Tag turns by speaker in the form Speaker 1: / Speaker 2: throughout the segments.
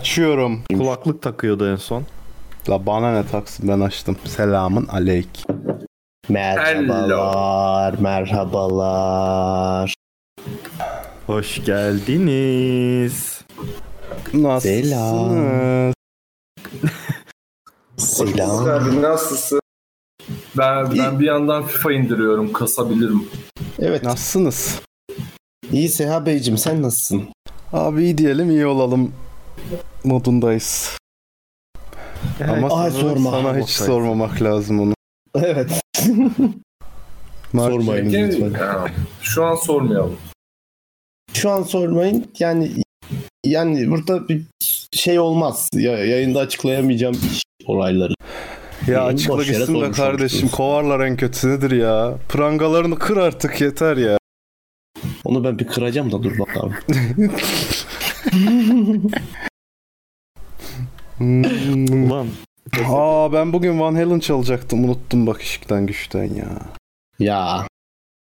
Speaker 1: Açıyorum.
Speaker 2: Kulaklık takıyordu en son.
Speaker 1: La bana ne taksın ben açtım. Selamın aleyk.
Speaker 3: Merhabalar, merhabalar.
Speaker 2: Hoş geldiniz.
Speaker 1: Nasılsınız?
Speaker 3: Selam.
Speaker 4: Nasılsın
Speaker 3: Selam.
Speaker 4: abi nasılsın? Ben, ben bir yandan FIFA indiriyorum. Kasabilirim.
Speaker 3: Evet,
Speaker 1: Nasılsınız?
Speaker 3: iyi Seha Beyciğim sen nasılsın?
Speaker 1: Abi iyi diyelim iyi olalım modundayız. Ama sana,
Speaker 3: ay sorma.
Speaker 1: sana hiç
Speaker 2: Modundayız.
Speaker 1: sormamak lazım onu.
Speaker 3: Evet.
Speaker 1: Mark-
Speaker 3: Sormayın lütfen.
Speaker 4: Ya, Şu an sormayalım.
Speaker 3: Şu an sormayın. Yani yani burada bir şey olmaz. Ya, yayında açıklayamayacağım iş olayları.
Speaker 1: Ya
Speaker 3: Boş
Speaker 1: açıkla
Speaker 3: yere
Speaker 1: gitsin de
Speaker 3: sormuş
Speaker 1: kardeşim
Speaker 3: olmuşsunuz.
Speaker 1: kovarlar en kötü nedir ya? Prangalarını kır artık yeter ya.
Speaker 3: Onu ben bir kıracağım da dur bakalım.
Speaker 1: Hmm.
Speaker 2: Ulan
Speaker 1: Aa ben bugün Van Halen çalacaktım unuttum bak işikten güçten ya.
Speaker 3: Ya.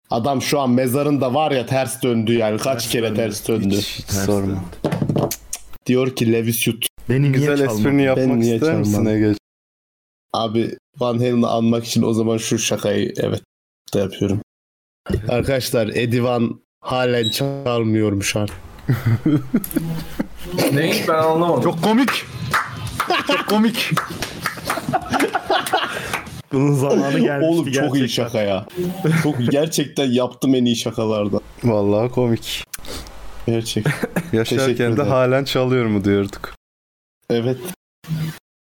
Speaker 3: Adam şu an mezarında var ya ters döndü yani. Kaç
Speaker 2: Ters
Speaker 3: kere
Speaker 2: döndü.
Speaker 3: ters döndü.
Speaker 1: Hiç, hiç
Speaker 2: ters
Speaker 1: sorma.
Speaker 2: döndü.
Speaker 3: Diyor ki Levis yut.
Speaker 2: Beni niye
Speaker 1: Güzel
Speaker 2: çalmadın?
Speaker 1: esprini
Speaker 3: Ben
Speaker 1: yapmak
Speaker 3: niye
Speaker 1: ister misin
Speaker 3: çalmadım?
Speaker 1: Ege?
Speaker 3: Abi Van Halen'i anmak için o zaman şu şakayı evet da yapıyorum. Arkadaşlar Eddie Van halen çalmıyormuş artık.
Speaker 4: Neymiş ben anlamadım.
Speaker 5: Çok komik. Çok komik.
Speaker 2: Bunun zamanı gelmişti
Speaker 3: Oğlum çok
Speaker 2: gerçekten.
Speaker 3: iyi şaka ya. Çok gerçekten yaptım en iyi şakalardan.
Speaker 1: Vallahi komik.
Speaker 3: Gerçek. Teşekkür
Speaker 1: Yaşarken de
Speaker 3: ederim.
Speaker 1: halen çalıyor mu diyorduk.
Speaker 3: Evet.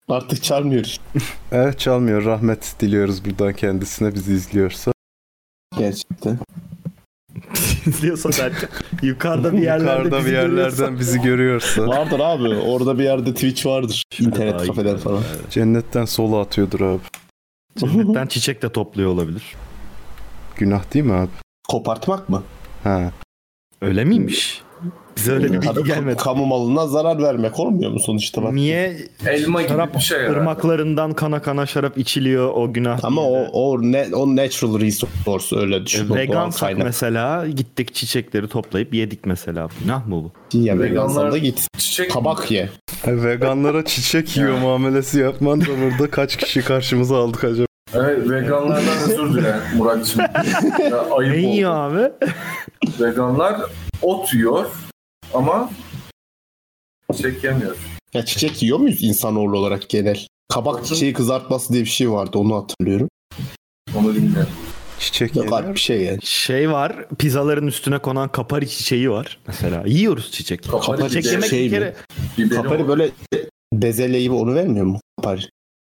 Speaker 3: Artık çalmıyor
Speaker 1: Evet çalmıyor rahmet diliyoruz buradan kendisine bizi izliyorsa.
Speaker 3: gerçekten.
Speaker 2: İzliyorsa belki yukarıda bir yerlerde
Speaker 1: Yukarıda
Speaker 2: bizi
Speaker 1: bir
Speaker 2: görüyorsa-
Speaker 1: yerlerden bizi görüyorsa.
Speaker 3: Vardır abi. Orada bir yerde Twitch vardır.
Speaker 2: Daha
Speaker 3: İnternet
Speaker 2: iyi
Speaker 3: kafeler
Speaker 2: tabii.
Speaker 3: falan.
Speaker 2: Evet.
Speaker 1: Cennetten sola atıyordur abi.
Speaker 2: Cennetten çiçek de topluyor olabilir.
Speaker 1: Günah değil mi abi?
Speaker 3: Kopartmak mı?
Speaker 1: Ha.
Speaker 2: Öyle miymiş? Bize öyle bir bilgi
Speaker 3: Abi,
Speaker 2: gelmedi.
Speaker 3: Kamu malına zarar vermek olmuyor mu sonuçta bak?
Speaker 2: Niye
Speaker 4: Elma gibi
Speaker 2: şarap
Speaker 4: bir şey herhalde.
Speaker 2: ırmaklarından kana kana şarap içiliyor o günah.
Speaker 3: Ama
Speaker 2: değil
Speaker 3: o
Speaker 2: de.
Speaker 3: o ne o natural resource öyle düşün. o doğal
Speaker 2: Vegansak
Speaker 3: kaynak.
Speaker 2: mesela gittik çiçekleri toplayıp yedik mesela. Günah mı bu?
Speaker 3: Ya vegansan
Speaker 4: Veganlar-
Speaker 3: da
Speaker 1: şey
Speaker 3: git.
Speaker 4: Çiçek
Speaker 3: Kabak ye.
Speaker 1: E, veganlara çiçek yiyor muamelesi yapman da burada kaç kişi karşımıza aldık acaba?
Speaker 4: Evet, veganlardan özür dile Murat'cığım. Ya,
Speaker 2: Ne
Speaker 4: ayıp
Speaker 2: iyi
Speaker 4: oldu.
Speaker 2: abi?
Speaker 4: Veganlar ot yiyor ama çiçek yemiyor.
Speaker 3: Ya çiçek yiyor muyuz insanoğlu olarak genel? Kabak çiçeği kızartması diye bir şey vardı onu hatırlıyorum.
Speaker 4: Onu bilmiyorum.
Speaker 1: Çiçek
Speaker 3: Yok
Speaker 1: yiyor.
Speaker 3: garip bir şey yani.
Speaker 2: Şey var pizzaların üstüne konan kapari çiçeği var. Mesela yiyoruz çiçek.
Speaker 4: Kapari
Speaker 2: çiçek
Speaker 4: çiçeği
Speaker 2: yemek
Speaker 3: şey mi?
Speaker 2: bir kere
Speaker 4: Biberi
Speaker 3: Kapari
Speaker 4: ol-
Speaker 3: böyle bezelye gibi onu vermiyor mu? Kapari.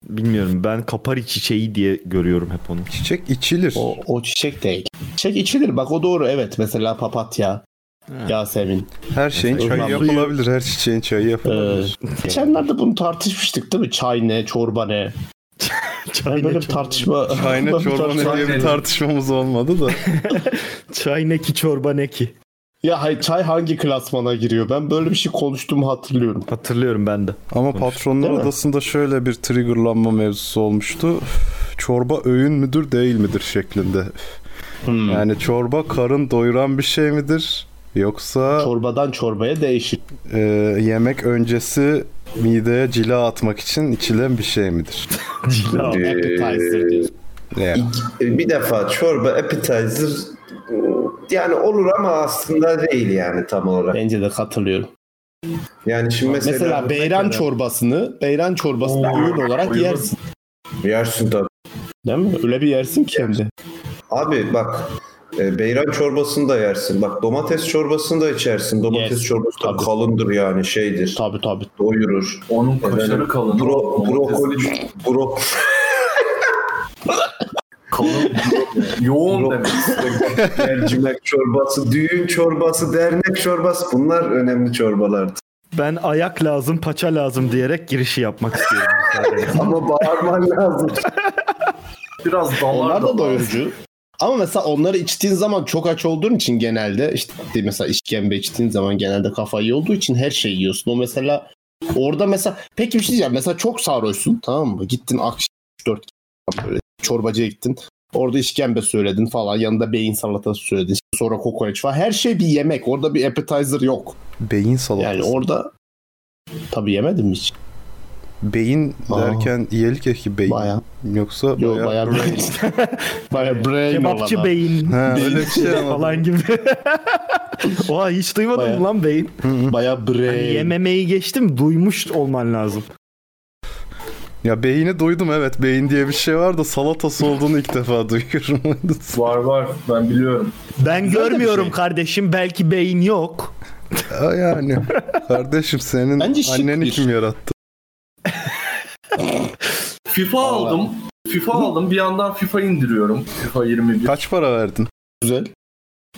Speaker 2: bilmiyorum ben kapari çiçeği diye görüyorum hep onu.
Speaker 1: Çiçek içilir.
Speaker 3: O, o çiçek değil. Çiçek içilir bak o doğru evet. Mesela papatya,
Speaker 2: Ha.
Speaker 3: Yasemin.
Speaker 1: Her şeyin
Speaker 3: Mesela
Speaker 1: çayı
Speaker 3: ırmak-
Speaker 1: yapılabilir. Her çiçeğin çayı
Speaker 3: Ee,
Speaker 1: yapılabilir.
Speaker 3: geçenlerde bunu tartışmıştık değil mi? Çay ne, çorba ne?
Speaker 2: Çay
Speaker 3: Yani böyle
Speaker 2: ne,
Speaker 3: bir tartışma.
Speaker 1: Çay ne
Speaker 3: böyle bir
Speaker 1: çorba
Speaker 3: tartışma-
Speaker 1: ne diye bir
Speaker 4: Çay-
Speaker 1: tartışmamız olmadı da.
Speaker 2: çay ne ki çorba ne ki.
Speaker 3: Ya hayır, çay hangi klasmana giriyor? Ben böyle bir şey konuştuğumu hatırlıyorum.
Speaker 2: Hatırlıyorum ben de.
Speaker 1: Ama
Speaker 2: Konuş-
Speaker 1: patronlar
Speaker 3: Değil mi?
Speaker 1: odasında şöyle bir triggerlanma mevzusu olmuştu. Üf, Çorba öğün müdür değil midir şeklinde. Üf,
Speaker 3: Hmm.
Speaker 1: Yani çorba karın doyuran bir şey midir? Yoksa
Speaker 3: Çorbadan çorbaya değişir.
Speaker 1: e, yemek öncesi mideye cila atmak için içilen bir şey midir?
Speaker 2: Cila.
Speaker 3: Appetizer diyor.
Speaker 1: Yani
Speaker 6: Ee, bir defa çorba appetizer yani olur ama aslında değil yani tam olarak.
Speaker 3: Bence de katılıyorum.
Speaker 6: Yani şimdi mesela,
Speaker 3: Mesela beyran çorbasını, beyran çorbasını
Speaker 4: Oo,
Speaker 3: öğün olarak
Speaker 4: bayılırım.
Speaker 3: yersin.
Speaker 6: yersin tabii.
Speaker 3: Değil mi? Öyle bir yersin ki hem de.
Speaker 6: Abi bak e, beyran çorbasını da yersin. Bak domates çorbasını da içersin. Domates
Speaker 3: Yes,
Speaker 6: çorbası da
Speaker 3: tabii.
Speaker 6: kalındır yani şeydir.
Speaker 3: Tabii tabii.
Speaker 6: Doyurur.
Speaker 4: Onun kaşarı
Speaker 6: Efendim,
Speaker 4: kalın.
Speaker 6: Bro, brokoli bro,
Speaker 4: Kalın. Yoğun
Speaker 6: bro,
Speaker 4: demek.
Speaker 6: mercimek çorbası, düğün çorbası, dernek çorbası bunlar önemli çorbalardır.
Speaker 2: Ben ayak lazım paça lazım diyerek girişi yapmak istiyorum. müsaadenizle.
Speaker 6: Ama bağırman lazım.
Speaker 4: Biraz dalar
Speaker 3: Onlar
Speaker 4: da
Speaker 3: da doyurucu. Ama mesela onları içtiğin zaman çok aç olduğun için genelde işte mesela işkembe içtiğin zaman genelde kafa iyi olduğu için her şeyi yiyorsun. O mesela orada mesela peki bir şey diyeceğim. Mesela çok sarhoşsun tamam mı? Gittin akşam 4 böyle çorbacıya gittin. Orada işkembe söyledin falan. Yanında beyin salatası söyledin. Sonra kokoreç falan. Her şey bir yemek. Orada bir appetizer yok.
Speaker 1: beyin salatası.
Speaker 3: Yani orada Tabii yemedim hiç.
Speaker 1: Beyin
Speaker 3: Aa.
Speaker 1: derken iyilik eki beyin.
Speaker 3: Baya.
Speaker 1: Yoksa
Speaker 3: Yo
Speaker 1: bayağı-
Speaker 3: baya brain. baya brain olan
Speaker 2: Kebapçı
Speaker 3: adam.
Speaker 2: beyin.
Speaker 1: Ha, öyle bir şey ama.
Speaker 2: falan gibi. Oha hiç duymadım
Speaker 3: Bayağı.
Speaker 2: lan beyin.
Speaker 3: Baya
Speaker 2: Hani
Speaker 3: brain.
Speaker 2: yememeyi geçtim duymuş olman lazım.
Speaker 1: Ya beyni duydum evet. Beyin diye bir şey var da salatası olduğunu ilk defa duyuyorum.
Speaker 4: Var var ben biliyorum.
Speaker 2: Ben
Speaker 3: Güzel de bir
Speaker 2: görmüyorum
Speaker 3: şey.
Speaker 2: kardeşim belki beyin yok.
Speaker 1: Ha yani. Kardeşim senin
Speaker 3: Bence şık
Speaker 1: anneni
Speaker 3: bir-
Speaker 1: kim yarattı?
Speaker 4: FIFA
Speaker 3: Aa.
Speaker 4: aldım. FIFA aldım. Bir yandan FIFA indiriyorum. FIFA 21.
Speaker 1: Kaç para verdin?
Speaker 3: Güzel.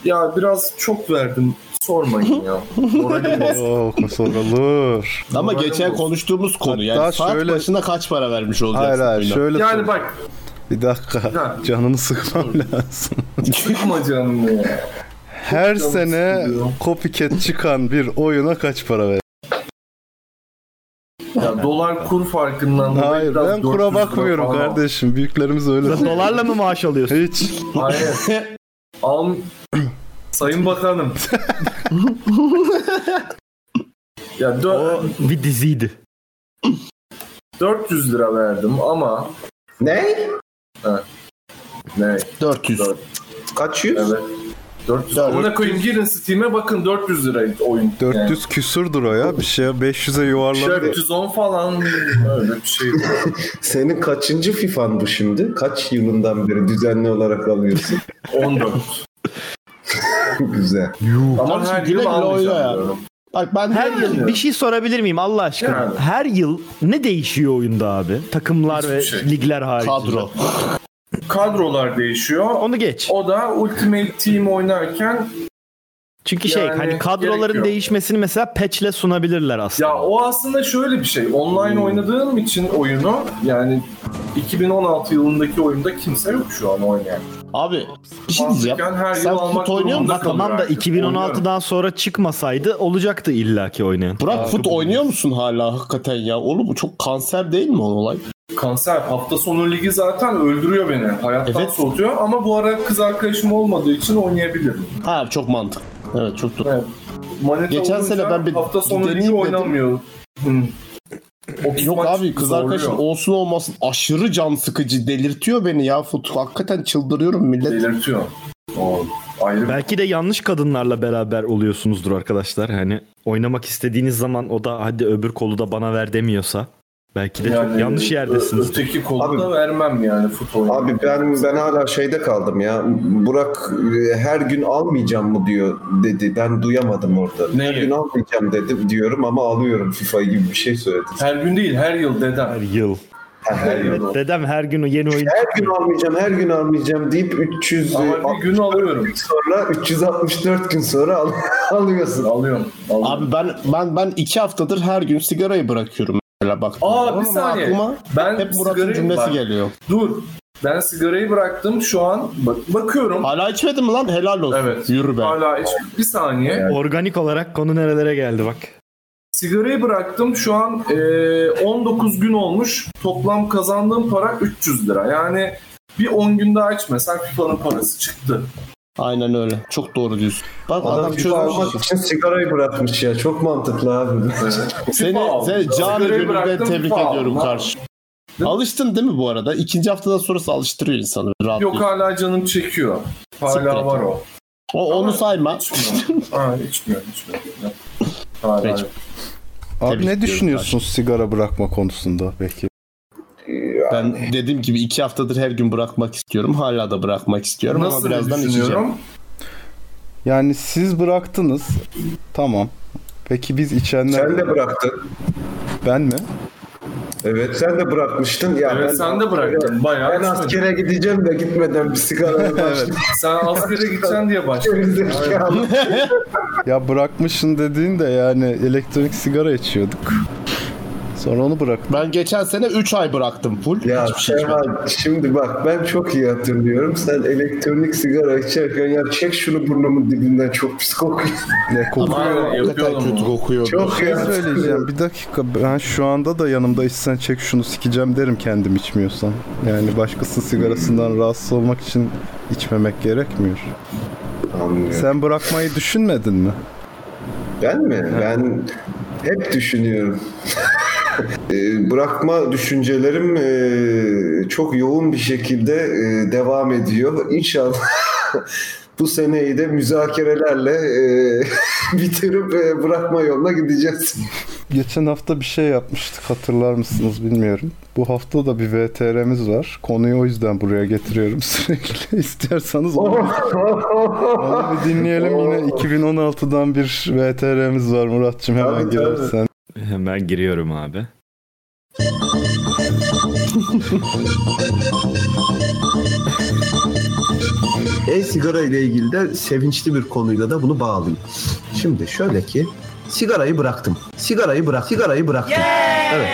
Speaker 4: Ya biraz çok verdim. Sormayın ya. Moralim bozuldu.
Speaker 1: Oh sorulur.
Speaker 3: Ama
Speaker 4: Umarım
Speaker 3: geçen
Speaker 4: bu-
Speaker 3: konuştuğumuz konu yani
Speaker 1: Hatta
Speaker 3: saat
Speaker 1: şöyle-
Speaker 3: başına kaç para vermiş olacaksın?
Speaker 1: Hayır hayır
Speaker 3: oyuna?
Speaker 1: şöyle
Speaker 4: yani
Speaker 1: sor.
Speaker 4: bak
Speaker 1: Bir dakika.
Speaker 4: Ha.
Speaker 1: Canını sıkmam lazım.
Speaker 4: sıkma canını ya.
Speaker 1: Her
Speaker 4: canım
Speaker 1: sene
Speaker 4: sıkılıyor.
Speaker 1: copycat çıkan bir oyuna kaç para ver?
Speaker 4: ya. Dolar kur farkından dolayı
Speaker 1: Hayır
Speaker 4: biraz
Speaker 1: ben
Speaker 4: 400
Speaker 1: kura
Speaker 4: lira
Speaker 1: bakmıyorum
Speaker 4: falan aldım.
Speaker 1: kardeşim. Büyüklerimiz öyle.
Speaker 2: Dolarla mı maaş alıyorsun?
Speaker 1: Hiç.
Speaker 4: Hayır. Al... Sayın Bakanım. ya dö-
Speaker 2: O bir diziydi.
Speaker 4: 400 lira verdim ama
Speaker 6: Ne?
Speaker 4: ne?
Speaker 3: 400.
Speaker 4: Dört.
Speaker 6: Kaç yüz?
Speaker 4: Evet. 400.
Speaker 3: Dört.
Speaker 4: Ona koyayım girin Steam'e bakın 400 liraydı oyun.
Speaker 1: 400 küsürdür o ya. Bir şeye 500'e
Speaker 4: Yani. Şöyle
Speaker 1: yuvarlandı.
Speaker 4: 310 falan öyle bir şey.
Speaker 6: Senin kaçıncı FIFA'n bu şimdi? Kaç yılından beri düzenli olarak alıyorsun?
Speaker 4: 14.
Speaker 6: Güzel.
Speaker 4: Ama
Speaker 3: Kardeşim,
Speaker 4: her
Speaker 3: güle
Speaker 4: yıl
Speaker 3: güle oyna ya.
Speaker 4: almayacağım diyorum.
Speaker 3: Bak ben
Speaker 2: Her yıl bir şey sorabilir miyim Allah aşkına?
Speaker 4: Yani.
Speaker 2: Her yıl ne değişiyor oyunda abi? Takımlar ve
Speaker 4: Hiçbir şey.
Speaker 2: ligler hariç.
Speaker 3: kadro.
Speaker 4: Kadrolar değişiyor.
Speaker 2: Onu geç.
Speaker 4: O da Ultimate Team oynarken
Speaker 2: Çünkü şey
Speaker 4: Yani
Speaker 2: hani
Speaker 4: gerek
Speaker 2: kadroların
Speaker 4: yok.
Speaker 2: değişmesini mesela patchle sunabilirler aslında.
Speaker 4: ya o aslında şöyle bir şey.
Speaker 3: Hmm.
Speaker 4: Online oynadığım için oyunu yani 2016 yılındaki oyunda kimse yok şu an oynayan.
Speaker 3: Abi bir şey diyeceğim.
Speaker 4: Mantıken her yıl
Speaker 3: Sen
Speaker 4: almak
Speaker 3: fut oynuyor
Speaker 4: durumunda
Speaker 3: musun?
Speaker 2: Ama tamam da
Speaker 4: Oynuyorum.
Speaker 2: 2016'dan sonra çıkmasaydı olacaktı illaki oynayan.
Speaker 3: Burak fut oynuyor musun hala hakikaten ya? Oğlum bu çok kanser değil mi o olay?
Speaker 4: Kanser hafta sonu ligi zaten öldürüyor beni. Hayattan
Speaker 3: Evet.
Speaker 4: soğutuyor ama bu ara kız arkadaşım olmadığı için oynayabilirim.
Speaker 3: Ha çok mantıklı. Evet çok doğru.
Speaker 4: Evet. Manita
Speaker 3: Geçen
Speaker 4: olunca
Speaker 3: sene ben bir
Speaker 4: hafta sonu
Speaker 3: deneyeyim
Speaker 4: ligi
Speaker 3: dedim.
Speaker 4: oynamıyor. Hı. O
Speaker 3: Yok
Speaker 4: maç
Speaker 3: abi kız arkadaşın
Speaker 4: zorluyor.
Speaker 3: olsun olmasın aşırı can sıkıcı delirtiyor beni ya fut. Hakikaten çıldırıyorum millet.
Speaker 4: delirtiyor. O ayrı bir
Speaker 2: Belki de yanlış kadınlarla beraber oluyorsunuzdur arkadaşlar. Hani oynamak istediğiniz zaman o da hadi öbür kolu da bana ver demiyorsa. Belki de çok
Speaker 4: Yani
Speaker 2: yanlış
Speaker 4: ö-
Speaker 2: yerdesiniz.
Speaker 4: Öteki kolu
Speaker 6: Abi-
Speaker 4: da vermem yani futbol.
Speaker 6: Abi ben ben hala şeyde kaldım ya. Burak e, her gün almayacağım mı diyor dedi. Ben duyamadım orada. Her
Speaker 4: Neyi?
Speaker 6: gün almayacağım dedim diyorum ama alıyorum FIFA gibi bir şey söyledi.
Speaker 4: her gün değil her yıl
Speaker 2: Her
Speaker 4: dedem.
Speaker 2: yıl.
Speaker 4: Her yıl.
Speaker 2: Dedem her gün o yeni oyun.
Speaker 6: Her gün almayacağım, her gün almayacağım deyip 300
Speaker 4: Ama bir gün alıyorum.
Speaker 6: sonra 364 gün sonra al- alıyorsun.
Speaker 4: Alıyorum. alıyorum.
Speaker 3: Abi ben ben ben iki haftadır her gün sigarayı bırakıyorum. Mesela bak.
Speaker 4: Aa
Speaker 3: Ama
Speaker 4: bir saniye.
Speaker 3: Aklıma
Speaker 4: ben
Speaker 3: hep Murat'ın
Speaker 4: sigarayı-
Speaker 3: cümlesi
Speaker 4: bak,
Speaker 3: geliyor.
Speaker 4: Dur. Ben sigarayı bıraktım şu an. Bak, bakıyorum.
Speaker 3: Hala içmedin mi lan? Helal olsun.
Speaker 4: Evet.
Speaker 3: Yürü be.
Speaker 4: Hala hiç bir saniye.
Speaker 2: Organik olarak konu nerelere geldi bak.
Speaker 4: Sigarayı bıraktım. Şu an e, 19 gün olmuş. Toplam kazandığım para 300 lira. Yani bir 10 gün daha içmesen FIFA'nın parası çıktı.
Speaker 3: Aynen öyle. Çok doğru diyorsun. Bak adam,
Speaker 6: Adam FIFA
Speaker 3: çözmüş.
Speaker 6: almak için sigarayı bırakmış ya. Çok mantıklı abi.
Speaker 3: Seni, seni canı
Speaker 4: Sigarayı
Speaker 3: gönülden
Speaker 4: bıraktım,
Speaker 3: tebrik
Speaker 4: FIFA
Speaker 3: ediyorum
Speaker 4: aldım.
Speaker 3: karşı.
Speaker 4: mi?
Speaker 3: Alıştın değil mi bu arada? İkinci haftadan sonrası alıştırıyor insanı. Rahat
Speaker 4: Yok
Speaker 3: değil.
Speaker 4: hala canım çekiyor. Hala
Speaker 3: Siktir.
Speaker 4: var o.
Speaker 3: O, onu sayma.
Speaker 4: İçmiyorum. Aa, içmiyorum, içmiyorum. Yok. Hala.
Speaker 3: Peki.
Speaker 1: Abi
Speaker 3: Tebrik
Speaker 1: ne
Speaker 3: ediyorum
Speaker 1: düşünüyorsun sigara bırakma konusunda peki?
Speaker 3: Ben dediğim gibi iki haftadır her gün bırakmak istiyorum. Hala da bırakmak istiyorum
Speaker 4: Nasıl
Speaker 3: ama birazdan içeceğim.
Speaker 4: düşünüyorum?
Speaker 1: Yani siz bıraktınız. Tamam. Peki biz içenler
Speaker 6: Sen de bıraktın.
Speaker 1: ben mi?
Speaker 6: Evet sen de bırakmıştın. Ya
Speaker 4: Evet
Speaker 6: ben-
Speaker 4: sen de bıraktın. Bayağı
Speaker 6: Ben
Speaker 4: içmedin.
Speaker 6: askere gideceğim de gitmeden bir sigara başlayayım.
Speaker 4: Sen askere gideceksin diye başladın.
Speaker 6: Gerizekalı.
Speaker 1: Ya bırakmışın dediğin de yani elektronik sigara içiyorduk. Sonra onu bırak.
Speaker 3: Ben geçen sene 3 ay bıraktım full.
Speaker 6: ya
Speaker 3: Hiçbir şey içmedim.
Speaker 6: Şevval şimdi bak ben çok iyi hatırlıyorum. Sen elektronik sigara içerken ya çek şunu burnumun dibinden çok pis kokuyor.
Speaker 1: Ne kokuyor?
Speaker 4: Aynen,
Speaker 3: Hakikaten
Speaker 4: yapıyordum
Speaker 3: kötü
Speaker 4: onu.
Speaker 3: kokuyordu.
Speaker 6: Çok iyi
Speaker 1: Ne söyleyeceğim? Bir dakika ben şu anda da yanımda içsen çek şunu sikeceğim derim kendim içmiyorsam. Yani başkasının sigarasından rahatsız olmak için içmemek gerekmiyor.
Speaker 6: Anlıyorum.
Speaker 1: Sen bırakmayı düşünmedin mi?
Speaker 6: Ben mi? Ben Hep düşünüyorum. Ee, Bırakma düşüncelerim e, çok yoğun bir şekilde e, devam ediyor. İnşallah bu seneyi de müzakerelerle e, bitirip e, bırakma yoluna gideceğiz.
Speaker 1: Geçen hafta bir şey yapmıştık hatırlar mısınız bilmiyorum. Bu hafta da bir VTR'miz var. Konuyu o yüzden buraya getiriyorum sürekli. İsterseniz onu, onu bir dinleyelim. Yine 2016'dan bir VTR'miz var Muratçım hemen
Speaker 6: Tabii, tabii.
Speaker 1: girersen.
Speaker 2: Hemen giriyorum abi.
Speaker 7: E-sigara ile ilgili de sevinçli bir konuyla da bunu bağlayayım. Şimdi şöyle ki sigarayı bıraktım. Sigarayı bırak, sigarayı bıraktım. Evet.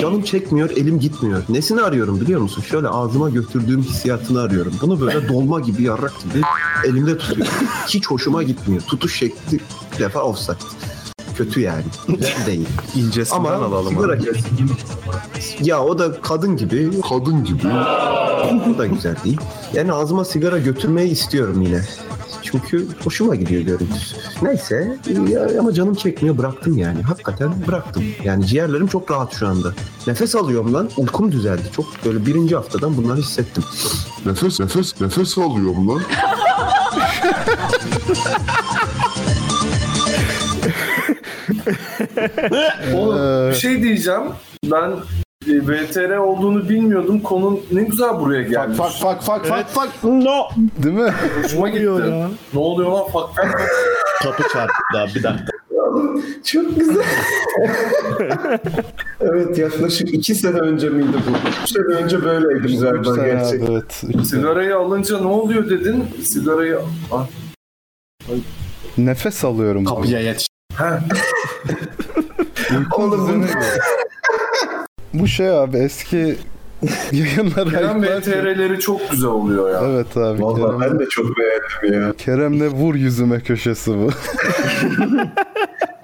Speaker 7: Canım çekmiyor, elim gitmiyor. Nesini arıyorum biliyor musun? Şöyle ağzıma götürdüğüm hissiyatını arıyorum. Bunu böyle dolma gibi yarrak gibi elimde tutuyorum. Hiç hoşuma gitmiyor. Tutuş şekli bir defa offside. Kötü yani. Güzel Değil.
Speaker 5: İncesinden
Speaker 7: Ama
Speaker 5: alalım.
Speaker 7: sigara
Speaker 5: abi.
Speaker 7: kesin. Ya o da kadın gibi. Kadın gibi. o da güzel değil. Yani ağzıma sigara götürmeyi istiyorum yine. Çünkü hoşuma gidiyor görüntüsü. Neyse ya- ama canım çekmiyor bıraktım yani. Hakikaten bıraktım. Yani ciğerlerim çok rahat şu anda. Nefes alıyorum lan uykum düzeldi. Çok böyle birinci haftadan bunları hissettim.
Speaker 8: Nefes nefes nefes alıyorum lan.
Speaker 4: Oğlum bir şey diyeceğim. Ben e, VTR olduğunu bilmiyordum. Konu ne güzel buraya
Speaker 3: Fak
Speaker 4: gelmiş.
Speaker 3: fak fak fak fak fak.
Speaker 1: Değil mi?
Speaker 4: Hoşuma gitti. Ne oluyor lan fak fak fak.
Speaker 3: Kapı çarptı daha bir dakika.
Speaker 6: Çok güzel. evet yaklaşık iki sene önce miydi bu? Üç sene önce böyleydim
Speaker 1: Üç
Speaker 6: galiba
Speaker 1: sene
Speaker 6: gerçekten.
Speaker 1: abi, evet.
Speaker 4: Sigarayı alınca ne oluyor dedin. Sigarayı... Ah,
Speaker 1: Nefes alıyorum.
Speaker 3: Kapıya yetiş.
Speaker 4: heh.
Speaker 6: Oğlum
Speaker 1: Bu şey abi eski yayınlar
Speaker 4: Kerem
Speaker 1: ayıklar.
Speaker 6: şey.
Speaker 4: VTR'leri çok güzel oluyor ya.
Speaker 1: Evet abi.
Speaker 6: Valla
Speaker 1: Kerem,
Speaker 6: ben de çok beğendim ya.
Speaker 1: Kerem'le vur yüzüme köşesi bu.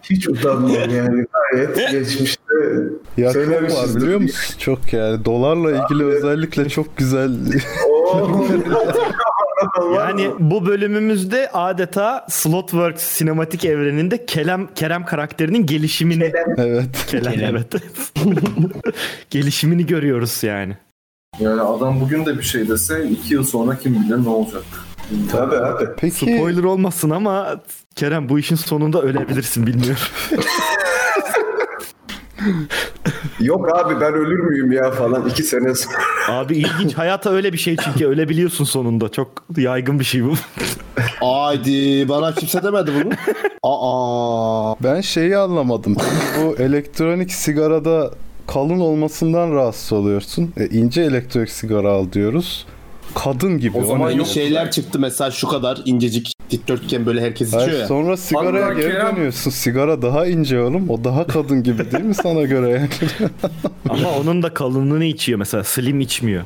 Speaker 6: Hiç utanmam yani. Gayet geçmişte
Speaker 1: Ya çok var
Speaker 6: Söylemişizdir.
Speaker 1: biliyor musun? Çok yani. Dolarla ilgili özellikle çok güzel.
Speaker 6: Oo,
Speaker 2: Yani bu bölümümüzde adeta Slotworks sinematik evreninde Kerem, Kerem karakterinin gelişimini
Speaker 1: evet.
Speaker 2: Kerem, evet. gelişimini görüyoruz yani.
Speaker 4: Yani adam bugün de bir şey dese iki yıl sonra kim bilir ne olacak.
Speaker 6: Tabii abi.
Speaker 1: Peki
Speaker 2: Spoiler olmasın ama Kerem bu işin sonunda ölebilirsin bilmiyorum.
Speaker 6: Yok abi ben ölür müyüm ya falan iki sene sonra.
Speaker 2: Abi ilginç hayata öyle bir şey çünkü ölebiliyorsun sonunda. Çok yaygın bir şey bu.
Speaker 3: Haydi bana kimse demedi bunu. Aa.
Speaker 1: ben şeyi anlamadım. bu elektronik sigarada kalın olmasından rahatsız oluyorsun. E, ince elektronik sigara al diyoruz. Kadın gibi.
Speaker 3: O zaman
Speaker 1: ne?
Speaker 3: yeni şeyler çıktı mesela şu kadar incecik dikdörtgen böyle herkes
Speaker 1: Hayır,
Speaker 3: içiyor ya.
Speaker 1: sonra sigaraya
Speaker 4: Vallahi
Speaker 1: geri
Speaker 4: Kerem-
Speaker 1: dönüyorsun. Sigara daha ince oğlum. O daha kadın gibi değil mi sana göre? yani?
Speaker 2: Ama onun da kalınlığını içiyor mesela. Slim içmiyor.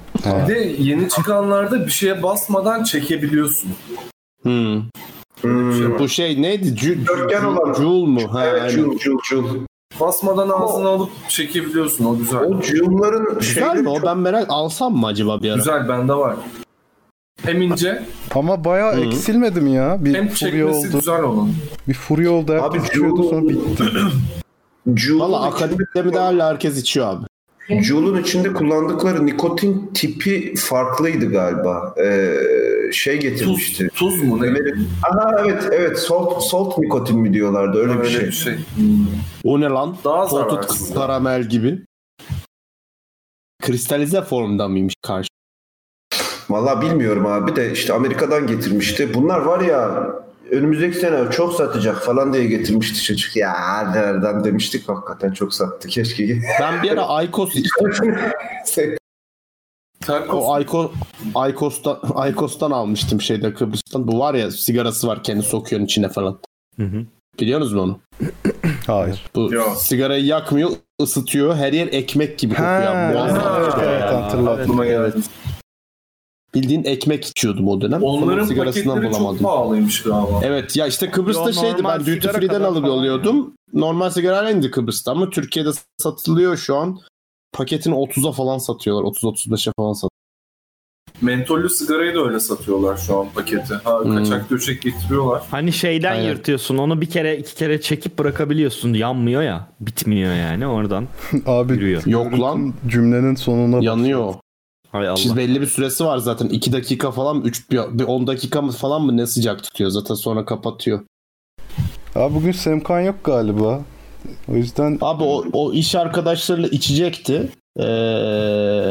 Speaker 4: Bir de yeni çıkanlarda bir şeye basmadan çekebiliyorsun.
Speaker 3: Hmm. Bu şey neydi? Cü,
Speaker 6: Dörtgen olan.
Speaker 3: Cul mu? Ha,
Speaker 6: evet
Speaker 3: aynen.
Speaker 6: cul cul cul.
Speaker 4: Basmadan ağzına alıp çekebiliyorsun o güzel.
Speaker 6: O culların
Speaker 3: Güzel
Speaker 6: şeyleri
Speaker 3: mi o?
Speaker 6: Şey çok-
Speaker 3: Ben merak alsam mı acaba bir ara?
Speaker 4: Güzel bende var. Hem ince
Speaker 1: Ama bayağı
Speaker 3: Hı.
Speaker 1: eksilmedi mi ya? Bir
Speaker 4: hem
Speaker 1: furya
Speaker 4: çekmesi
Speaker 1: oldu.
Speaker 4: güzel onun.
Speaker 1: Bir furya oldu.
Speaker 6: Abi
Speaker 1: Herkes içiyordu
Speaker 6: cul-
Speaker 1: sonra bitti.
Speaker 6: culun
Speaker 3: Valla
Speaker 6: içinde-
Speaker 3: akademikte mi de hala herkes içiyor abi.
Speaker 6: Jul'un içinde kullandıkları nikotin tipi farklıydı galiba. Ee, şey
Speaker 4: Tuz,
Speaker 6: getirmişti.
Speaker 4: tuz mu ne?
Speaker 6: Öyle- Aha evet evet salt, salt nikotin mi diyorlardı öyle, bir şey.
Speaker 3: O ne lan?
Speaker 4: Daha
Speaker 3: Koltuk
Speaker 4: zararsız.
Speaker 3: karamel gibi. Kristalize formda mıymış karşı?
Speaker 6: Vallahi bilmiyorum abi de işte Amerika'dan getirmişti. Bunlar var ya önümüzdeki sene çok satacak falan diye getirmişti çocuk. Ya nereden demiştik hakikaten çok sattı. Keşke
Speaker 3: Ben bir ara Aykos içtim.
Speaker 4: Terkos
Speaker 3: O Ayko, Aykos'tan, Aykos'tan almıştım şeyde Kıbrıs'tan. Bu var ya sigarası var kendi sokuyorsun içine falan.
Speaker 2: Hı hı.
Speaker 3: Biliyorsunuz mu onu?
Speaker 1: Hayır.
Speaker 3: Bu
Speaker 4: Yok.
Speaker 3: sigarayı yakmıyor, ısıtıyor. Her yer ekmek gibi kokuyor.
Speaker 1: Ha,
Speaker 3: abi. Muazzam
Speaker 4: ha,
Speaker 3: bir şey
Speaker 1: evet,
Speaker 3: ya.
Speaker 1: hatırladım.
Speaker 4: aklıma geldi.
Speaker 3: Bildiğin ekmek içiyordum o dönem. Sonra
Speaker 4: Onların
Speaker 3: sigarasından
Speaker 4: paketleri çok
Speaker 3: bulamadım.
Speaker 4: pahalıymış galiba.
Speaker 3: Evet ya işte Kıbrıs'ta
Speaker 2: Yo,
Speaker 3: şeydi
Speaker 2: normal
Speaker 3: ben duty
Speaker 2: sigara
Speaker 3: free'den
Speaker 2: kadar
Speaker 3: alıp
Speaker 2: falan.
Speaker 3: alıyordum. Normal sigara indi Kıbrıs'ta ama Türkiye'de satılıyor şu an. Paketini 30'a falan satıyorlar. 30-35'e falan satıyor.
Speaker 4: Mentollü sigarayı da öyle satıyorlar şu an paketi. Ha,
Speaker 3: Hmm.
Speaker 4: Kaçak döşek getiriyorlar.
Speaker 2: Hani şeyden
Speaker 3: Aynen.
Speaker 2: yırtıyorsun onu bir kere iki kere çekip bırakabiliyorsun. Yanmıyor ya. Bitmiyor yani oradan.
Speaker 1: Abi
Speaker 2: Yürüyor.
Speaker 1: görüntün
Speaker 3: Yok lan.
Speaker 1: Cümlenin sonuna
Speaker 3: Yanıyor.
Speaker 2: Hay Allah.
Speaker 3: Siz belli bir süresi var zaten. 2 dakika falan 3 bir 10 dakika mı falan mı ne sıcak tutuyor zaten sonra kapatıyor.
Speaker 1: Abi bugün Semkan yok galiba. O yüzden
Speaker 3: Abi o, o iş arkadaşlarıyla içecekti. Ee,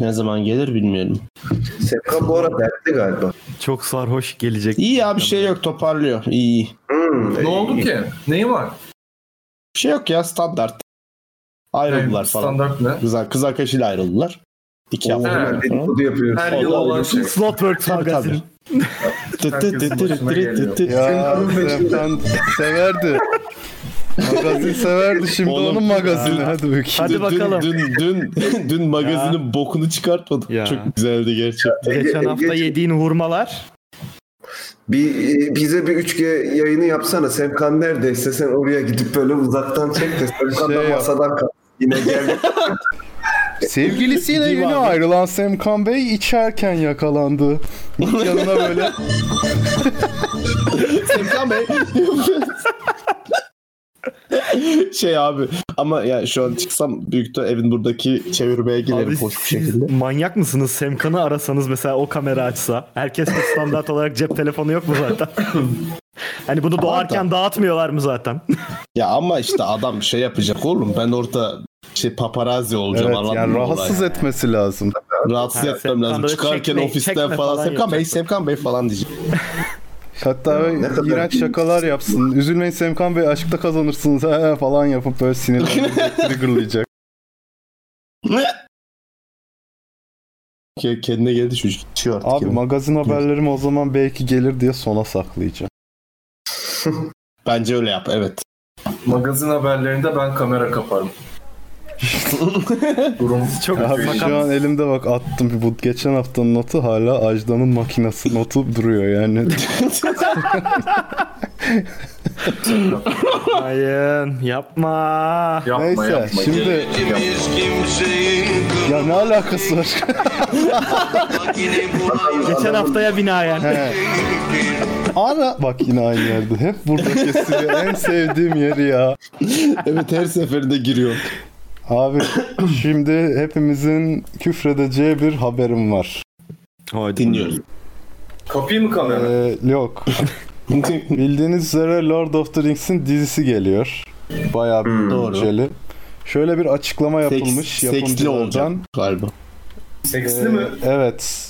Speaker 3: ne zaman gelir bilmiyorum.
Speaker 6: Sevkan bu ara dertli galiba.
Speaker 2: Çok sarhoş gelecek.
Speaker 3: İyi abi şey yok toparlıyor. İyi iyi.
Speaker 6: Hmm,
Speaker 4: Ne oldu ki? Neyi var?
Speaker 3: Bir şey yok ya standart. Ayrıldılar falan.
Speaker 4: Standart ne?
Speaker 3: Kız, kız arkadaşıyla ayrıldılar. İki hafta.
Speaker 4: hemen
Speaker 3: falan.
Speaker 6: Dedikodu yapıyoruz.
Speaker 4: Her yıl olan şey.
Speaker 2: Slotworks
Speaker 3: Tabii, tabii.
Speaker 2: magazin.
Speaker 3: Tı tı tı tı tı tı tı.
Speaker 1: ya Semkan severdi. magazin severdi şimdi
Speaker 3: Oğlum,
Speaker 1: onun magazini. Hadi bakayım.
Speaker 2: Hadi
Speaker 3: Dün-
Speaker 2: bakalım.
Speaker 3: Dün dün dün, dün magazinin bokunu çıkartmadık.
Speaker 2: Ya.
Speaker 3: Çok güzeldi gerçekten.
Speaker 6: Ege-
Speaker 2: Geçen hafta
Speaker 6: Ege-
Speaker 2: yediğin hurmalar.
Speaker 6: Bir, e, bize bir 3G yayını yapsana. Semkan neredeyse sen oraya gidip böyle uzaktan çek de Semkan da
Speaker 1: Şey yap.
Speaker 6: masadan kalk. Yine gel.
Speaker 1: Sevgilisiyle
Speaker 3: Civarı.
Speaker 1: yeni ayrılan Semkan Bey içerken yakalandı. Yanına böyle
Speaker 3: Semkan Bey. şey abi ama ya şu an çıksam büyük de evin buradaki çevirmeye giderim
Speaker 2: Abi
Speaker 3: hoş bir
Speaker 2: siz
Speaker 3: şekilde.
Speaker 2: manyak mısınız? Semkan'ı arasanız mesela o kamera açsa. Herkes de standart olarak cep telefonu yok mu zaten? hani bunu doğarken dağıtmıyorlar mı zaten?
Speaker 3: Ya ama işte adam şey yapacak oğlum ben orada şey paparazzi olacağım
Speaker 1: evet
Speaker 3: anladın
Speaker 1: yani
Speaker 3: mı olay?
Speaker 1: rahatsız etmesi lazım.
Speaker 3: rahatsız
Speaker 2: Ha,
Speaker 3: etmem
Speaker 2: Semkan'da
Speaker 3: lazım çıkarken
Speaker 2: çekme-
Speaker 3: ofisten
Speaker 2: çekme
Speaker 3: falan,
Speaker 2: falan
Speaker 3: Semkan Bey
Speaker 2: yapacak.
Speaker 3: Semkan Bey falan diyecek.
Speaker 1: Hatta böyle
Speaker 6: ne kadar
Speaker 1: iğrenç
Speaker 6: iyi.
Speaker 1: şakalar yapsın. Üzülmeyin Semkan Bey aşkta kazanırsınız he falan yapıp böyle sinirlenecek, triggerlayacak.
Speaker 3: Ke- Kendine geldi çocuk içiyor artık.
Speaker 1: Abi
Speaker 3: ya.
Speaker 1: magazin haberlerim o zaman belki gelir diye sona saklayacağım.
Speaker 3: Bence öyle yap evet.
Speaker 4: Magazin haberlerinde ben kamera kaparım. Durum
Speaker 2: Çok
Speaker 1: Abi
Speaker 2: Bakar
Speaker 1: şu an elimde bak attım. Bu geçen haftanın notu hala Ajda'nın makinası notu duruyor yani.
Speaker 2: Hayır yapma.
Speaker 4: yapma
Speaker 1: Neyse
Speaker 4: yapma.
Speaker 1: şimdi
Speaker 4: Yapma.
Speaker 1: ya ne alakası var?
Speaker 2: Geçen haftaya binaen.
Speaker 1: He. Ana bak yine aynı yerde. Hep burada kesiliyor. en sevdiğim yeri ya.
Speaker 3: evet her seferinde giriyor.
Speaker 1: Abi şimdi hepimizin küfredeceği bir haberim var.
Speaker 3: Dinliyoruz.
Speaker 4: Kapıyı mı kamera?
Speaker 1: Ee, yok. Bildiğiniz üzere Lord of the Rings'in dizisi geliyor. Bayağı bir
Speaker 3: Hmm. Doğru.
Speaker 1: bütçeli. Şöyle bir açıklama
Speaker 3: Seks-
Speaker 1: yapılmış
Speaker 3: seksli olacak
Speaker 1: yapımcılardan.
Speaker 3: galiba.
Speaker 4: Seksli
Speaker 1: Ee,
Speaker 4: mi?
Speaker 1: Evet.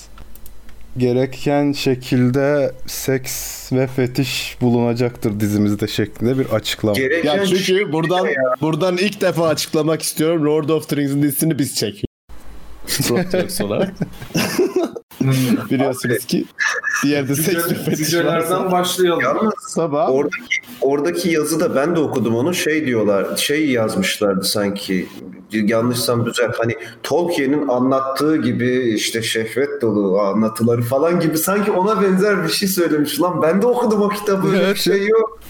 Speaker 1: Gereken şekilde seks ve fetiş bulunacaktır dizimizde şeklinde bir açıklama.
Speaker 6: Gereken şey
Speaker 3: Ya çünkü buradan buradan ilk defa açıklamak istiyorum. Lord of the Rings'in dizisini biz çekiyoruz. olarak. Biliyorsunuz ki diğer de seks
Speaker 4: Cüce-
Speaker 3: nefesi
Speaker 4: Cücelerden başlayalım.
Speaker 6: Yalnız
Speaker 3: sabah
Speaker 6: Oradaki, oradaki yazı da ben de okudum onu. Şey diyorlar, şey yazmışlardı sanki. Yanlışsam düzelt. Hani Tolkien'in anlattığı gibi işte şehvet dolu anlatıları falan gibi sanki ona benzer bir şey söylemiş. Lan ben de okudum o kitabı. Öyle bir şey yok.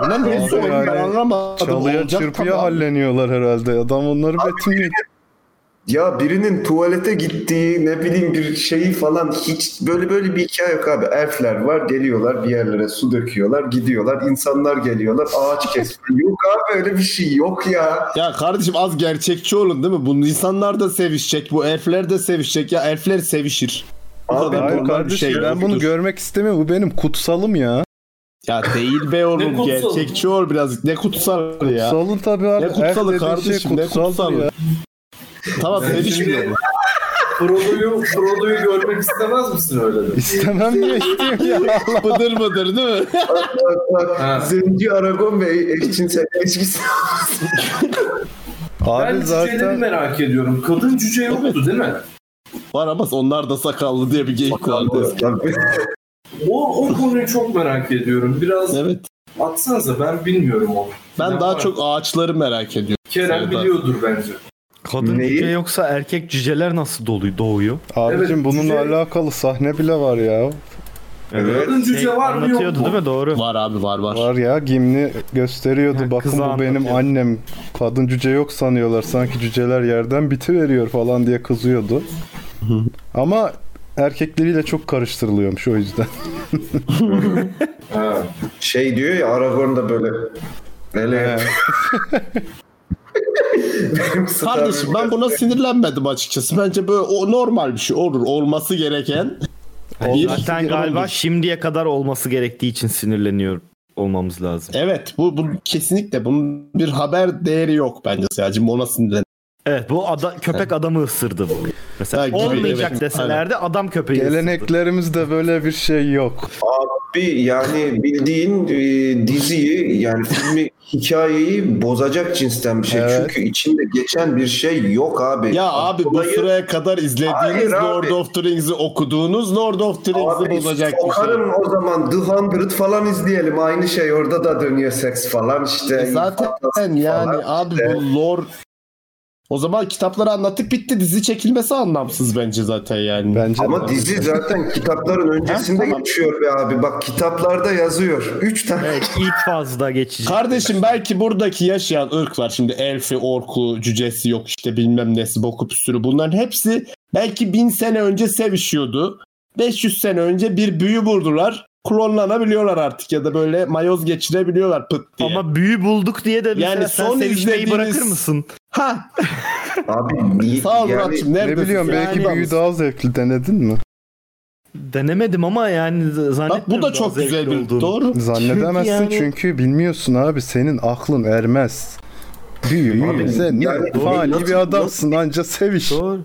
Speaker 3: buna
Speaker 1: Abi
Speaker 3: benziyor
Speaker 1: yani
Speaker 3: ben anlamadım.
Speaker 1: Çalıya
Speaker 3: Olacak tabii
Speaker 1: çırpıya
Speaker 3: abi.
Speaker 1: halleniyorlar herhalde. Adam onları betimliyor.
Speaker 4: şey
Speaker 6: Ya birinin tuvalete gittiği ne bileyim bir şeyi falan hiç böyle böyle bir hikaye yok abi. Elfler var geliyorlar bir yerlere su döküyorlar gidiyorlar. insanlar geliyorlar ağaç kesme. yok abi öyle bir şey yok ya.
Speaker 3: Ya kardeşim az gerçekçi olun değil mi? Bu insanlar da sevişecek. Bu elfler de sevişecek. Ya elfler sevişir. Bu
Speaker 6: Abi
Speaker 3: kadar
Speaker 1: Hayır
Speaker 3: normal bir
Speaker 1: kardeşim
Speaker 3: şey
Speaker 1: ben bunu
Speaker 3: yoktur.
Speaker 1: görmek istemiyorum. Bu benim kutsalım ya.
Speaker 3: Ya değil be
Speaker 4: Ne
Speaker 3: oğlum
Speaker 4: kutsal?
Speaker 3: gerçekçi ol birazcık. Ne kutsal ya.
Speaker 1: Kutsalın tabii abi.
Speaker 3: Ne kutsalı
Speaker 1: Her dediğin
Speaker 3: kardeşim, ne
Speaker 1: kutsaldır
Speaker 3: kutsalı?
Speaker 1: ya.
Speaker 3: Tamam
Speaker 4: Yani
Speaker 3: sevişmiyor
Speaker 4: şimdi-
Speaker 3: bu.
Speaker 4: Frodo'yu Frodo'yu görmek istemez misin öyle de?
Speaker 1: İstemem diye
Speaker 4: şey
Speaker 1: isteyeyim ya.
Speaker 3: Bıdır mıdır değil mi?
Speaker 4: Ha.
Speaker 6: Zenci Aragon ve eşcinsel ilişkisi.
Speaker 1: Abi
Speaker 4: Ben cüceleri
Speaker 1: zaten
Speaker 4: merak ediyorum. Kadın cüce yoktu değil mi?
Speaker 3: Var ama onlar da sakallı diye bir geyik vardı.
Speaker 4: O, o konuyu çok merak ediyorum. Biraz
Speaker 3: Evet.
Speaker 4: atsanıza ben bilmiyorum onu.
Speaker 3: Ben
Speaker 4: Ne
Speaker 3: daha
Speaker 4: var?
Speaker 3: çok ağaçları merak ediyorum.
Speaker 4: Kerem
Speaker 3: Sevda.
Speaker 4: biliyordur bence.
Speaker 2: Kadın
Speaker 6: Neyi?
Speaker 2: cüce yoksa erkek cüceler nasıl dolu doğuyor?
Speaker 1: abicim
Speaker 4: Evet,
Speaker 1: bununla
Speaker 4: cüce-
Speaker 1: alakalı sahne bile var ya.
Speaker 6: Evet.
Speaker 4: Kadın cüce
Speaker 2: Şey,
Speaker 4: var mı yok
Speaker 2: Anlatıyordu
Speaker 4: mu?
Speaker 2: değil mi? Doğru.
Speaker 3: Var abi var var.
Speaker 1: Var ya Gimli gösteriyordu.
Speaker 2: Ya,
Speaker 1: Bakın
Speaker 2: kızı
Speaker 1: bu benim
Speaker 2: anlatıyor.
Speaker 1: annem. Kadın cüce yok sanıyorlar. Sanki cüceler yerden bitiveriyor falan diye kızıyordu. Ama erkekleriyle çok karıştırılıyormuş o yüzden.
Speaker 6: Ha, şey diyor ya Aragorn da böyle Ele yapıyor. Benim Star
Speaker 3: Kardeşim ben buna sinirlenmedim açıkçası. Bence böyle o normal bir şey olur. Olması gereken. bir- şey
Speaker 9: Zaten galiba şimdiye kadar olması gerektiği için sinirleniyor olmamız lazım.
Speaker 3: Evet bu, bu kesinlikle bunun bir haber değeri yok bence sadece ona sinirlen.
Speaker 9: Evet bu ada, köpek adamı ısırdı bu. Mesela
Speaker 3: Ha, gibi,
Speaker 9: olmayacak
Speaker 3: evet.
Speaker 9: deselerdi adam köpeği ısırdı.
Speaker 1: Geleneklerimizde böyle bir şey yok.
Speaker 6: bir yani bildiğin e, diziyi yani filmi hikayeyi bozacak cinsten bir şey.
Speaker 1: Evet.
Speaker 6: Çünkü içinde geçen bir şey yok abi.
Speaker 3: Ya abi bu
Speaker 6: Olayı-
Speaker 3: sıraya kadar
Speaker 6: Hayır
Speaker 3: izlediğiniz
Speaker 6: abi.
Speaker 3: Lord of the Rings'i okuduğunuz Lord of the Rings'i
Speaker 6: Abi
Speaker 3: bozacak bir şey.
Speaker 6: sokarım o zaman The Hundred falan izleyelim. Aynı şey orada da dönüyor seks falan işte.
Speaker 3: E zaten yani abi bu lore o zaman kitapları anlattık bitti dizi çekilmesi anlamsız bence zaten yani.
Speaker 1: Bence de.
Speaker 6: Ama dizi zaten kitapların öncesinde
Speaker 3: Ha, tamam.
Speaker 6: geçiyor be abi. Bak kitaplarda yazıyor. Üç tane.
Speaker 9: Evet, ilk fazla geçecek.
Speaker 3: Kardeşim belki buradaki yaşayan ırk var. Şimdi elfi, orku, cücesi yok işte bilmem nesi boku püsürü. Bunların hepsi belki bin sene önce sevişiyordu. 500 sene önce bir büyü buldular. Klonlanabiliyorlar artık ya da böyle mayoz geçirebiliyorlar pıt diye.
Speaker 9: Ama büyü bulduk diye de mesela
Speaker 3: Yani
Speaker 9: sen
Speaker 3: son
Speaker 9: sevişmeyi
Speaker 3: izlediğiniz-
Speaker 9: bırakır mısın?
Speaker 3: Ha,
Speaker 6: Abi ni-
Speaker 3: sağ ol
Speaker 6: yani
Speaker 3: Murat'cığım
Speaker 1: Ne
Speaker 3: neredesin?
Speaker 1: biliyorum belki
Speaker 3: Yani-
Speaker 1: büyü daha zevkli denedin mi?
Speaker 9: Denemedim ama yani zannetmiyorum.
Speaker 3: Bak bu da çok
Speaker 9: zevkli
Speaker 3: güzel bir
Speaker 9: olduğunu.
Speaker 3: doğru.
Speaker 1: Zannedemezsin
Speaker 9: yani-
Speaker 1: çünkü bilmiyorsun abi senin aklın ermez. Büyü
Speaker 6: Abi,
Speaker 1: sen
Speaker 6: yani-
Speaker 1: fani bir
Speaker 6: Nasıl-
Speaker 1: adamsın anca seviş.
Speaker 9: Doğru.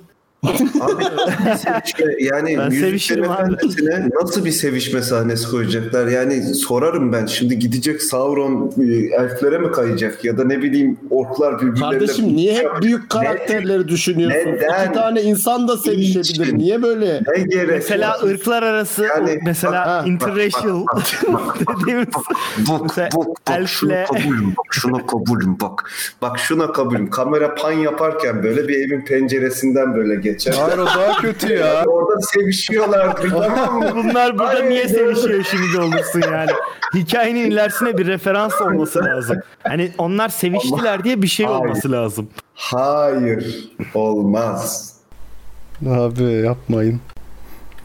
Speaker 6: abi işte yani
Speaker 9: Ben
Speaker 6: Yüzüklerin
Speaker 9: sevişirim abi.
Speaker 6: Efendisi'ne nasıl bir sevişme sahnesi koyacaklar? Yani sorarım ben şimdi gidecek Sauron e, elflere mi kayacak ya da ne bileyim orklar birbirlerine
Speaker 3: Kardeşim niye hep büyük karakterleri düşünüyorsun?
Speaker 6: Neden?
Speaker 3: İki tane insan da sevişebilir.
Speaker 6: Niçin?
Speaker 3: Niye böyle?
Speaker 6: ne gerek
Speaker 9: Mesela
Speaker 6: var?
Speaker 9: ırklar arası
Speaker 6: Yani-
Speaker 9: mesela
Speaker 3: Ha, ha,
Speaker 9: interracial dediğimiz
Speaker 6: Bak
Speaker 9: Mesela
Speaker 6: bak bak
Speaker 9: elfle-
Speaker 6: şunu kabulüm bak şuna kabulüm bak. Bak şuna kabulüm. Kamera pan yaparken böyle bir evin penceresinden böyle geçer.
Speaker 1: Hayır o daha kötü ya.
Speaker 6: Orada sevişiyorlardı tamam mı?
Speaker 9: bunlar burada
Speaker 6: Ay,
Speaker 9: niye
Speaker 6: doğru.
Speaker 9: sevişiyor şimdi olursun yani. Hikayenin ilerisine bir referans olması lazım. Hani onlar seviştiler diye bir şey
Speaker 6: Hayır.
Speaker 9: olması lazım.
Speaker 6: Hayır olmaz.
Speaker 1: Abi yapmayın.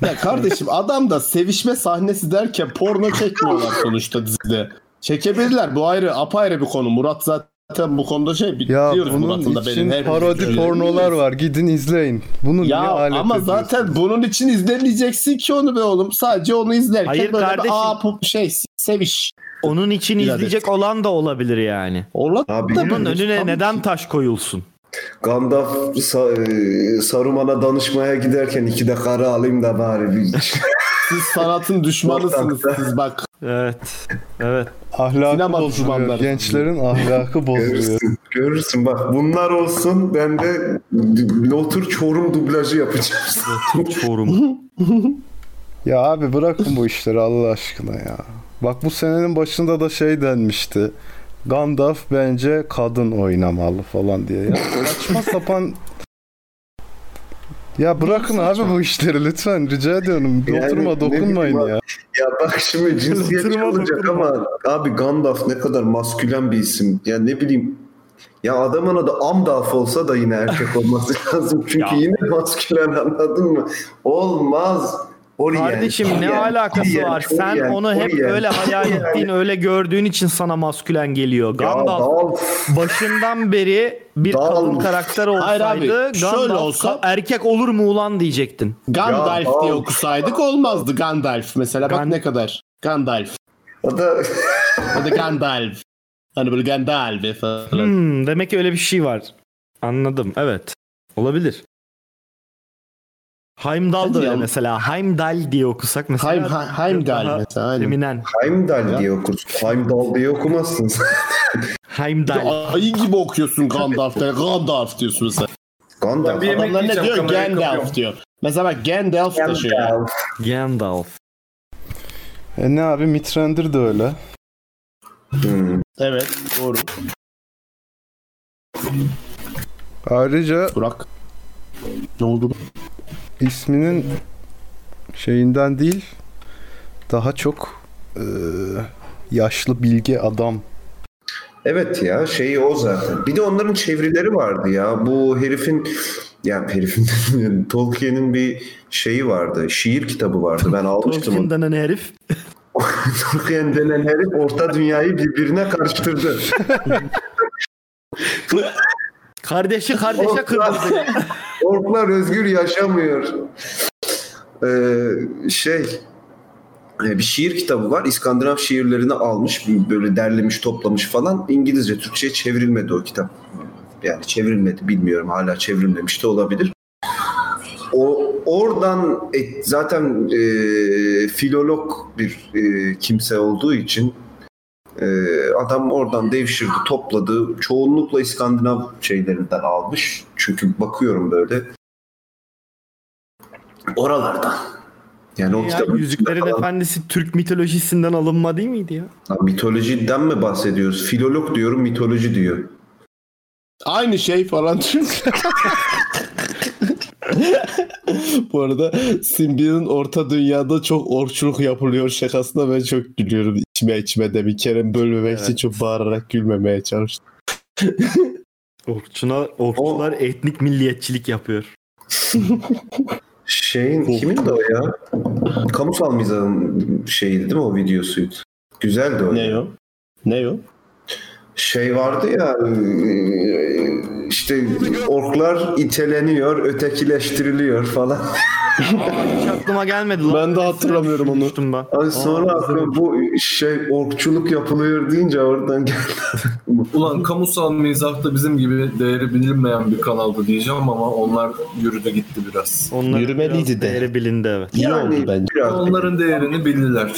Speaker 3: Ya kardeşim adam da sevişme sahnesi derken porno çekmiyorlar sonuçta dizide. Çekebilirler bu ayrı apayrı bir konu. Murat zaten bu konuda şey
Speaker 1: Ya
Speaker 3: biliyoruz Murat'ın
Speaker 1: bunun
Speaker 3: da benim
Speaker 1: için
Speaker 3: her
Speaker 1: parodi pornolar var. Gidin izleyin. Bunu
Speaker 3: Ya
Speaker 1: niye alet
Speaker 3: ama
Speaker 1: ediyorsun?
Speaker 3: zaten bunun için izlemeyeceksin ki onu be oğlum. Sadece onu izlerken
Speaker 9: Hayır
Speaker 3: böyle
Speaker 9: kardeşim.
Speaker 3: bir aa bu şey seviş.
Speaker 9: Onun için
Speaker 3: Birader.
Speaker 9: izleyecek olan da olabilir yani.
Speaker 3: Ola
Speaker 6: Abi
Speaker 3: da
Speaker 9: Bunun
Speaker 3: bilir.
Speaker 9: önüne
Speaker 3: Tam-
Speaker 9: neden taş koyulsun?
Speaker 6: Gandalf Sa- e, Saruman'a danışmaya giderken iki de karı alayım da bari bir
Speaker 3: Siz sanatın düşmanısınız siz bak.
Speaker 9: Evet. Evet.
Speaker 1: Ahlakı
Speaker 3: Sinema
Speaker 1: bozuluyor.
Speaker 3: düşmanları.
Speaker 1: Gençlerin ahlakı bozuluyor.
Speaker 6: görürsün. Görürsün bak bunlar olsun ben de Lotur Çorum dublajı yapacağım.
Speaker 9: Çorum.
Speaker 1: ya abi bırakın bu işleri Allah aşkına ya. Bak bu senenin başında da şey denmişti. Gandalf bence kadın oynamalı falan diye. Ya saçma sapan ya bırakın abi bu işleri lütfen rica ediyorum.
Speaker 6: Yani
Speaker 1: Oturma
Speaker 6: ne bileyim
Speaker 1: dokunmayın
Speaker 6: abi.
Speaker 1: ya.
Speaker 6: Ya bak şimdi cinsiyetçi
Speaker 9: Tırma
Speaker 6: şey olacak
Speaker 9: dokunma.
Speaker 6: ama abi Gandalf ne kadar maskülen bir isim. Ya ne bileyim ya adamın adı Amdalf olsa da yine erkek olması lazım. Çünkü
Speaker 9: Ya.
Speaker 6: yine maskülen anladın mı? Olmaz. Orient,
Speaker 9: Kardeşim ne
Speaker 6: Orient,
Speaker 9: alakası
Speaker 6: Orient,
Speaker 9: var? Sen
Speaker 6: Orient,
Speaker 9: onu hep
Speaker 6: Orient.
Speaker 9: öyle hayal ettiğin, öyle gördüğün için sana maskülen geliyor.
Speaker 6: Ya
Speaker 9: Gandalf
Speaker 6: Dalf.
Speaker 9: başından beri bir
Speaker 6: Gandalf.
Speaker 9: kadın karakter
Speaker 3: Hayır
Speaker 9: olsaydı
Speaker 3: abi, şöyle
Speaker 9: Gandalf
Speaker 3: olsa-
Speaker 9: ka- erkek olur mu ulan diyecektin.
Speaker 3: Gandalf
Speaker 6: Ya,
Speaker 3: diye
Speaker 6: al.
Speaker 3: okusaydık olmazdı Gandalf mesela. Bak
Speaker 9: Gan-
Speaker 3: ne kadar. Gandalf.
Speaker 6: O da
Speaker 3: Ya da Gandalf. Hani böyle Gandalf falan.
Speaker 9: Hmm, demek ki öyle bir şey var. Anladım. Evet. Olabilir. Heimdall da
Speaker 3: Hadi
Speaker 9: öyle
Speaker 3: ya.
Speaker 9: mesela. Heimdall diye okusak mesela.
Speaker 3: Heim, Heim- Heimdall
Speaker 9: daha
Speaker 3: mesela. Aynen.
Speaker 9: Feminen.
Speaker 6: Heimdall
Speaker 3: Ya.
Speaker 6: diye okursun. Heimdall diye okumazsın.
Speaker 9: Heimdall.
Speaker 3: Ayı gibi okuyorsun Gandalf'ta. Gandalf diyorsun mesela.
Speaker 6: Gandalf.
Speaker 4: Bir- Yemek
Speaker 3: Adamlar ne
Speaker 4: yiyeceğim,
Speaker 3: diyor?
Speaker 4: kamerayı
Speaker 3: Gandalf
Speaker 4: kapıyorum.
Speaker 3: diyor. Mesela bak Gandalf da şey. ya.
Speaker 9: Gandalf.
Speaker 1: E ne abi Mitrendir de öyle.
Speaker 6: Hmm.
Speaker 3: Evet doğru.
Speaker 1: Ayrıca
Speaker 3: Burak. Ne oldu?
Speaker 1: isminin şeyinden değil e, daha çok eee, yaşlı bilge adam
Speaker 6: Evet ya şeyi o zaten. Bir de onların çevirileri vardı ya. Bu herifin ya herifin demiyorum, Tolkien'in bir şeyi vardı. Şiir kitabı vardı. Ben almıştım onu.
Speaker 2: Tolkien denen herif.
Speaker 6: Tolkien denen herif orta dünyayı birbirine karıştırdı.
Speaker 2: Kardeşi kardeşe kırmızı.
Speaker 6: Orklar özgür yaşamıyor. Ee, şey e, bir şiir kitabı var. İskandinav şiirlerini almış, böyle derlemiş, toplamış falan. İngilizce, Türkçe'ye çevrilmedi o kitap. Yani çevrilmedi bilmiyorum. Hala çevrilmemiş de olabilir. O oradan et- zaten e, filolog bir e, kimse olduğu için e, adam oradan devşirdi, topladı. Çoğunlukla İskandinav şeylerinden almış. Çünkü bakıyorum böyle. Oralardan. Yani o
Speaker 2: ya,
Speaker 6: kitabın
Speaker 2: Yüzüklerin
Speaker 6: içinde falan-
Speaker 2: Efendisi Türk mitolojisinden alınma değil miydi ya?
Speaker 6: Ha, mitolojiden mi bahsediyoruz? Filolog diyorum, mitoloji diyor.
Speaker 3: Aynı şey falan çünkü. Bu arada Simbi'nin orta dünyada çok orçuluk yapılıyor şakasına ben çok gülüyorum. İçime içime de bir kere bölmemek için çok bağırarak gülmemeye çalıştım.
Speaker 2: Orkçuna, orkçular etnik milliyetçilik yapıyor.
Speaker 6: Şeyin kimin de o ya? Kamusal mizahın şeyi değil mi o videosuydu? Güzeldi o.
Speaker 3: Ne o? Ne o?
Speaker 6: Şey vardı ya e, işte orklar iteleniyor, ötekileştiriliyor falan.
Speaker 2: Hiç aklıma gelmedi lan.
Speaker 3: Ben de hatırlamıyorum onu.
Speaker 2: Düşünmüştüm Ben.
Speaker 6: Ay sonra aklıma bu şey orkçuluk yapılıyor deyince oradan geldi.
Speaker 4: Ulan kamusal mizah da bizim gibi değeri bilinmeyen bir kanaldı diyeceğim ama onlar yürüdü gitti biraz.
Speaker 2: Onların
Speaker 3: Yürümeliydi
Speaker 2: biraz
Speaker 3: de.
Speaker 2: Değeri bilindi evet.
Speaker 3: İyi oldu bence.
Speaker 6: biraz-
Speaker 4: Onların değerini bildiler.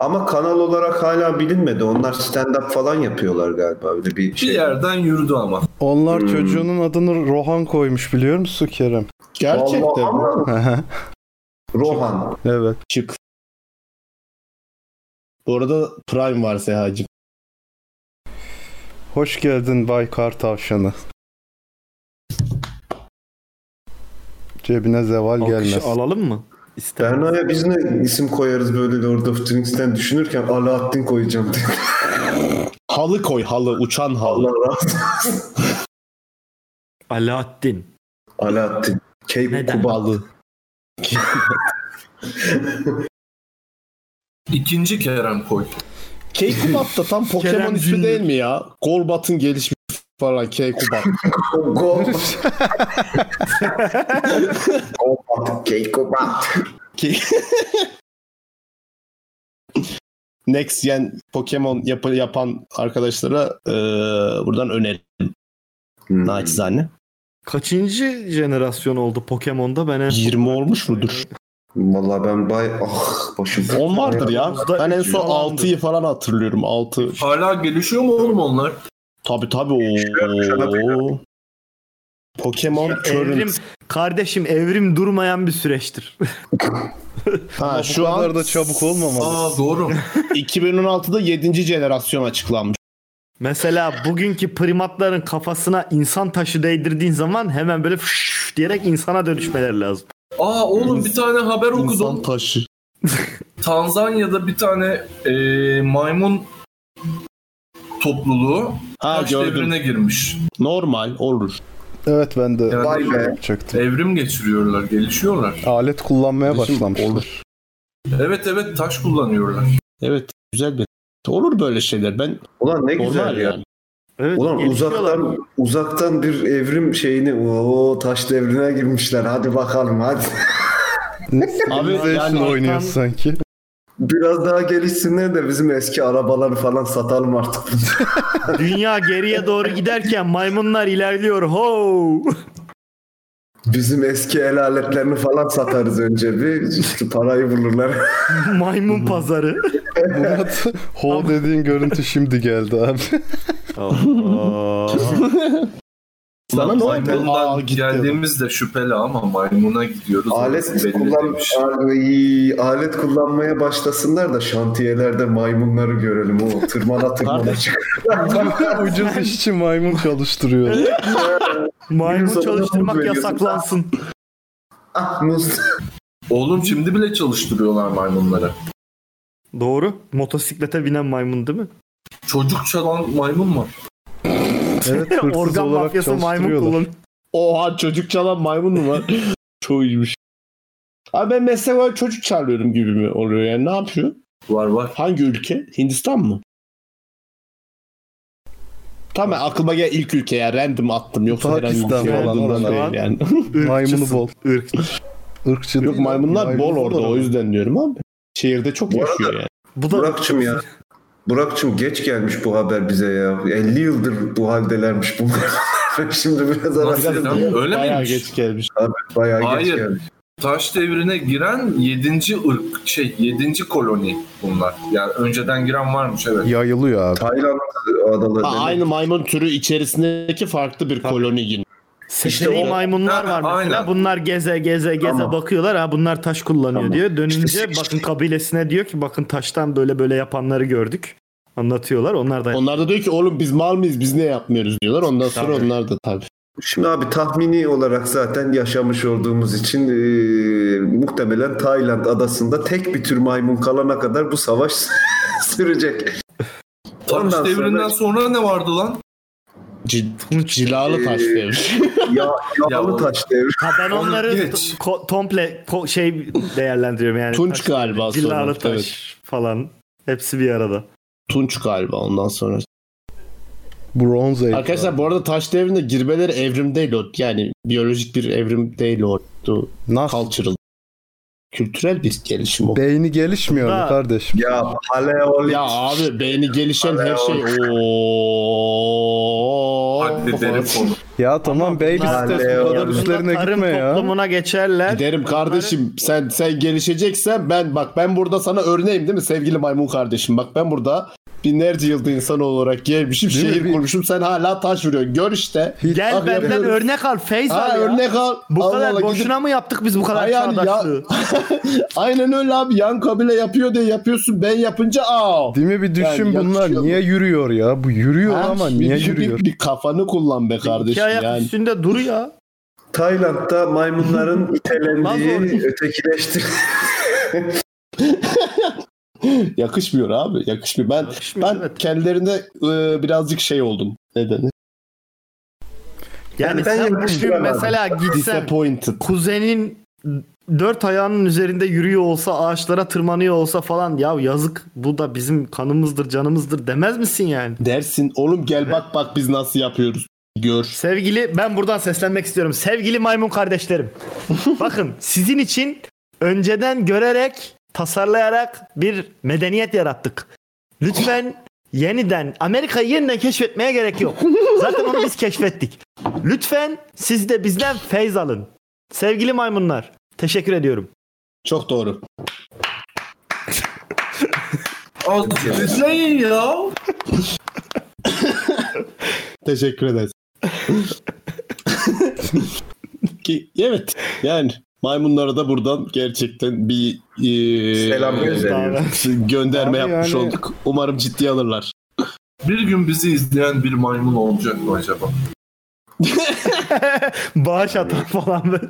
Speaker 6: Ama kanal olarak hala bilinmedi. Onlar stand-up falan yapıyorlar galiba. Öyle bir
Speaker 4: Bir
Speaker 6: şey.
Speaker 4: yerden yürüdü ama.
Speaker 1: Onlar
Speaker 6: Hmm.
Speaker 1: çocuğunun adını Rohan koymuş biliyor musun Kerem?
Speaker 6: Vallahi
Speaker 3: Gerçekten.
Speaker 6: ama Rohan.
Speaker 1: evet.
Speaker 3: Çık. Bu arada Prime var Sehacım.
Speaker 1: Hoş geldin Bay Kar Tavşanı. Cebine zeval
Speaker 2: Alkışı
Speaker 1: gelmez.
Speaker 2: alalım mı? İster.
Speaker 6: Berna'ya biz ne isim koyarız böyle Lord of the Rings'ten düşünürken Alaaddin koyacağım diye.
Speaker 3: Halı koy halı. Uçan halı.
Speaker 6: Allah razı olsun.
Speaker 2: Alaaddin.
Speaker 6: Alaaddin. Cape
Speaker 2: Neden?
Speaker 3: Kubalı.
Speaker 4: İkinci Kerem koy.
Speaker 3: Keykubap da tam Pokemon
Speaker 2: Kerem
Speaker 3: ismi
Speaker 2: Zündür.
Speaker 3: değil mi ya? Golbat'ın gelişmiş falan Keykubap.
Speaker 6: Go. Kobat. Cape Kobat.
Speaker 3: Next Gen Pokemon yap- yapan arkadaşlara eee, buradan öneri
Speaker 6: Hmm.
Speaker 3: naçizane.
Speaker 2: Kaçıncı jenerasyon oldu Pokemon'da? Ben en
Speaker 3: 20 olmuş mudur?
Speaker 6: Vallahi ben bay... Ah başım.
Speaker 3: 10 vardır ya.
Speaker 2: Dokuzda
Speaker 3: Ben en
Speaker 2: üç
Speaker 3: son
Speaker 2: falandı.
Speaker 3: 6'yı falan hatırlıyorum. 6.
Speaker 4: Hala gelişiyor mu oğlum onlar?
Speaker 3: Tabii tabii. Oo. Pokemon
Speaker 2: Evrim,
Speaker 3: Current.
Speaker 2: kardeşim evrim durmayan bir süreçtir.
Speaker 3: Ha,
Speaker 1: Şu
Speaker 3: şu
Speaker 1: bu kadar
Speaker 3: an
Speaker 1: da çabuk olmamalı.
Speaker 4: Aa doğru.
Speaker 3: 2016'da 7. jenerasyon açıklanmış.
Speaker 2: Mesela bugünkü primatların kafasına insan taşı değdirdiğin zaman hemen böyle fış diyerek insana dönüşmeleri lazım.
Speaker 4: Aa oğlum bir tane haber okudum.
Speaker 3: İnsan taşı.
Speaker 4: Tanzanya'da bir tane e, maymun topluluğu
Speaker 3: Ha
Speaker 4: taş
Speaker 3: gördüm.
Speaker 4: devrine girmiş.
Speaker 3: Normal olur.
Speaker 1: Evet ben de
Speaker 4: Yani
Speaker 6: Vay be.
Speaker 1: yapacaktım.
Speaker 4: Evrim geçiriyorlar, gelişiyorlar.
Speaker 1: Alet kullanmaya
Speaker 3: Kardeşim,
Speaker 1: başlamışlar.
Speaker 4: Evet evet taş kullanıyorlar.
Speaker 3: Evet güzel bir. Olur böyle şeyler. Ben
Speaker 6: Ulan ne güzel
Speaker 3: normal
Speaker 6: ya.
Speaker 3: yani.
Speaker 2: Evet,
Speaker 6: Ulan
Speaker 2: gelişiyorlar.
Speaker 6: uzaktan uzaktan bir evrim şeyini o taş devrine girmişler. Hadi bakalım hadi.
Speaker 3: Abi
Speaker 1: Civilization
Speaker 3: yani
Speaker 1: oynuyor
Speaker 2: zaten-
Speaker 1: sanki.
Speaker 6: Biraz daha gelişsinler de bizim eski arabaları falan satalım artık.
Speaker 2: Dünya geriye doğru giderken maymunlar ilerliyor. Ho!
Speaker 6: Bizim eski el aletlerini falan satarız önce bir. İşte parayı bulurlar.
Speaker 2: Maymun pazarı.
Speaker 1: Murat ho dediğin görüntü şimdi geldi abi.
Speaker 3: Sana ne oldu? Aa,
Speaker 4: Maymundan
Speaker 3: gitti.
Speaker 4: geldiğimiz de şüpheli ama maymuna gidiyoruz. Orası
Speaker 6: alet
Speaker 4: belli
Speaker 6: kullan
Speaker 4: değilmiş.
Speaker 6: Ay, alet kullanmaya başlasınlar da şantiyelerde maymunları görelim o tırmana tırmana çıkıyor.
Speaker 1: Ucuz işçi maymun çalıştırıyor.
Speaker 6: Günün
Speaker 2: Maymun
Speaker 6: sonunda muz
Speaker 2: çalıştırmak
Speaker 6: veriyorsun.
Speaker 2: yasaklansın.
Speaker 6: ah Mustafa.
Speaker 4: Oğlum şimdi bile çalıştırıyorlar maymunları.
Speaker 2: Doğru. Motosiklete binen maymun değil mi?
Speaker 4: Çocuk çalan maymun var.
Speaker 1: Evet hırsız
Speaker 9: Organ
Speaker 1: olarak
Speaker 9: mafyası maymun
Speaker 1: çalıştırıyorlar.
Speaker 9: kullan.
Speaker 3: Oha çocuk çalan maymun mu var? Çok iyiymiş. Abi ben meslek olarak çocuk çağırıyorum gibi mi oluyor yani ne yapıyor?
Speaker 4: Var var.
Speaker 3: Hangi ülke? Hindistan mı? Tamam aklıma gel ilk ülke ya random attım yoksa herhangi bir
Speaker 1: Pakistan
Speaker 3: ülke
Speaker 1: falan,
Speaker 3: olduğundan
Speaker 1: oralar.
Speaker 3: değil yani.
Speaker 1: Maymunu bol.
Speaker 9: Irkçı.
Speaker 1: Irkçı
Speaker 3: Yok
Speaker 1: değil,
Speaker 3: maymunlar
Speaker 1: maymun
Speaker 3: bol orada
Speaker 1: olarak.
Speaker 3: o yüzden diyorum abi. Şehirde çok
Speaker 6: Bu arada-
Speaker 3: yaşıyor yani.
Speaker 9: Bu da
Speaker 6: Burak'cım ya. Burak'cım geç gelmiş bu haber bize ya. 50 yıldır bu haldelermiş bunlar. Şimdi biraz
Speaker 4: Nasıl
Speaker 6: arasında
Speaker 4: lan? Öyle
Speaker 3: Bayağı
Speaker 4: miymiş?
Speaker 3: geç gelmiş.
Speaker 6: bayağı geç
Speaker 4: Hayır.
Speaker 6: gelmiş.
Speaker 4: Taş devrine giren 7. ırk şey 7. koloni bunlar. Yani önceden giren varmış evet.
Speaker 1: Yayılıyor abi.
Speaker 6: Tayland adaları.
Speaker 3: Ha,
Speaker 6: demek.
Speaker 3: aynı maymun türü içerisindeki farklı bir koloni gibi.
Speaker 9: seçeneği
Speaker 6: İşte o-
Speaker 9: maymunlar
Speaker 4: Ha,
Speaker 9: var mesela.
Speaker 4: aynen.
Speaker 9: Bunlar geze geze geze
Speaker 6: Tamam.
Speaker 9: bakıyorlar. Ha bunlar taş kullanıyor
Speaker 6: Tamam.
Speaker 9: diyor. Dönünce
Speaker 6: İşte-
Speaker 9: bakın kabilesine diyor ki bakın taştan böyle böyle yapanları gördük. Anlatıyorlar. Onlar da
Speaker 3: Onlar da diyor ki oğlum biz mal mıyız biz ne yapmıyoruz diyorlar. Ondan sonra
Speaker 9: Tabii.
Speaker 3: onlar da tabii.
Speaker 6: Şimdi abi tahmini olarak zaten yaşamış olduğumuz için eee, muhtemelen Tayland adasında tek bir tür maymun kalana kadar bu savaş sürecek.
Speaker 4: Taş
Speaker 6: Ondan
Speaker 4: devrinden
Speaker 6: sonra-
Speaker 4: sonra ne vardı lan?
Speaker 3: Cid- cilalı taş
Speaker 6: Ee,
Speaker 3: devri.
Speaker 6: Ya, yağlı
Speaker 4: oğlum.
Speaker 6: taş devri.
Speaker 9: Ha ben
Speaker 4: Onu
Speaker 9: onları
Speaker 4: geç.
Speaker 9: ko- komple ko- şey değerlendiriyorum yani.
Speaker 3: Tunç
Speaker 9: Taş-
Speaker 3: galiba sonra.
Speaker 9: Cillalı taş
Speaker 3: Evet.
Speaker 9: falan. Hepsi bir arada.
Speaker 3: Tunç galiba ondan sonra.
Speaker 1: Bronze Age.
Speaker 3: Arkadaşlar bu arada taş devrinde girmeleri evrim değil o. Yani biyolojik bir evrim değil o.
Speaker 1: Nasıl?
Speaker 3: Cultural. Kültürel bir gelişim o.
Speaker 1: Beyni gelişmiyor
Speaker 9: Da-
Speaker 1: mu kardeşim?
Speaker 6: Ya paleolit.
Speaker 3: Ya abi beyni gelişen her şey ooo.
Speaker 4: Hadi derim konu.
Speaker 1: Ya tamam baby
Speaker 9: bunlar-
Speaker 1: steps bu kadar
Speaker 9: Yakında
Speaker 1: üstlerine
Speaker 9: tarım
Speaker 1: gitme ya.
Speaker 9: toplumuna geçerler.
Speaker 3: Giderim kardeşim sen sen gelişeceksen ben bak ben burada sana örneğim değil mi sevgili maymun kardeşim bak ben burada binlerce yılda insan olarak gelmişim
Speaker 1: Değil mi?
Speaker 3: şehir
Speaker 1: Bir-
Speaker 3: kurmuşum sen hala taş vuruyorsun gör işte.
Speaker 9: Gel
Speaker 3: Ah,
Speaker 9: benden
Speaker 3: yapıyoruz.
Speaker 9: örnek al. Feyz
Speaker 3: Ha,
Speaker 9: al ya.
Speaker 3: örnek al.
Speaker 9: Bu
Speaker 3: Allah
Speaker 9: kadar
Speaker 3: Allah,
Speaker 9: boşuna
Speaker 3: gidip-
Speaker 9: mı yaptık biz bu kadar
Speaker 3: Hayır, ya-
Speaker 9: çağdaşlığı?
Speaker 3: Aynen öyle abi yan kabile yapıyor diye yapıyorsun ben yapınca aa.
Speaker 1: Değil mi bir düşün
Speaker 3: Yani
Speaker 1: bunlar
Speaker 3: yakışıyor
Speaker 1: niye yürüyor ya? Bu yürüyor
Speaker 3: Ha,
Speaker 1: ama
Speaker 3: bir-
Speaker 1: niye
Speaker 3: bir-
Speaker 1: yürüyor?
Speaker 3: Bir, bir kafanı kullan be
Speaker 9: İki
Speaker 3: kardeşim
Speaker 9: ayak
Speaker 3: yani.
Speaker 9: üstünde dur ya.
Speaker 6: Tayland'da maymunların itelendiği,
Speaker 9: Lazor.
Speaker 6: ötekileştirildiği.
Speaker 3: Yakışmıyor abi yakışmıyor. Ben
Speaker 9: Yakışmıyor,
Speaker 3: ben
Speaker 9: evet.
Speaker 3: kendilerine e, birazcık şey oldum. Ne denir?
Speaker 9: Yani
Speaker 6: ben
Speaker 9: sen bugün
Speaker 6: yakıştıramam.
Speaker 9: mesela gitsen
Speaker 3: Disappointed.
Speaker 9: kuzenin dört ayağının üzerinde yürüyor olsa ağaçlara tırmanıyor olsa falan ya yazık bu da bizim kanımızdır canımızdır demez misin yani?
Speaker 3: Dersin oğlum gel bak bak biz nasıl yapıyoruz. Gör.
Speaker 9: Sevgili ben buradan seslenmek istiyorum. Sevgili maymun kardeşlerim. bakın sizin için önceden görerek, tasarlayarak bir medeniyet yarattık. Lütfen yeniden Amerika'yı yeniden keşfetmeye gerek yok. Zaten onu biz keşfettik. Lütfen siz de bizden feyz alın. Sevgili maymunlar, teşekkür ediyorum.
Speaker 3: Çok doğru.
Speaker 4: Azıcık izleyin ya.
Speaker 3: Teşekkür ederiz. Ki, evet yani maymunlara da buradan gerçekten bir e,
Speaker 6: Selam gönderiyoruz.
Speaker 3: gönderme
Speaker 1: Abi
Speaker 3: yapmış
Speaker 1: yani-
Speaker 3: olduk. Umarım ciddiye alırlar.
Speaker 4: Bir gün bizi izleyen bir maymun olacak mı acaba?
Speaker 9: Bağış atar falan böyle.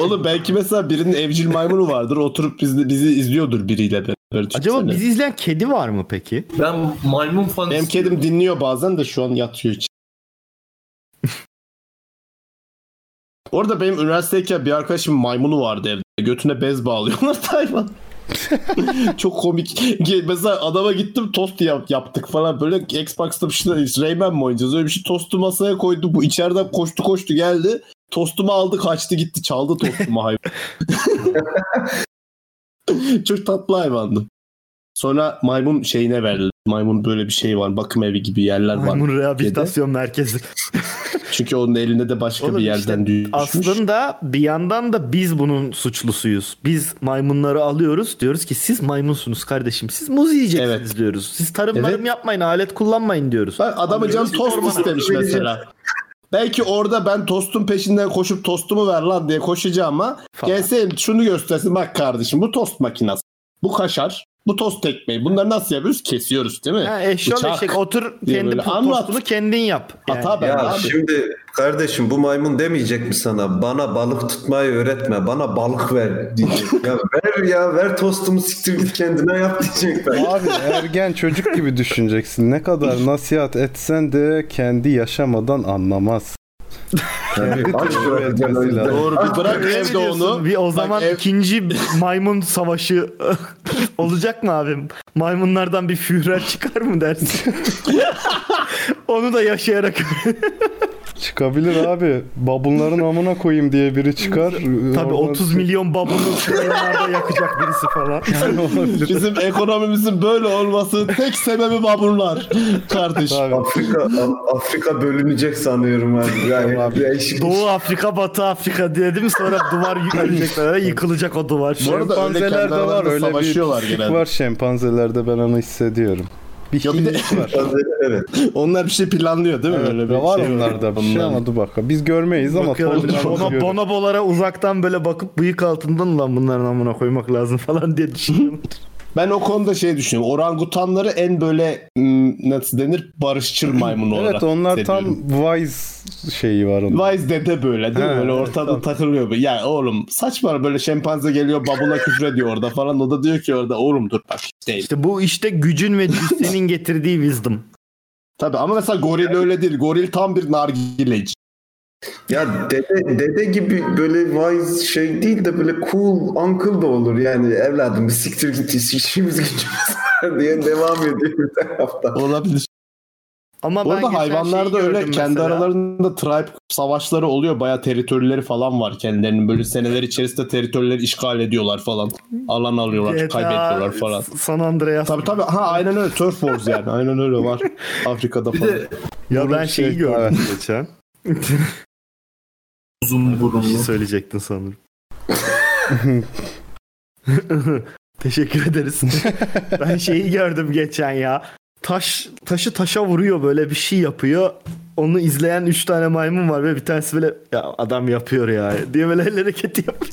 Speaker 3: Oğlum belki mesela birinin evcil maymunu vardır. Oturup bizi, bizi izliyordur biriyle beraber.
Speaker 9: Acaba
Speaker 3: Düşünsene.
Speaker 9: bizi izleyen kedi var mı peki?
Speaker 4: Ben maymun fanı
Speaker 3: Benim kedim dinliyor bazen de şu an yatıyor hiç. Orada benim üniversiteyken bir arkadaşımın maymunu vardı evde. Götüne bez bağlıyorlar Tayvan. Çok komik. Ge- Mesela adama gittim tost yap- yaptık falan böyle Xbox'ta bir şey Rayman mi oynayacağız öyle bir şey tostu masaya koydu bu içeriden koştu koştu geldi tostumu aldı kaçtı gitti çaldı tostumu hayvan. Çok tatlı hayvandı. Sonra maymun şeyine verildi. Maymun böyle bir şey var. Bakım evi gibi yerler var.
Speaker 9: Maymun rehabilitasyon merkezi.
Speaker 3: Çünkü onun elinde de başka
Speaker 9: Oğlum
Speaker 3: bir
Speaker 9: işte
Speaker 3: yerden düşmüş.
Speaker 9: Aslında bir yandan da biz bunun suçlusuyuz. Biz maymunları alıyoruz. Diyoruz ki siz maymunsunuz kardeşim. Siz muz yiyeceksiniz
Speaker 3: Evet.
Speaker 9: diyoruz. Siz tarım
Speaker 3: Evet.
Speaker 9: marım yapmayın, alet kullanmayın diyoruz.
Speaker 3: Bak adamı can tost istemiş mesela. Belki orada ben tostun peşinden koşup tostumu ver lan diye koşacağım ama
Speaker 9: Falan.
Speaker 3: gelseyim şunu göstersin bak kardeşim bu tost makinası. Bu kaşar. bu tost ekmeği. Bunları nasıl yapıyoruz? Kesiyoruz değil mi?
Speaker 9: Ha, eşyal
Speaker 3: Bıçak.
Speaker 9: eşek otur
Speaker 3: diye
Speaker 9: kendi
Speaker 3: böyle
Speaker 9: po-
Speaker 3: anlat.
Speaker 9: postunu kendin yap. Yani.
Speaker 3: Hata ben
Speaker 6: Ya
Speaker 3: abi.
Speaker 6: şimdi kardeşim bu maymun demeyecek mi sana? Bana balık tutmayı öğretme. Bana balık ver diyecek. ya ver ya ver tostumu siktir git kendine yap diyecek ben.
Speaker 1: Abi ergen çocuk gibi düşüneceksin. Ne kadar nasihat etsen de kendi yaşamadan anlamaz.
Speaker 6: Yani aç bırakacaksın o
Speaker 1: Mesela.
Speaker 6: yüzden.
Speaker 3: Doğru bir bırak
Speaker 9: Ne
Speaker 3: evde
Speaker 9: biliyorsun?
Speaker 3: onu.
Speaker 9: Bir o
Speaker 3: Bak
Speaker 9: zaman
Speaker 3: ev-
Speaker 9: ikinci maymun savaşı olacak mı abim? Maymunlardan bir führer çıkar mı dersin? Onu da yaşayarak
Speaker 1: Çıkabilir abi. Babunların amına koyayım diye biri çıkar.
Speaker 9: tabii
Speaker 1: Oradan-
Speaker 9: 30 milyon babunu maymunlarda yakacak birisi falan.
Speaker 1: Yani olabilir.
Speaker 3: Bizim ekonomimizin böyle olması tek sebebi baburlar kardeşim.
Speaker 1: Tabii.
Speaker 6: Afrika Af- Afrika bölünecek sanıyorum abi. Yani değişik.
Speaker 9: Doğu Afrika, Batı Afrika diye değil mi? Sonra duvar yıkılacaklar. Yıkılacak o duvar.
Speaker 3: Bu arada öyle
Speaker 1: Şempanzeler
Speaker 3: kendi
Speaker 1: de var
Speaker 3: aralarında
Speaker 1: öyle bir
Speaker 3: savaşıyorlar
Speaker 1: pislik
Speaker 3: genelde.
Speaker 1: var şempanzelerde ben onu hissediyorum. Bir
Speaker 3: Ya bir de-
Speaker 1: hinlik var.
Speaker 6: Evet.
Speaker 3: Onlar bir şey planlıyor değil mi?
Speaker 1: Evet,
Speaker 3: Böyle bir
Speaker 1: var
Speaker 3: şey
Speaker 1: onlarda bir şey ama dur bakalım. Biz görmeyiz ama
Speaker 9: Bakıyorlar bir de
Speaker 1: toplumda
Speaker 9: bono-
Speaker 1: görüyoruz.
Speaker 9: bonobolara uzaktan böyle bakıp bıyık altından lan bunların amına koymak lazım falan diye düşünüyorum.
Speaker 3: Ben o konuda şey düşünüyorum. Orangutanları en böyle m, nasıl denir barışçıl maymun olarak
Speaker 1: Evet onlar tam
Speaker 3: seviyorum.
Speaker 1: wise şeyi var onun.
Speaker 3: Vice dede böyle değil mi?
Speaker 1: He,
Speaker 3: Böyle
Speaker 1: evet,
Speaker 3: ortada
Speaker 1: tamam.
Speaker 3: takılıyor. böyle. Ya oğlum saçma böyle şempanze geliyor babuna küfür ediyor orada falan. O da diyor ki orada oğlum dur bak hiç değil.
Speaker 9: İşte bu işte gücün ve cüssenin getirdiği wisdom.
Speaker 3: Tabii ama mesela goril öyle değil. Goril tam bir nargileci.
Speaker 6: Ya dede, dede gibi böyle wise şey değil de böyle cool uncle da olur. Yani evladım bir siktir git işimiz gücümüz var diye devam ediyor bir tarafta.
Speaker 3: Olabilir.
Speaker 9: Ama ben
Speaker 3: Orada
Speaker 9: geçen
Speaker 3: hayvanlar
Speaker 9: şeyi
Speaker 3: da öyle
Speaker 9: gördüm
Speaker 3: kendi
Speaker 9: mesela.
Speaker 3: aralarında tribe savaşları oluyor. Bayağı teritorileri falan var kendilerinin. Böyle seneler içerisinde teritorileri işgal ediyorlar falan. Alan alıyorlar,
Speaker 9: GTA,
Speaker 3: kaybediyorlar falan.
Speaker 9: San Andreas.
Speaker 3: Tabii tabii. Ha aynen öyle. Turf Wars yani. Aynen öyle var. Afrika'da
Speaker 4: Bir
Speaker 3: falan.
Speaker 4: de
Speaker 9: Ya ben şeyi
Speaker 1: Şey,
Speaker 9: gördüm
Speaker 1: evet.
Speaker 9: geçen.
Speaker 4: uzun
Speaker 9: Bir şey
Speaker 4: burunlu.
Speaker 9: söyleyecektin sanırım. Teşekkür ederiz. ben şeyi gördüm geçen ya. Taş taşı taşa vuruyor böyle bir şey yapıyor. Onu izleyen 3 tane maymun var ve bir tanesi böyle ya adam yapıyor ya diye böyle el hareketi yapıyor.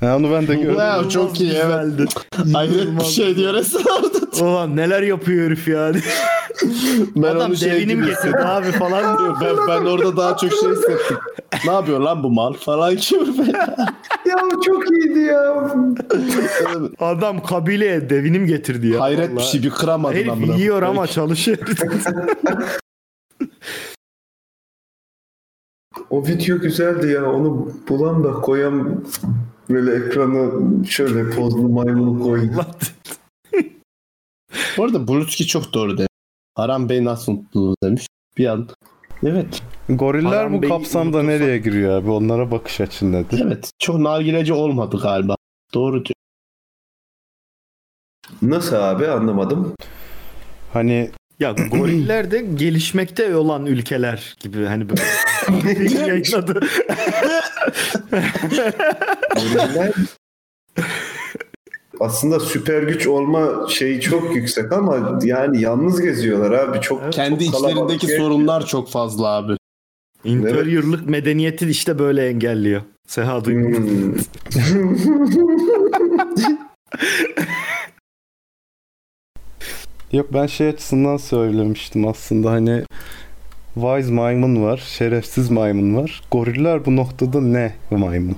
Speaker 1: Ha, onu ben de gördüm.
Speaker 3: Ya, çok iyi evet.
Speaker 9: Güzeldi.
Speaker 3: Hayret bir şey diyor resmen orada.
Speaker 9: Ulan neler yapıyor herif ya.
Speaker 3: Ben
Speaker 9: adam
Speaker 3: onu şey
Speaker 9: devinim
Speaker 3: gibi
Speaker 9: getirdi abi falan diyor.
Speaker 3: hissediyorum. Ben, ben orada daha çok şey hissettim. ne yapıyor lan bu mal falan gibi.
Speaker 6: Ya o çok iyiydi ya.
Speaker 9: Adam kabileye devinim getirdi ya.
Speaker 3: Hayret bir
Speaker 9: Vallahi.
Speaker 3: şey bir kıramadın amına.
Speaker 9: Herif yiyor ama çalışıyor.
Speaker 6: O video güzeldi ya. Onu bulan da koyan böyle ekrana şöyle pozlu maymunu koy.
Speaker 9: Ulan.
Speaker 3: Bu arada Brutski çok doğru dedi. Haram Bey nasıl unuttunuz demiş. Bir an. Evet.
Speaker 1: Goriller
Speaker 9: Haram
Speaker 1: bu
Speaker 9: Bey'i
Speaker 1: kapsamda
Speaker 9: unutursak-
Speaker 1: nereye giriyor abi? Onlara bakış açın nedir?
Speaker 3: Evet. Çok nargileci olmadı galiba. Doğru diyor.
Speaker 6: Nasıl abi anlamadım.
Speaker 1: Hani
Speaker 9: Ya goriller de gelişmekte olan ülkeler gibi hani böyle. Bir yayınladı.
Speaker 6: Goriller- Aslında süper güç olma şeyi çok yüksek ama yani yalnız geziyorlar abi. Çok
Speaker 9: Evet.
Speaker 3: Kendi
Speaker 6: çok kalabalık
Speaker 3: içlerindeki
Speaker 6: yer-
Speaker 3: sorunlar çok fazla abi.
Speaker 9: İnteriorluk medeniyeti işte böyle engelliyor. Seha duymadım.
Speaker 6: Hmm.
Speaker 1: Yok ben şey açısından söylemiştim aslında hani wise maymun var, şerefsiz maymun var. Goriller bu noktada ne maymun?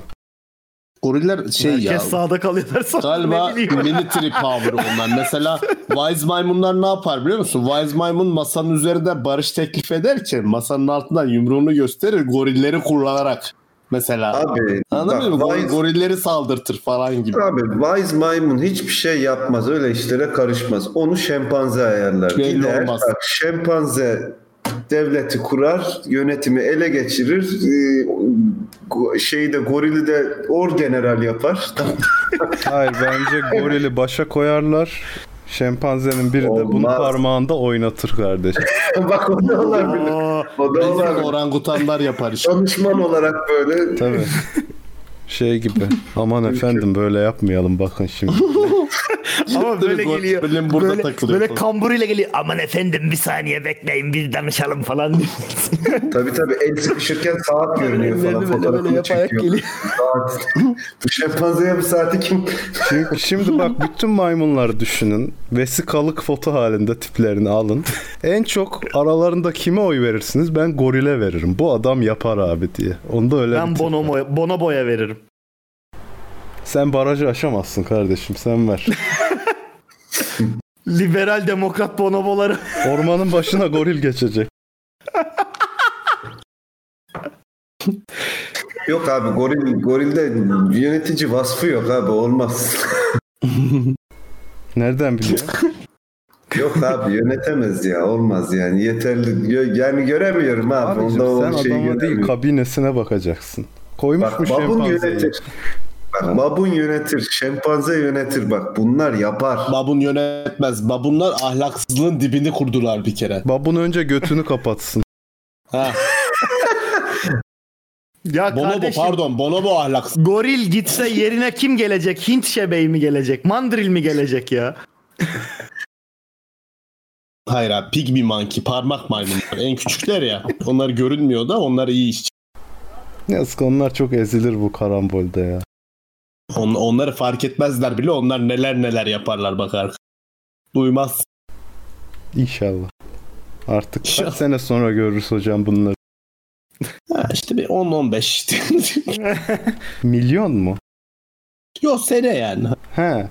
Speaker 3: Goriller şey
Speaker 9: Herkes
Speaker 3: ya.
Speaker 9: sağda kalıyorlar sonra
Speaker 3: Galiba
Speaker 9: ne bileyim.
Speaker 3: military power onlar. Mesela wise maymunlar ne yapar biliyor musun? Wise maymun masanın üzerinde barış teklif ederken masanın altından yumruğunu gösterir gorilleri kullanarak. Mesela.
Speaker 6: Abi
Speaker 3: Anladın mı?
Speaker 6: bak,
Speaker 3: Gor-
Speaker 6: wise-
Speaker 3: Gorilleri saldırtır falan gibi.
Speaker 6: Abi wise maymun hiçbir şey yapmaz. Öyle işlere karışmaz. Onu şempanze ayarlar.
Speaker 3: Belli
Speaker 6: Gider,
Speaker 3: olmaz.
Speaker 6: bak, şempanze devleti kurar, yönetimi ele geçirir. e, go- şeyi de gorili de or general yapar.
Speaker 1: Hayır bence gorili başa koyarlar. Şempanzenin biri de bunu
Speaker 6: Olmaz.
Speaker 1: parmağında oynatır kardeş.
Speaker 6: bak o da olabilir.
Speaker 9: Aa,
Speaker 6: O da
Speaker 3: Bizim
Speaker 6: olabilir.
Speaker 3: orangutanlar yapar işte.
Speaker 6: Danışman olarak böyle
Speaker 1: Tabii. Şey gibi. Aman efendim böyle yapmayalım bakın şimdi.
Speaker 9: Ama böyle
Speaker 10: Değil mi?
Speaker 9: geliyor.
Speaker 10: Golem burada
Speaker 9: Böyle,
Speaker 10: takılıyor
Speaker 9: böyle
Speaker 10: falan.
Speaker 9: kamburuyla geliyor. Aman efendim bir saniye bekleyin biz danışalım falan. diyor.
Speaker 6: Tabii tabii el sıkışırken saat görünüyor falan.
Speaker 11: Ellerini böyle böyle
Speaker 6: Fotoğrafını
Speaker 11: yaparak
Speaker 6: çekiyor.
Speaker 11: geliyor.
Speaker 6: Saat. Bu şempanzeye bu saati kim?
Speaker 1: Şimdi, şimdi bak bütün maymunları düşünün. Vesikalık foto halinde tiplerini alın. En çok aralarında kime oy verirsiniz? Ben gorile veririm. Bu adam yapar abi diye. Onda öyle bir
Speaker 9: ben
Speaker 1: tip.
Speaker 9: bonomo, bonoboya veririm.
Speaker 1: Sen barajı aşamazsın kardeşim sen ver.
Speaker 9: Liberal demokrat bonoboları.
Speaker 1: Ormanın başına goril geçecek.
Speaker 6: Yok abi goril gorilde yönetici vasfı yok abi olmaz.
Speaker 1: Nereden biliyor?
Speaker 6: yok abi yönetemez ya olmaz yani yeterli Gö- yani göremiyorum abi
Speaker 1: Abicim, sen
Speaker 6: onda o
Speaker 1: adama
Speaker 6: şeyi
Speaker 1: değil
Speaker 6: göremiyorum.
Speaker 1: kabinesine bakacaksın. Koymuş
Speaker 6: Bak
Speaker 1: mu
Speaker 6: babun
Speaker 1: şempanzeyi?
Speaker 6: yönetir. Bak babun yönetir, şempanze yönetir bak bunlar yapar.
Speaker 3: Babun yönetmez. Babunlar ahlaksızlığın dibini kurdular bir kere.
Speaker 1: Babun önce götünü kapatsın.
Speaker 3: Ha.
Speaker 9: Ya
Speaker 3: Bonobo
Speaker 9: kardeşim
Speaker 3: pardon. Bonobo ahlaksız.
Speaker 9: goril gitse yerine kim gelecek? Hint şebeği mi gelecek? Mandril mi gelecek ya?
Speaker 3: Hayır abi. Pygmy monkey. Parmak maymunlar. En küçükler ya. Onlar görünmüyor da onlar iyi işçi.
Speaker 1: Yazık onlar çok ezilir bu karambolda ya.
Speaker 3: On- onları fark etmezler bile. Onlar neler neler yaparlar bakar. Duymaz.
Speaker 1: İnşallah. Artık
Speaker 3: İnşallah.
Speaker 1: kaç sene sonra görürüz hocam bunları.
Speaker 3: Ha işte bir 10-15 işte.
Speaker 1: Milyon mu?
Speaker 3: Yok sene yani.
Speaker 1: He.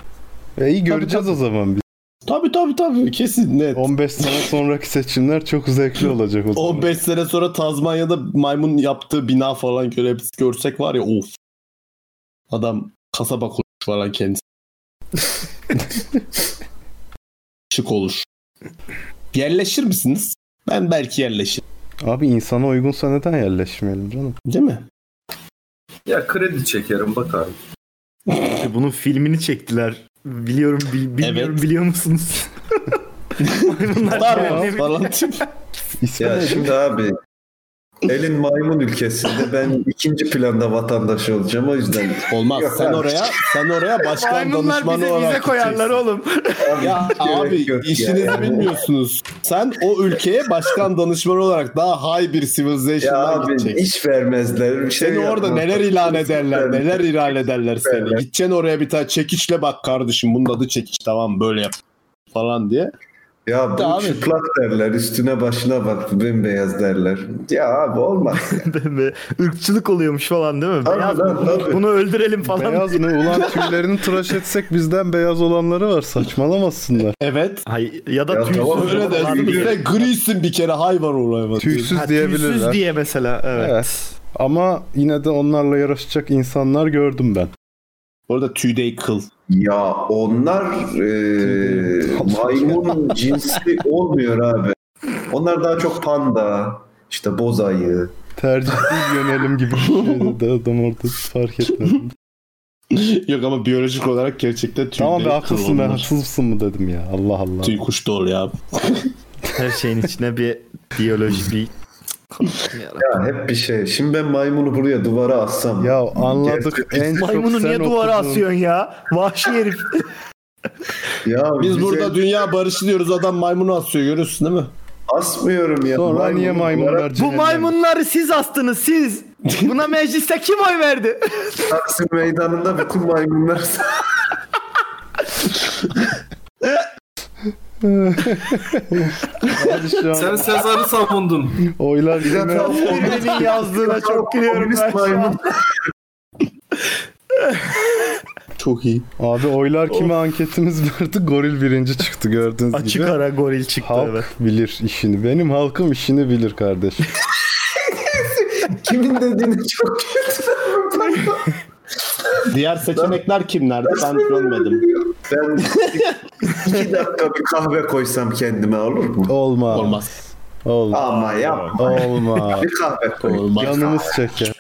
Speaker 1: E iyi göreceğiz o zaman biz.
Speaker 3: Tabii tabii tabii. Kesin net.
Speaker 1: 15 sene sonraki seçimler çok zevkli olacak o zaman.
Speaker 3: 15 sene sonra Tazmanya'da maymun yaptığı bina falan göre, görsek var ya of. Adam kasaba kurmuş falan kendisi. Şık olur. Yerleşir misiniz? Ben belki yerleşirim.
Speaker 1: Abi insana uygunsa neden yerleşmeyelim canım?
Speaker 3: Değil mi?
Speaker 4: Ya kredi çekerim bakarım.
Speaker 9: İşte E, bunun filmini çektiler. Biliyorum bil- bilmiyorum
Speaker 3: Evet.
Speaker 9: biliyor musunuz? Maymunlar
Speaker 3: Var mı
Speaker 9: cehennemi-
Speaker 3: falan tip.
Speaker 1: İsmi
Speaker 6: Ya
Speaker 1: ne?
Speaker 6: şimdi abi elin maymun ülkesinde ben ikinci planda vatandaş olacağım o yüzden.
Speaker 3: Olmaz.
Speaker 6: Yok
Speaker 3: sen
Speaker 6: abi.
Speaker 3: oraya sen oraya başkan
Speaker 9: Maymunlar
Speaker 3: danışmanı
Speaker 9: bize
Speaker 3: olarak
Speaker 9: bize koyarlar
Speaker 3: gideceksin.
Speaker 9: oğlum.
Speaker 3: Ya abi
Speaker 6: Gerek yok
Speaker 3: işinizi
Speaker 6: ya.
Speaker 3: bilmiyorsunuz. Sen o ülkeye başkan danışmanı olarak daha high bir
Speaker 6: Ya
Speaker 3: civilization'a
Speaker 6: abi
Speaker 3: gideceksin.
Speaker 6: iş vermezler. Bir şey
Speaker 3: Seni orada
Speaker 6: yapmaz.
Speaker 3: neler ilan ederler, neler ilan ederler seni.
Speaker 6: Evet.
Speaker 3: Gideceksin oraya bir tane çekiçle bak kardeşim bunun adı çekiç tamam böyle yap falan diye.
Speaker 6: Ya bu
Speaker 3: Abi.
Speaker 6: çıplak derler üstüne başına bak bembeyaz derler. Ya abi olmaz.
Speaker 9: Be- Irkçılık oluyormuş falan değil mi?
Speaker 6: Tabii
Speaker 9: Beyaz,
Speaker 6: lan, tabii.
Speaker 9: bunu öldürelim falan.
Speaker 1: Beyaz ne? Ulan tüylerini tıraş etsek bizden beyaz olanları var. Saçmalamasınlar.
Speaker 3: Evet.
Speaker 9: Hay, ya da
Speaker 6: Ya
Speaker 9: tüysüz.
Speaker 6: tamam,
Speaker 3: Öyle de
Speaker 9: falan.
Speaker 3: sen grisin bir kere hayvan olayı.
Speaker 1: Tüysüz
Speaker 9: Ha,
Speaker 1: diyebilirler.
Speaker 9: tüysüz diye mesela. Evet.
Speaker 1: Evet. Ama yine de onlarla yarışacak insanlar gördüm ben.
Speaker 3: Orada tüyde kıl.
Speaker 6: ya onlar e, maymun cinsi olmuyor abi. Onlar daha çok panda, işte boz ayı.
Speaker 1: Tercih değil yönelim gibi bir şey dedi adam orada fark etmedim.
Speaker 3: Yok ama biyolojik olarak gerçekten tüyde
Speaker 1: tamam be
Speaker 3: kıl
Speaker 1: haklısın ben
Speaker 3: onlar.
Speaker 1: haksızsın mı dedim ya. Allah Allah.
Speaker 3: Tüy kuş da ol ya.
Speaker 9: Her şeyin içine bir biyoloji bir...
Speaker 6: Ya hep bir şey. Şimdi ben maymunu buraya duvara assam.
Speaker 1: Ya anladık
Speaker 6: Gerçi-
Speaker 1: en çok
Speaker 9: Maymunu
Speaker 1: sen
Speaker 9: niye duvara
Speaker 1: okudun.
Speaker 9: asıyorsun ya? Vahşi herif.
Speaker 6: ya
Speaker 3: Biz
Speaker 6: bize
Speaker 3: burada dünya barışı diyoruz adam maymunu asıyor görüyorsun değil mi?
Speaker 6: asmıyorum ya.
Speaker 1: Sonra niye
Speaker 6: Maymunu duvara-
Speaker 1: maymunlar
Speaker 9: Bu
Speaker 1: cehennem?
Speaker 9: maymunları siz astınız siz. Buna mecliste kim oy verdi?
Speaker 6: Taksim meydanında bütün maymunlar
Speaker 1: Abi şu an
Speaker 4: Sen Sezar'ı savundun.
Speaker 1: oylar kime?
Speaker 9: Birinin yazdığına çok gülüyorum ben
Speaker 6: Komünist
Speaker 9: şu an.
Speaker 6: maymun.
Speaker 3: Çok iyi.
Speaker 1: Abi oylar kime anketimiz vardı. Goril birinci çıktı gördüğünüz
Speaker 9: Açık
Speaker 1: gibi.
Speaker 9: ara goril çıktı
Speaker 1: Halk
Speaker 9: evet.
Speaker 1: bilir işini. Benim halkım işini bilir kardeşim.
Speaker 6: Kimin dediğini çok kötü.
Speaker 3: Diğer seçenekler kimlerdi ben görmedim.
Speaker 6: Ben iki dakika bir kahve koysam kendime olur mu?
Speaker 1: Olmaz.
Speaker 3: Olmaz.
Speaker 1: Olmaz.
Speaker 6: Ama yapma.
Speaker 1: Olmaz.
Speaker 6: Bir kahve koy.
Speaker 3: Olmaz.
Speaker 1: Canımız çeker.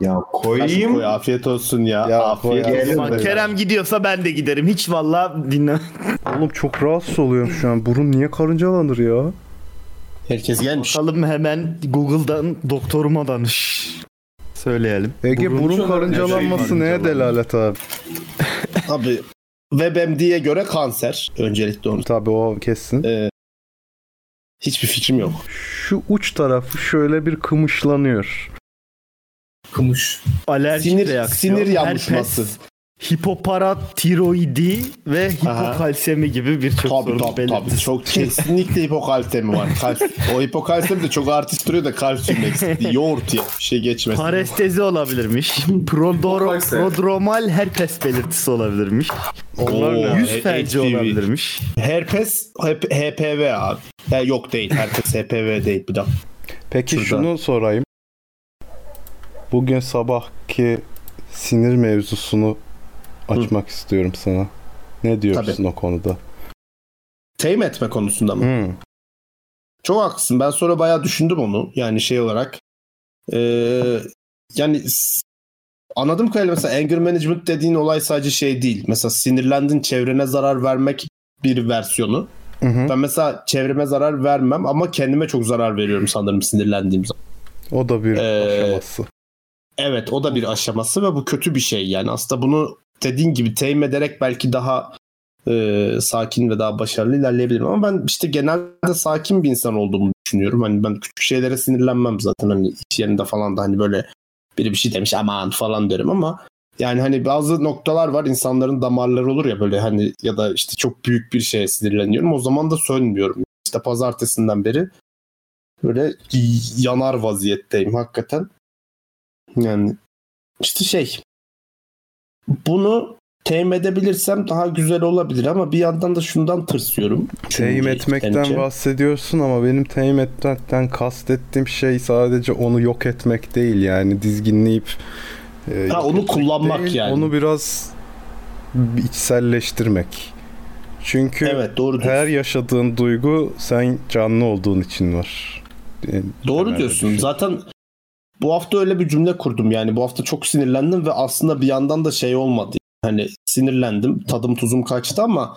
Speaker 6: Ya
Speaker 3: Aşkım koy,
Speaker 6: koyayım.
Speaker 3: afiyet olsun ya.
Speaker 1: Ya
Speaker 3: afiyet
Speaker 1: koy,
Speaker 3: olsun.
Speaker 1: afiyet
Speaker 9: Ulan Kerem gidiyorsa ben de giderim. Hiç valla dinle.
Speaker 1: Oğlum çok rahatsız oluyorum şu an. Burun niye karıncalanır ya?
Speaker 3: Herkes gelmiş.
Speaker 9: Bakalım hemen Google'dan doktoruma danış. Söyleyelim. Şey
Speaker 1: Ege burun karıncalanması neye delalet abi?
Speaker 3: Abi WebMD'ye göre kanser. Öncelikle onu.
Speaker 1: Tabii o kesin.
Speaker 3: Ee, hiçbir fikrim yok.
Speaker 1: Şu uç tarafı şöyle bir kımışlanıyor.
Speaker 4: Kımış.
Speaker 2: Alerjik
Speaker 3: Sinir-
Speaker 2: reaksiyon.
Speaker 3: sinir yanlışması.
Speaker 2: herpes, Hipoparatiroidi ve hipokalsemi gibi birçok
Speaker 3: Tabii
Speaker 2: sorun
Speaker 3: tabii
Speaker 2: belirtisi.
Speaker 3: tabii. Çok kesinlikle hipokalsemi var. Kalsiyum. o hipokalsemi de çok artist duruyor da kalsiyum eksikliği. Yoğurt ya. Bir şey geçmez.
Speaker 2: Parestezi olabilirmiş. Prodoro,
Speaker 4: Hipokalsemi.
Speaker 2: prodromal herpes belirtisi olabilirmiş.
Speaker 3: Onlar ne?
Speaker 2: Yüz
Speaker 3: E-
Speaker 2: felci
Speaker 3: HPV.
Speaker 2: olabilirmiş.
Speaker 3: Herpes hep- HPV abi. Ya yok değil. Herpes HPV değil. Bir dakika.
Speaker 1: Peki
Speaker 3: Şurada.
Speaker 1: şunu sorayım. Bugün sabahki sinir mevzusunu açmak istiyorum sana. Ne diyorsun o konuda?
Speaker 3: Teyim Şey etme konusunda mı?
Speaker 1: Hmm.
Speaker 3: Çok haklısın. Ben sonra bayağı düşündüm onu. Yani şey olarak. Ee, yani s- anladığım kadarıyla mesela anger management dediğin olay sadece şey değil. Mesela sinirlendin çevrene zarar vermek bir versiyonu.
Speaker 1: Hı hı.
Speaker 3: Ben mesela çevreme zarar vermem ama kendime çok zarar veriyorum sanırım sinirlendiğim zaman.
Speaker 1: O da bir
Speaker 3: Ee,
Speaker 1: aşaması.
Speaker 3: Evet o da bir aşaması ve bu kötü bir şey yani. Aslında bunu dediğin gibi teyim ederek belki daha e, sakin ve daha başarılı ilerleyebilirim. Ama ben işte genelde sakin bir insan olduğumu düşünüyorum. Hani ben küçük şeylere sinirlenmem zaten. Hani iş yerinde falan da hani böyle biri bir şey demiş aman falan derim ama yani hani bazı noktalar var insanların damarları olur ya böyle hani ya da işte çok büyük bir şeye sinirleniyorum. O zaman da sönmüyorum. İşte pazartesinden beri böyle yanar vaziyetteyim hakikaten. Yani işte şey bunu teyim edebilirsem daha güzel olabilir ama bir yandan da şundan tırsıyorum.
Speaker 1: Teyim
Speaker 3: Düşünce,
Speaker 1: etmekten
Speaker 3: düşünce.
Speaker 1: bahsediyorsun ama benim teyim etmekten kastettiğim şey sadece onu yok etmek değil yani dizginleyip e, yok
Speaker 3: Ha, onu
Speaker 1: etmek
Speaker 3: kullanmak
Speaker 1: değil,
Speaker 3: yani.
Speaker 1: Onu biraz içselleştirmek. Çünkü
Speaker 3: Evet doğru diyorsun.
Speaker 1: her yaşadığın duygu sen canlı olduğun için var. Yani
Speaker 3: Doğru
Speaker 1: temelde
Speaker 3: diyorsun.
Speaker 1: düşün.
Speaker 3: Zaten bu hafta öyle bir cümle kurdum yani. Bu hafta çok sinirlendim ve aslında bir yandan da şey olmadı. Hani sinirlendim, tadım tuzum kaçtı ama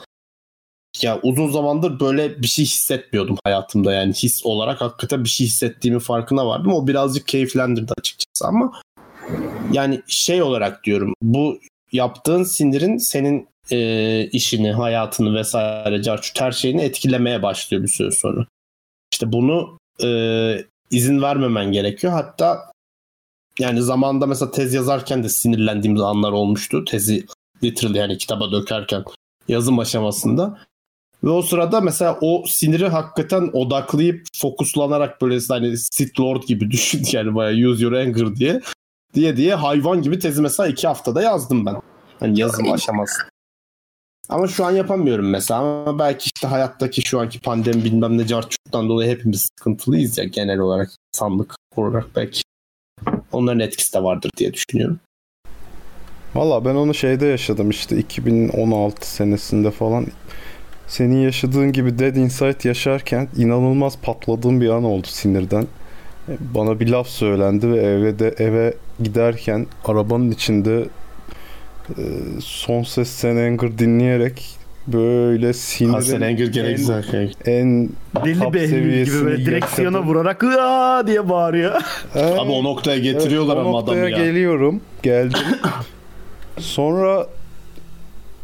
Speaker 3: ya uzun zamandır böyle bir şey hissetmiyordum hayatımda yani his olarak hakikaten bir şey hissettiğimi farkına vardım. O birazcık keyiflendirdi açıkçası ama yani şey olarak diyorum bu yaptığın sinirin senin e, işini, hayatını vesaire carçut her şeyini etkilemeye başlıyor bir süre sonra. İşte bunu e, izin vermemen gerekiyor. Hatta yani zamanda mesela tez yazarken de sinirlendiğimiz anlar olmuştu. Tezi literally yani kitaba dökerken yazım aşamasında. Ve o sırada mesela o siniri hakikaten odaklayıp fokuslanarak böyle hani Sith Lord gibi düşün yani bayağı use your anger diye diye diye hayvan gibi tezi mesela iki haftada yazdım ben. Hani yazım aşaması. Ama şu an yapamıyorum mesela ama belki işte hayattaki şu anki pandemi bilmem ne cartçuktan dolayı hepimiz sıkıntılıyız ya genel olarak insanlık olarak belki. Onların etkisi de vardır diye düşünüyorum.
Speaker 1: Valla ben onu şeyde yaşadım işte 2016 senesinde falan. Senin yaşadığın gibi Dead Inside yaşarken inanılmaz patladığım bir an oldu sinirden. E, Bana bir laf söylendi ve eve de eve giderken arabanın içinde e, son ses Sen Anger dinleyerek böyle
Speaker 3: Hasan
Speaker 1: sinirin
Speaker 3: Engel gereksiz
Speaker 1: en
Speaker 2: Deli
Speaker 1: Top
Speaker 2: behlül gibi
Speaker 1: seviyesini
Speaker 2: böyle direksiyona
Speaker 1: yaşadım.
Speaker 2: vurarak "Aa!" diye bağırıyor.
Speaker 1: en
Speaker 3: Abi o noktaya getiriyorlar
Speaker 1: Evet, o
Speaker 3: ama
Speaker 1: noktaya
Speaker 3: adamı ya.
Speaker 1: geliyorum. Geldim. Sonra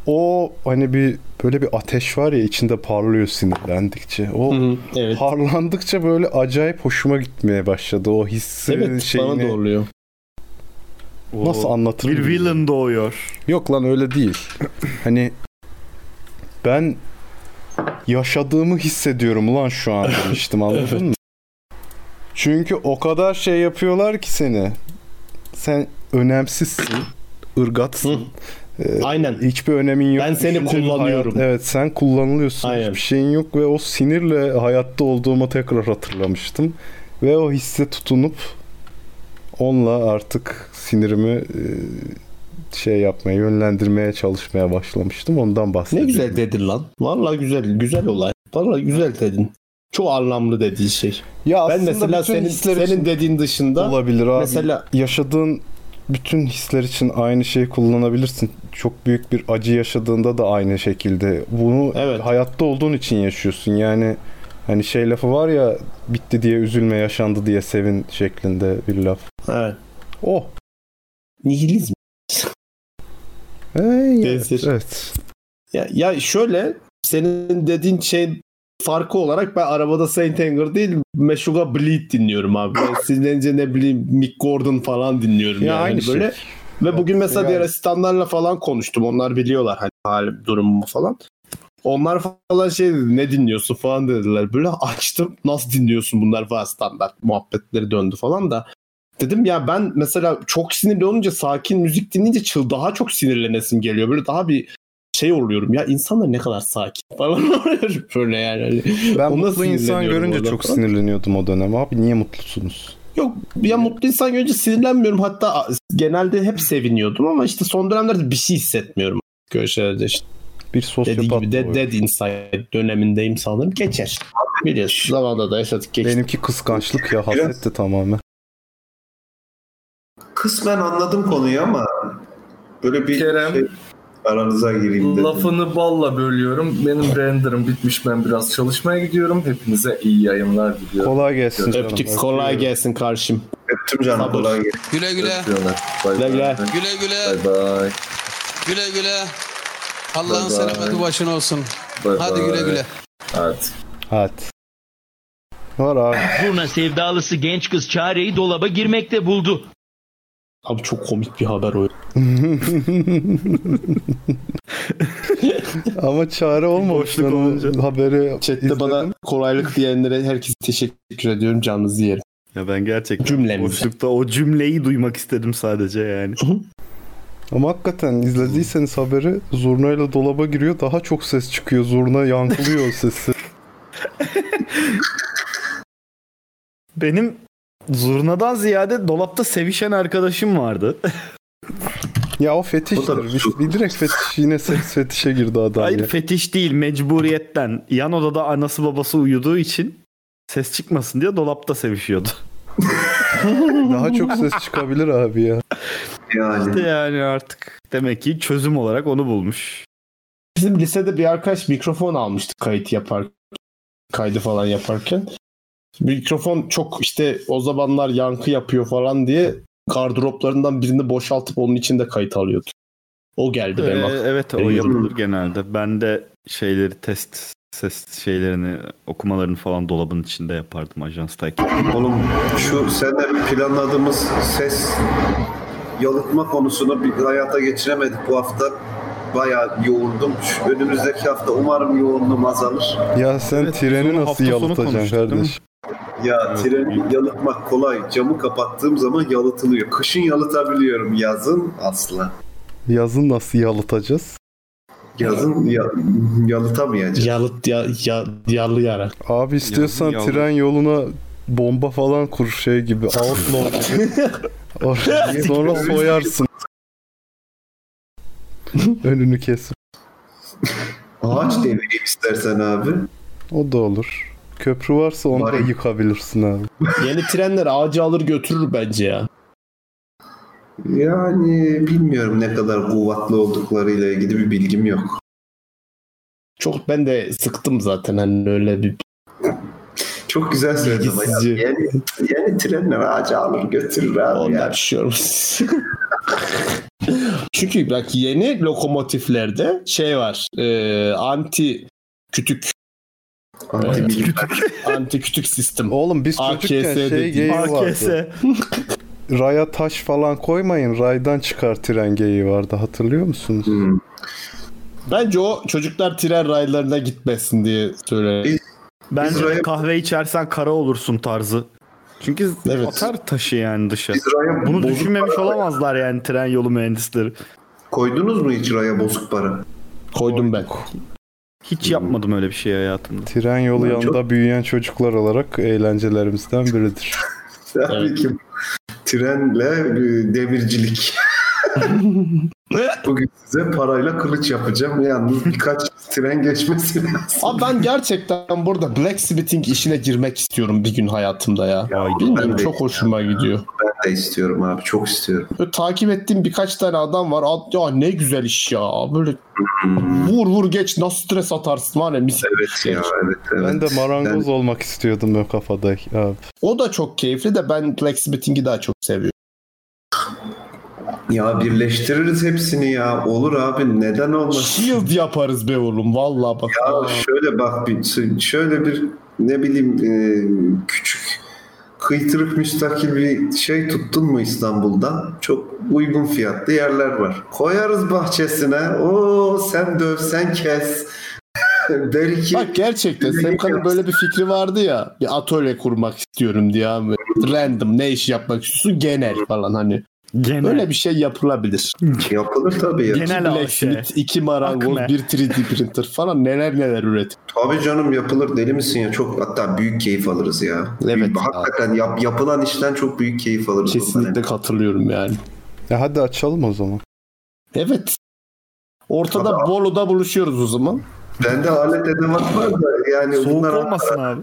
Speaker 1: o hani bir böyle bir ateş var ya içinde parlıyor sinirlendikçe. O
Speaker 3: Hı hı, evet.
Speaker 1: parlandıkça böyle acayip hoşuma gitmeye başladı. O hissi
Speaker 3: Evet bana
Speaker 1: e, şeyini
Speaker 3: doğruluyor.
Speaker 1: nasıl anlatırım?
Speaker 2: Bir
Speaker 1: bilmiyorum.
Speaker 2: villain doğuyor.
Speaker 1: Yok lan öyle değil. Hani ben yaşadığımı hissediyorum lan şu an demiştim anladın mı? Çünkü o kadar şey yapıyorlar ki seni. Sen önemsizsin, ırgatsın. Ee,
Speaker 3: Aynen.
Speaker 1: hiçbir önemin yok.
Speaker 3: Ben seni
Speaker 1: Düşünce bir
Speaker 3: kullanıyorum.
Speaker 1: hayat- evet sen kullanılıyorsun.
Speaker 3: Aynen.
Speaker 1: Hiçbir şeyin yok ve o sinirle hayatta olduğumu tekrar hatırlamıştım. Ve o hisse tutunup onunla artık sinirimi e, şey yapmaya, yönlendirmeye çalışmaya başlamıştım. Ondan
Speaker 3: Ne
Speaker 1: bahsediyorum.
Speaker 3: güzel dedin lan. Vallahi güzel. Güzel olay. Vallahi güzel dedin. Çok anlamlı dediği şey.
Speaker 1: Ya
Speaker 3: Ben
Speaker 1: aslında
Speaker 3: mesela
Speaker 1: bütün
Speaker 3: senin,
Speaker 1: hisler için
Speaker 3: senin dediğin dışında
Speaker 1: olabilir abi.
Speaker 3: mesela
Speaker 1: yaşadığın bütün hisler için aynı şeyi kullanabilirsin. Çok büyük bir acı yaşadığında da aynı şekilde. Bunu
Speaker 3: Evet.
Speaker 1: hayatta olduğun için yaşıyorsun. Yani hani şey lafı var ya bitti diye üzülme yaşandı diye sevin şeklinde bir laf.
Speaker 3: evet.
Speaker 1: Oh
Speaker 3: nihilizm.
Speaker 1: Ee, ya-
Speaker 3: Benzer.
Speaker 1: evet.
Speaker 3: Ya, ya şöyle senin dediğin şey farkı olarak ben arabada Saint Anger değil Meshuga Bleed dinliyorum abi. Ben sinirlenince ne bileyim Mick Gordon falan dinliyorum.
Speaker 1: Ya
Speaker 3: yani.
Speaker 1: aynı
Speaker 3: Hani
Speaker 1: şey.
Speaker 3: böyle. Ve bugün mesela
Speaker 1: Yani.
Speaker 3: diğer asistanlarla falan konuştum. Onlar biliyorlar hani halim durumumu falan. Onlar falan şey dedi ne dinliyorsun falan dediler. Böyle açtım nasıl dinliyorsun bunlar falan standart muhabbetleri döndü falan da. Dedim ya ben mesela çok sinirli olunca sakin müzik dinleyince çıl daha çok sinirlenesim geliyor. Böyle daha bir şey oluyorum ya insanlar ne kadar sakin falan oluyorum böyle yani. Hani
Speaker 1: Ben
Speaker 3: Ona
Speaker 1: mutlu insan
Speaker 3: sinirleniyorum
Speaker 1: görünce
Speaker 3: orada
Speaker 1: çok
Speaker 3: falan.
Speaker 1: sinirleniyordum o dönem. Abi niye mutlusunuz?
Speaker 3: Yok ya mutlu insan görünce sinirlenmiyorum hatta a- genelde hep seviniyordum ama işte son dönemlerde bir şey hissetmiyorum. Köşelerde işte
Speaker 1: Bir
Speaker 3: dediği
Speaker 1: sosyopat
Speaker 3: gibi de,
Speaker 1: doğuyor.
Speaker 3: Dead Inside dönemindeyim sanırım geçer. Biliyorsun zamanda da yaşadık geçti.
Speaker 1: Benimki kıskançlık ya hasetti tamamen.
Speaker 6: Kısmen anladım konuyu ama böyle bir
Speaker 4: Kerem.
Speaker 6: şey aranıza gireyim dedim.
Speaker 4: Lafını balla bölüyorum. Benim renderım bitmiş. Ben biraz çalışmaya gidiyorum. Hepinize iyi yayınlar diliyorum.
Speaker 1: Kolay gelsin canım.
Speaker 3: Öptük kolay gelsin karşım.
Speaker 6: Öptüm E, canım.
Speaker 3: Sabır.
Speaker 6: Kolay gelsin.
Speaker 12: Güle güle.
Speaker 4: Öpüyorlar. Bay
Speaker 3: Güle güle.
Speaker 4: bay.
Speaker 12: Güle güle.
Speaker 4: Bay bay.
Speaker 12: Güle güle. Allah'ın
Speaker 4: Bye bye.
Speaker 12: selameti başına olsun.
Speaker 4: Bay
Speaker 12: Hadi
Speaker 4: bay.
Speaker 12: güle güle.
Speaker 4: Hadi.
Speaker 1: Hadi. Var abi.
Speaker 13: Zurna sevdalısı genç kız çareyi dolaba girmekte buldu.
Speaker 3: Abi çok komik bir haber o.
Speaker 1: Ama çare olmamış.
Speaker 2: boşluk
Speaker 1: Ben o
Speaker 2: olunca.
Speaker 1: Haberi
Speaker 3: Chat'te
Speaker 1: izledim.
Speaker 3: bana kolaylık diyenlere herkese teşekkür ediyorum canınızı yerim.
Speaker 2: Ya ben gerçekten
Speaker 3: Cümlemize.
Speaker 2: boşlukta o cümleyi duymak istedim sadece yani.
Speaker 1: Ama hakikaten izlediyseniz haberi zurnayla dolaba giriyor. Daha çok ses çıkıyor. Zurna yankılıyor o sesi.
Speaker 2: Benim zurnadan ziyade dolapta sevişen arkadaşım vardı.
Speaker 1: Ya o fetiştir. Bir, bir direkt fetiş. Yine seks fetişe girdi adam
Speaker 2: Hayır
Speaker 1: ya.
Speaker 2: fetiş değil mecburiyetten. Yan odada anası babası uyuduğu için ses çıkmasın diye dolapta sevişiyordu.
Speaker 1: Daha çok ses çıkabilir abi ya.
Speaker 6: Yani.
Speaker 2: İşte yani artık demek ki çözüm olarak onu bulmuş.
Speaker 3: Bizim lisede bir arkadaş mikrofon almıştı kayıt yapar kaydı falan yaparken. Mikrofon çok işte o zamanlar yankı yapıyor falan diye gardıroplarından birini boşaltıp onun içinde kayıt alıyordu. O geldi
Speaker 2: Ee,
Speaker 3: benim aklıma.
Speaker 2: evet o yapılır genelde. Ben de şeyleri test ses şeylerini okumalarını falan dolabın içinde yapardım ajanstayken.
Speaker 6: Oğlum şu sene planladığımız ses yalıtma konusunu bir hayata geçiremedik bu hafta. Bayağı yoğundum. Şu önümüzdeki hafta umarım yoğunluğum azalır.
Speaker 1: Ya sen
Speaker 2: Evet, biz
Speaker 1: treni
Speaker 2: bunu hafta
Speaker 1: nasıl
Speaker 2: sonu
Speaker 1: yalıtacaksın
Speaker 2: konuştuk, değil mi?
Speaker 1: kardeş?
Speaker 6: Ya treni yalıtmak kolay. Camı kapattığım zaman yalıtılıyor. Kışın yalıtabiliyorum. Yazın asla.
Speaker 1: Yazın nasıl yalıtacağız?
Speaker 6: Yazın ya, yalıtamayacağım.
Speaker 3: Yalıt ya, ya, yalı yara.
Speaker 1: Abi istiyorsan
Speaker 5: Yazın yalı-
Speaker 1: tren yoluna bomba falan kur şey gibi. Outlaw gibi. Or- Sonra soyarsın. Önünü kesip.
Speaker 6: Ağaç devireyim istersen abi.
Speaker 1: O da olur. Köprü varsa onu da
Speaker 6: Var.
Speaker 1: yıkabilirsin abi.
Speaker 3: Yeni trenler ağacı alır götürür bence ya.
Speaker 6: Yani bilmiyorum ne kadar kuvvetli olduklarıyla ilgili bir bilgim yok.
Speaker 3: Çok ben de sıktım zaten hani öyle bir
Speaker 6: Çok güzel söyledin ama ya.
Speaker 3: Bilgisizce.
Speaker 6: Yeni, yeni trenler ağacı alır götürür abi
Speaker 3: Ondan
Speaker 6: ya.
Speaker 3: düşüyorum. Çünkü bak yeni lokomotiflerde şey var. e, anti kütük
Speaker 6: Anti bilim.
Speaker 3: anti kütük sistem.
Speaker 1: Oğlum biz
Speaker 3: AKS
Speaker 1: çocukken şey
Speaker 3: dedi.
Speaker 1: geyiği
Speaker 2: AKS.
Speaker 1: vardı. Raya taş falan koymayın. Raydan çıkar tren geyiği vardı. Hatırlıyor musunuz?
Speaker 6: Hmm.
Speaker 3: Bence o çocuklar tren raylarına gitmesin diye söylüyor.
Speaker 2: Bence
Speaker 6: Biz raya-
Speaker 2: kahve içersen kara olursun tarzı. Çünkü
Speaker 3: Evet.
Speaker 2: atar taşı yani dışarı.
Speaker 6: Biz raya
Speaker 2: Bunu
Speaker 6: bozuk
Speaker 2: düşünmemiş
Speaker 6: para
Speaker 2: olamazlar yani tren yolu mühendisleri.
Speaker 6: koydunuz mu hiç raya bozuk para?
Speaker 3: Koydum ben.
Speaker 9: Hmm.
Speaker 2: Hiç yapmadım öyle bir şey hayatımda.
Speaker 1: Tren yolu
Speaker 6: Ben
Speaker 1: yanında büyüyen çocuklar olarak eğlencelerimizden biridir.
Speaker 6: Tabii
Speaker 3: Evet.
Speaker 6: ki trenle e, demircilik. Bugün size parayla kılıç yapacağım. Yalnız birkaç tren geçmesi lazım.
Speaker 3: Abi ben gerçekten burada blacksmithing işine girmek istiyorum bir gün hayatımda ya.
Speaker 6: ben
Speaker 3: Bilmiyorum
Speaker 6: de-
Speaker 3: çok hoşuma gidiyor.
Speaker 6: Ben de istiyorum abi. Çok istiyorum.
Speaker 3: Böyle takip ettiğim birkaç tane adam var. Ad- Ya ne güzel iş ya. Böyle vur vur geç nasıl stres atarsın var ya mis gibi bir
Speaker 6: Evet
Speaker 3: şey.
Speaker 6: ya. Evet, evet.
Speaker 1: Ben de marangoz olmak istiyordum o kafada abi.
Speaker 3: O da çok keyifli de ben blacksmithing'i daha çok seviyorum.
Speaker 6: Ya birleştiririz hepsini ya. Olur abi neden olmasın?
Speaker 3: Shield yaparız be oğlum vallahi bak.
Speaker 6: Ya şöyle bak bir şey, şöyle bir ne bileyim e, küçük kıytırık müstakil bir şey tuttun mu İstanbul'da? Çok uygun fiyatlı yerler var. Koyarız bahçesine. O sen döv sen kes. Belki
Speaker 3: Bak gerçekten Semkan'ın böyle bir fikri vardı ya. Bir atölye kurmak istiyorum diye abi. Random ne iş yapmak istiyorsun genel falan hani.
Speaker 9: Genel.
Speaker 3: Öyle bir şey yapılabilir.
Speaker 6: Yapılır tabii. ya.
Speaker 3: Genel
Speaker 6: Genel
Speaker 3: iki
Speaker 9: şey.
Speaker 6: aşe.
Speaker 3: blacksmith, iki marangoz,
Speaker 6: Akme.
Speaker 3: bir 3D printer falan neler neler üret.
Speaker 6: Tabii canım yapılır deli misin ya çok hatta büyük keyif alırız ya. Evet. hakikaten yap, yapılan işten çok büyük keyif alırız.
Speaker 3: Kesinlikle katılıyorum yani.
Speaker 1: Ya E, hadi açalım o zaman.
Speaker 3: Evet. Ortada Bolu'da buluşuyoruz o zaman.
Speaker 6: Bende alet edevat var da yani
Speaker 3: Soğuk
Speaker 6: bunlar-
Speaker 3: olmasın abi.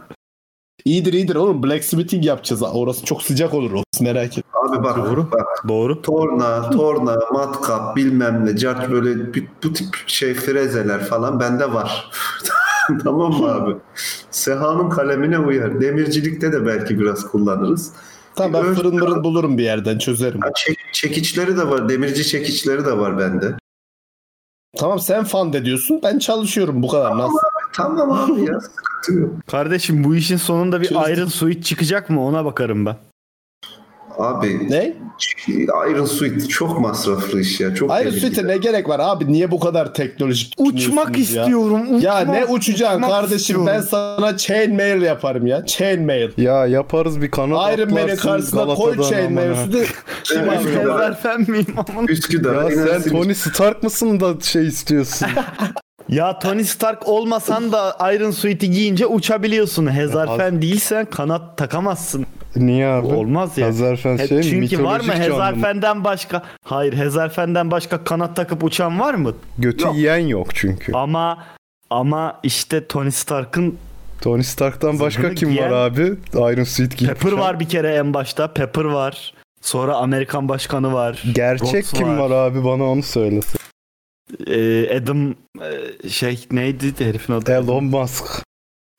Speaker 3: İyidir iyidir oğlum blacksmithing yapacağız. Orası çok sıcak olur orası merak etme.
Speaker 6: Abi bak Doğru. bak.
Speaker 9: Doğru.
Speaker 6: Torna, torna, matkap bilmem ne, cart böyle bu, bu tip şey frezeler falan bende var. tamam mı abi? Seha'nın kalemine uyar. Demircilikte de belki biraz kullanırız.
Speaker 3: Tamam ben fırın mırın bulurum bir yerden çözerim.
Speaker 6: çekiçleri de var. Demirci çekiçleri de var bende.
Speaker 3: Tamam sen fan de diyorsun ben çalışıyorum bu kadar nasıl?
Speaker 6: Tamam abi ya.
Speaker 9: Kardeşim bu işin sonunda bir Iron Suit çıkacak mı ona bakarım ben.
Speaker 6: Abi
Speaker 3: ne?
Speaker 6: Iron Suit çok masraflı iş ya. Çok
Speaker 3: Ayrı
Speaker 6: tehlikeli.
Speaker 3: süte ne gerek var abi? Niye bu kadar teknolojik
Speaker 9: Uçmak
Speaker 3: düşünüyorsunuz ya?
Speaker 9: istiyorum,
Speaker 3: Ya
Speaker 9: uçmak,
Speaker 3: ne uçacaksın
Speaker 9: uçmak
Speaker 3: kardeşim?
Speaker 9: istiyorum.
Speaker 3: Ben sana chainmail yaparım ya. Chainmail.
Speaker 1: Ya yaparız bir kanal
Speaker 3: Iron Man'in karşısına koy şey chainmail üstüne. Kim alıyor?
Speaker 9: Ben miyim aman?
Speaker 1: Ya sen Tony Stark mısın da şey istiyorsun?
Speaker 9: Ya Tony Stark olmasan da Iron Suit'i giyince uçabiliyorsun. Hezarfen değilsen kanat takamazsın.
Speaker 1: Niye abi?
Speaker 9: Olmaz ya.
Speaker 1: Hezarfen
Speaker 9: He-
Speaker 1: şey mi?
Speaker 9: Çünkü var mı
Speaker 1: Mitolojik canlı mı?
Speaker 9: Hezarfen'den başka? Hayır Hezarfen'den başka kanat takıp uçan var mı?
Speaker 1: Götü yiyen yok çünkü.
Speaker 9: Ama ama işte Tony Stark'ın
Speaker 1: Tony Stark'tan başka
Speaker 9: Zırhını
Speaker 1: kim var
Speaker 9: giyen-
Speaker 1: abi? Iron Suit giyip.
Speaker 9: Pepper var bir kere en başta. Pepper var. Sonra Amerikan Başkanı var.
Speaker 1: Gerçek
Speaker 9: Rhodes
Speaker 1: kim var abi bana onu söylesin.
Speaker 9: Ee, Adam e, şey neydi herifin adı?
Speaker 1: Elon Musk.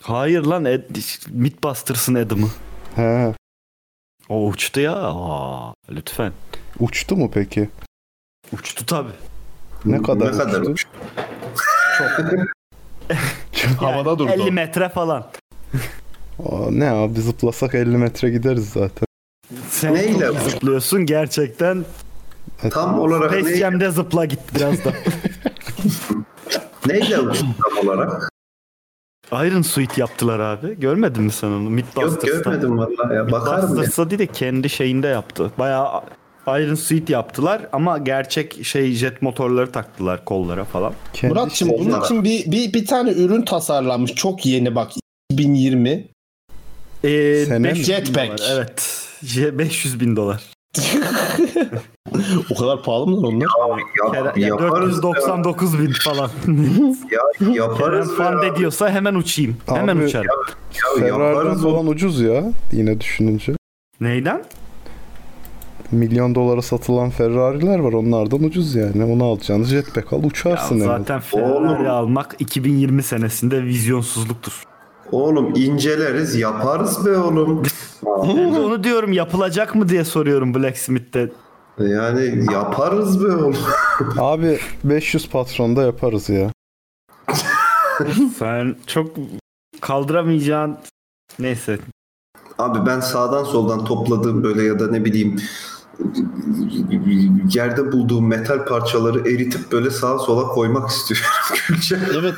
Speaker 9: Hayır lan Ed, Mythbusters'ın Adam'ı.
Speaker 1: He.
Speaker 9: O uçtu ya. Aa, lütfen.
Speaker 1: Uçtu mu peki?
Speaker 9: Uçtu tabi.
Speaker 1: Ne kadar
Speaker 9: Ne kadar
Speaker 1: uçtu?
Speaker 3: Havada durdu.
Speaker 9: 50 metre falan.
Speaker 1: Aa, ne abi zıplasak 50 metre gideriz zaten.
Speaker 9: Sen
Speaker 1: Neyle
Speaker 9: çok iyi zıplıyorsun gerçekten.
Speaker 6: Tam olarak
Speaker 9: Space
Speaker 6: neyle-
Speaker 9: Jam'de zıpla git biraz da.
Speaker 6: Neyle uçtu tam olarak?
Speaker 9: Iron Suit yaptılar abi. Görmedin mi sen onu? Mythbusters'ta.
Speaker 6: görmedim vallahi ya. Bakarım ya.
Speaker 9: Mythbusters'ta değil de kendi şeyinde yaptı. Bayağı Iron Suit yaptılar ama gerçek şey jet motorları taktılar kollara falan.
Speaker 3: Muratçım bunun için bir, bir, bir tane ürün tasarlanmış. Çok yeni bak. 2020.
Speaker 9: Ee,
Speaker 3: Sene mi?
Speaker 9: 500 bin
Speaker 3: Jetpack.
Speaker 9: dolar, Evet. Je- 500 bin dolar.
Speaker 3: o kadar pahalı mı lan onlar?
Speaker 9: Kere- ya 499 bin falan.
Speaker 6: ya
Speaker 9: yaparız. Fan de diyorsa hemen uçayım. hemen
Speaker 1: Abi,
Speaker 9: uçarım.
Speaker 1: Ferrari'den falan ucuz ya yine düşününce.
Speaker 9: Neyden?
Speaker 1: Milyon dolara satılan Ferrari'ler var onlardan ucuz yani. Onu alacaksın jetpack al uçarsın. en
Speaker 9: Zaten Ferrari almak 2020 senesinde vizyonsuzluktur.
Speaker 6: Oğlum inceleriz yaparız be oğlum.
Speaker 9: Ben de onu diyorum yapılacak mı diye soruyorum Blacksmith'te.
Speaker 6: yani yaparız be oğlum.
Speaker 1: az. Abi 500 patronda yaparız ya.
Speaker 9: Sen çok kaldıramayacağın neyse.
Speaker 6: Abi ben sağdan soldan topladığım böyle ya da ne bileyim yerde bulduğum metal parçaları eritip böyle sağa sola koymak istiyorum. Külçe.
Speaker 3: Evet.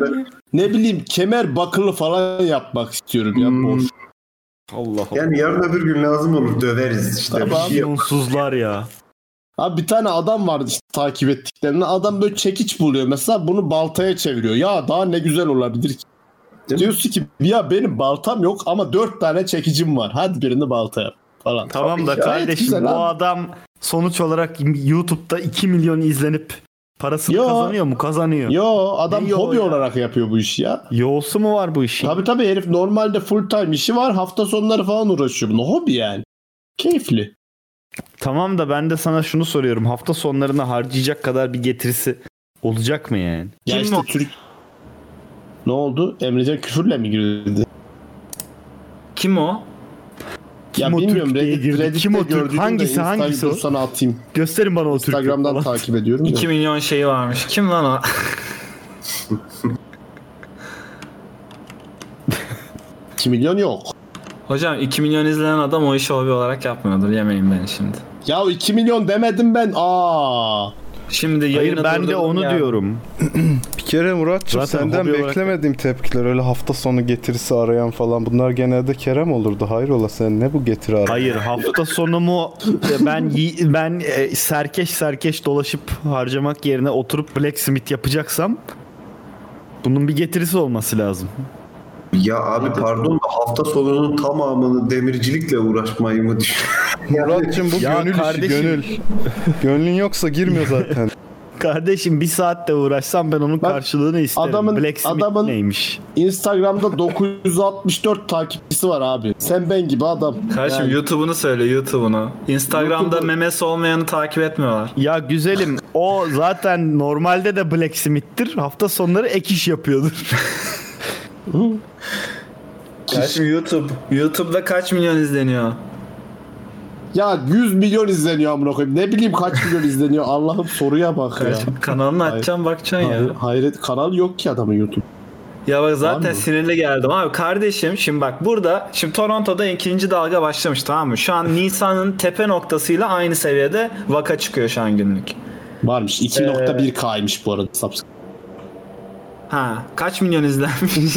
Speaker 3: Böyle, ne bileyim kemer bakırlı falan yapmak istiyorum ya. boş.
Speaker 9: Allah
Speaker 6: Yani yarın öbür gün lazım olur döveriz işte. şey
Speaker 3: Tabii abi.
Speaker 9: Vizyonsuzlar ya.
Speaker 3: Abi bir tane adam vardı işte takip ettiklerinde. Adam böyle çekiç buluyor mesela bunu baltaya çeviriyor. Ya daha ne güzel olabilir ki. Diyorsun ki ya benim baltam yok ama dört tane çekicim var. Hadi birini baltaya falan.
Speaker 9: Tamam da
Speaker 3: Gayet
Speaker 9: kardeşim
Speaker 3: güzel
Speaker 9: bu
Speaker 3: abi.
Speaker 9: adam sonuç olarak YouTube'da 2 milyon izlenip parasını
Speaker 3: Yo.
Speaker 9: kazanıyor mu? Kazanıyor.
Speaker 3: Yo adam
Speaker 9: Ne yo
Speaker 3: hobi
Speaker 9: ya?
Speaker 3: olarak yapıyor bu işi ya.
Speaker 9: Yoğusu mu var bu işin?
Speaker 3: Tabii tabii herif normalde full time işi var. Hafta sonları falan uğraşıyor. Bunu hobi yani. Keyifli.
Speaker 9: Tamam da ben de sana şunu soruyorum. Hafta sonlarına harcayacak kadar bir getirisi olacak mı yani?
Speaker 3: Ya işte Türk... Ne oldu? Emrecan küfürle mi girdi?
Speaker 14: Kim o?
Speaker 3: ya
Speaker 9: Kim o
Speaker 3: bilmiyorum
Speaker 9: Türk diye
Speaker 3: Reddit,
Speaker 9: girdi?
Speaker 3: Reddit'te
Speaker 9: Kim o Türk?
Speaker 3: gördüğüm de
Speaker 9: Hangisi, hangisi
Speaker 3: Instagram-
Speaker 9: o?
Speaker 3: dur sana atayım.
Speaker 9: Gösterin bana o Türk'ü.
Speaker 3: Instagram'dan
Speaker 9: falan.
Speaker 3: takip ediyorum.
Speaker 4: 2 milyon şeyi varmış. Kim lan o?
Speaker 3: milyon yok.
Speaker 4: Hocam 2 milyon izlenen adam o işi hobi olarak yapmıyordur. Yemeyin beni şimdi.
Speaker 3: Ya 2 milyon demedim ben. Aa.
Speaker 4: Şimdi yayını
Speaker 9: Hayır ben de
Speaker 4: durdurdum
Speaker 9: onu
Speaker 4: ya.
Speaker 9: diyorum.
Speaker 1: Bir kere Muratçım
Speaker 9: Zaten
Speaker 1: senden
Speaker 9: hobi olarak-
Speaker 1: beklemediğim tepkiler öyle hafta sonu getirisi arayan falan bunlar genelde Kerem olurdu. Hayrola sen ne bu getiri arayan?
Speaker 9: Hayır hafta sonumu ben yi- ben e, serkeş serkeş dolaşıp harcamak yerine oturup blacksmith yapacaksam bunun bir getirisi olması lazım.
Speaker 6: Ya abi pardon da hafta sonunun tamamını demircilikle uğraşmayı mı düşünüyorsun?
Speaker 1: Muratçım bu
Speaker 9: Ya
Speaker 1: gönül işi
Speaker 9: kardeşim.
Speaker 1: gönül. Gönlün yoksa girmiyor zaten.
Speaker 9: Kardeşim bir saatte uğraşsam ben onun karşılığını isterim.
Speaker 3: adamın-
Speaker 9: blacksmith
Speaker 3: adamın-
Speaker 9: neymiş?
Speaker 3: Instagram'da 964 takipçisi var abi. Sen ben gibi adam.
Speaker 4: Kardeşim
Speaker 3: Yani
Speaker 4: YouTube'unu söyle YouTube'unu. Instagram'da
Speaker 3: YouTube'u-
Speaker 4: memesi olmayanı takip etmiyorlar.
Speaker 9: Ya güzelim o zaten normalde de blacksmith'tir. Hafta sonları ek iş yapıyordur.
Speaker 4: Kardeşim YouTube. YouTube'da kaç milyon izleniyor?
Speaker 3: ya 100 milyon izleniyor amına koyayım. Ne bileyim kaç milyon izleniyor. Allah'ım soruya bak ya.
Speaker 4: Kardeşim kanalını açacağım bakacaksın ya.
Speaker 3: Hayret, hayret kanal yok ki adamın YouTube.
Speaker 4: Ya bak
Speaker 3: Var
Speaker 4: zaten
Speaker 3: mı?
Speaker 4: sinirli geldim abi. Kardeşim şimdi bak burada şimdi Toronto'da ikinci dalga başlamış tamam mı? Şu an Nisan'ın tepe noktasıyla aynı seviyede vaka çıkıyor şu an günlük.
Speaker 3: Varmış. 2.1K'ymış bu arada. subscribe.
Speaker 4: Ha kaç milyon izlenmiş?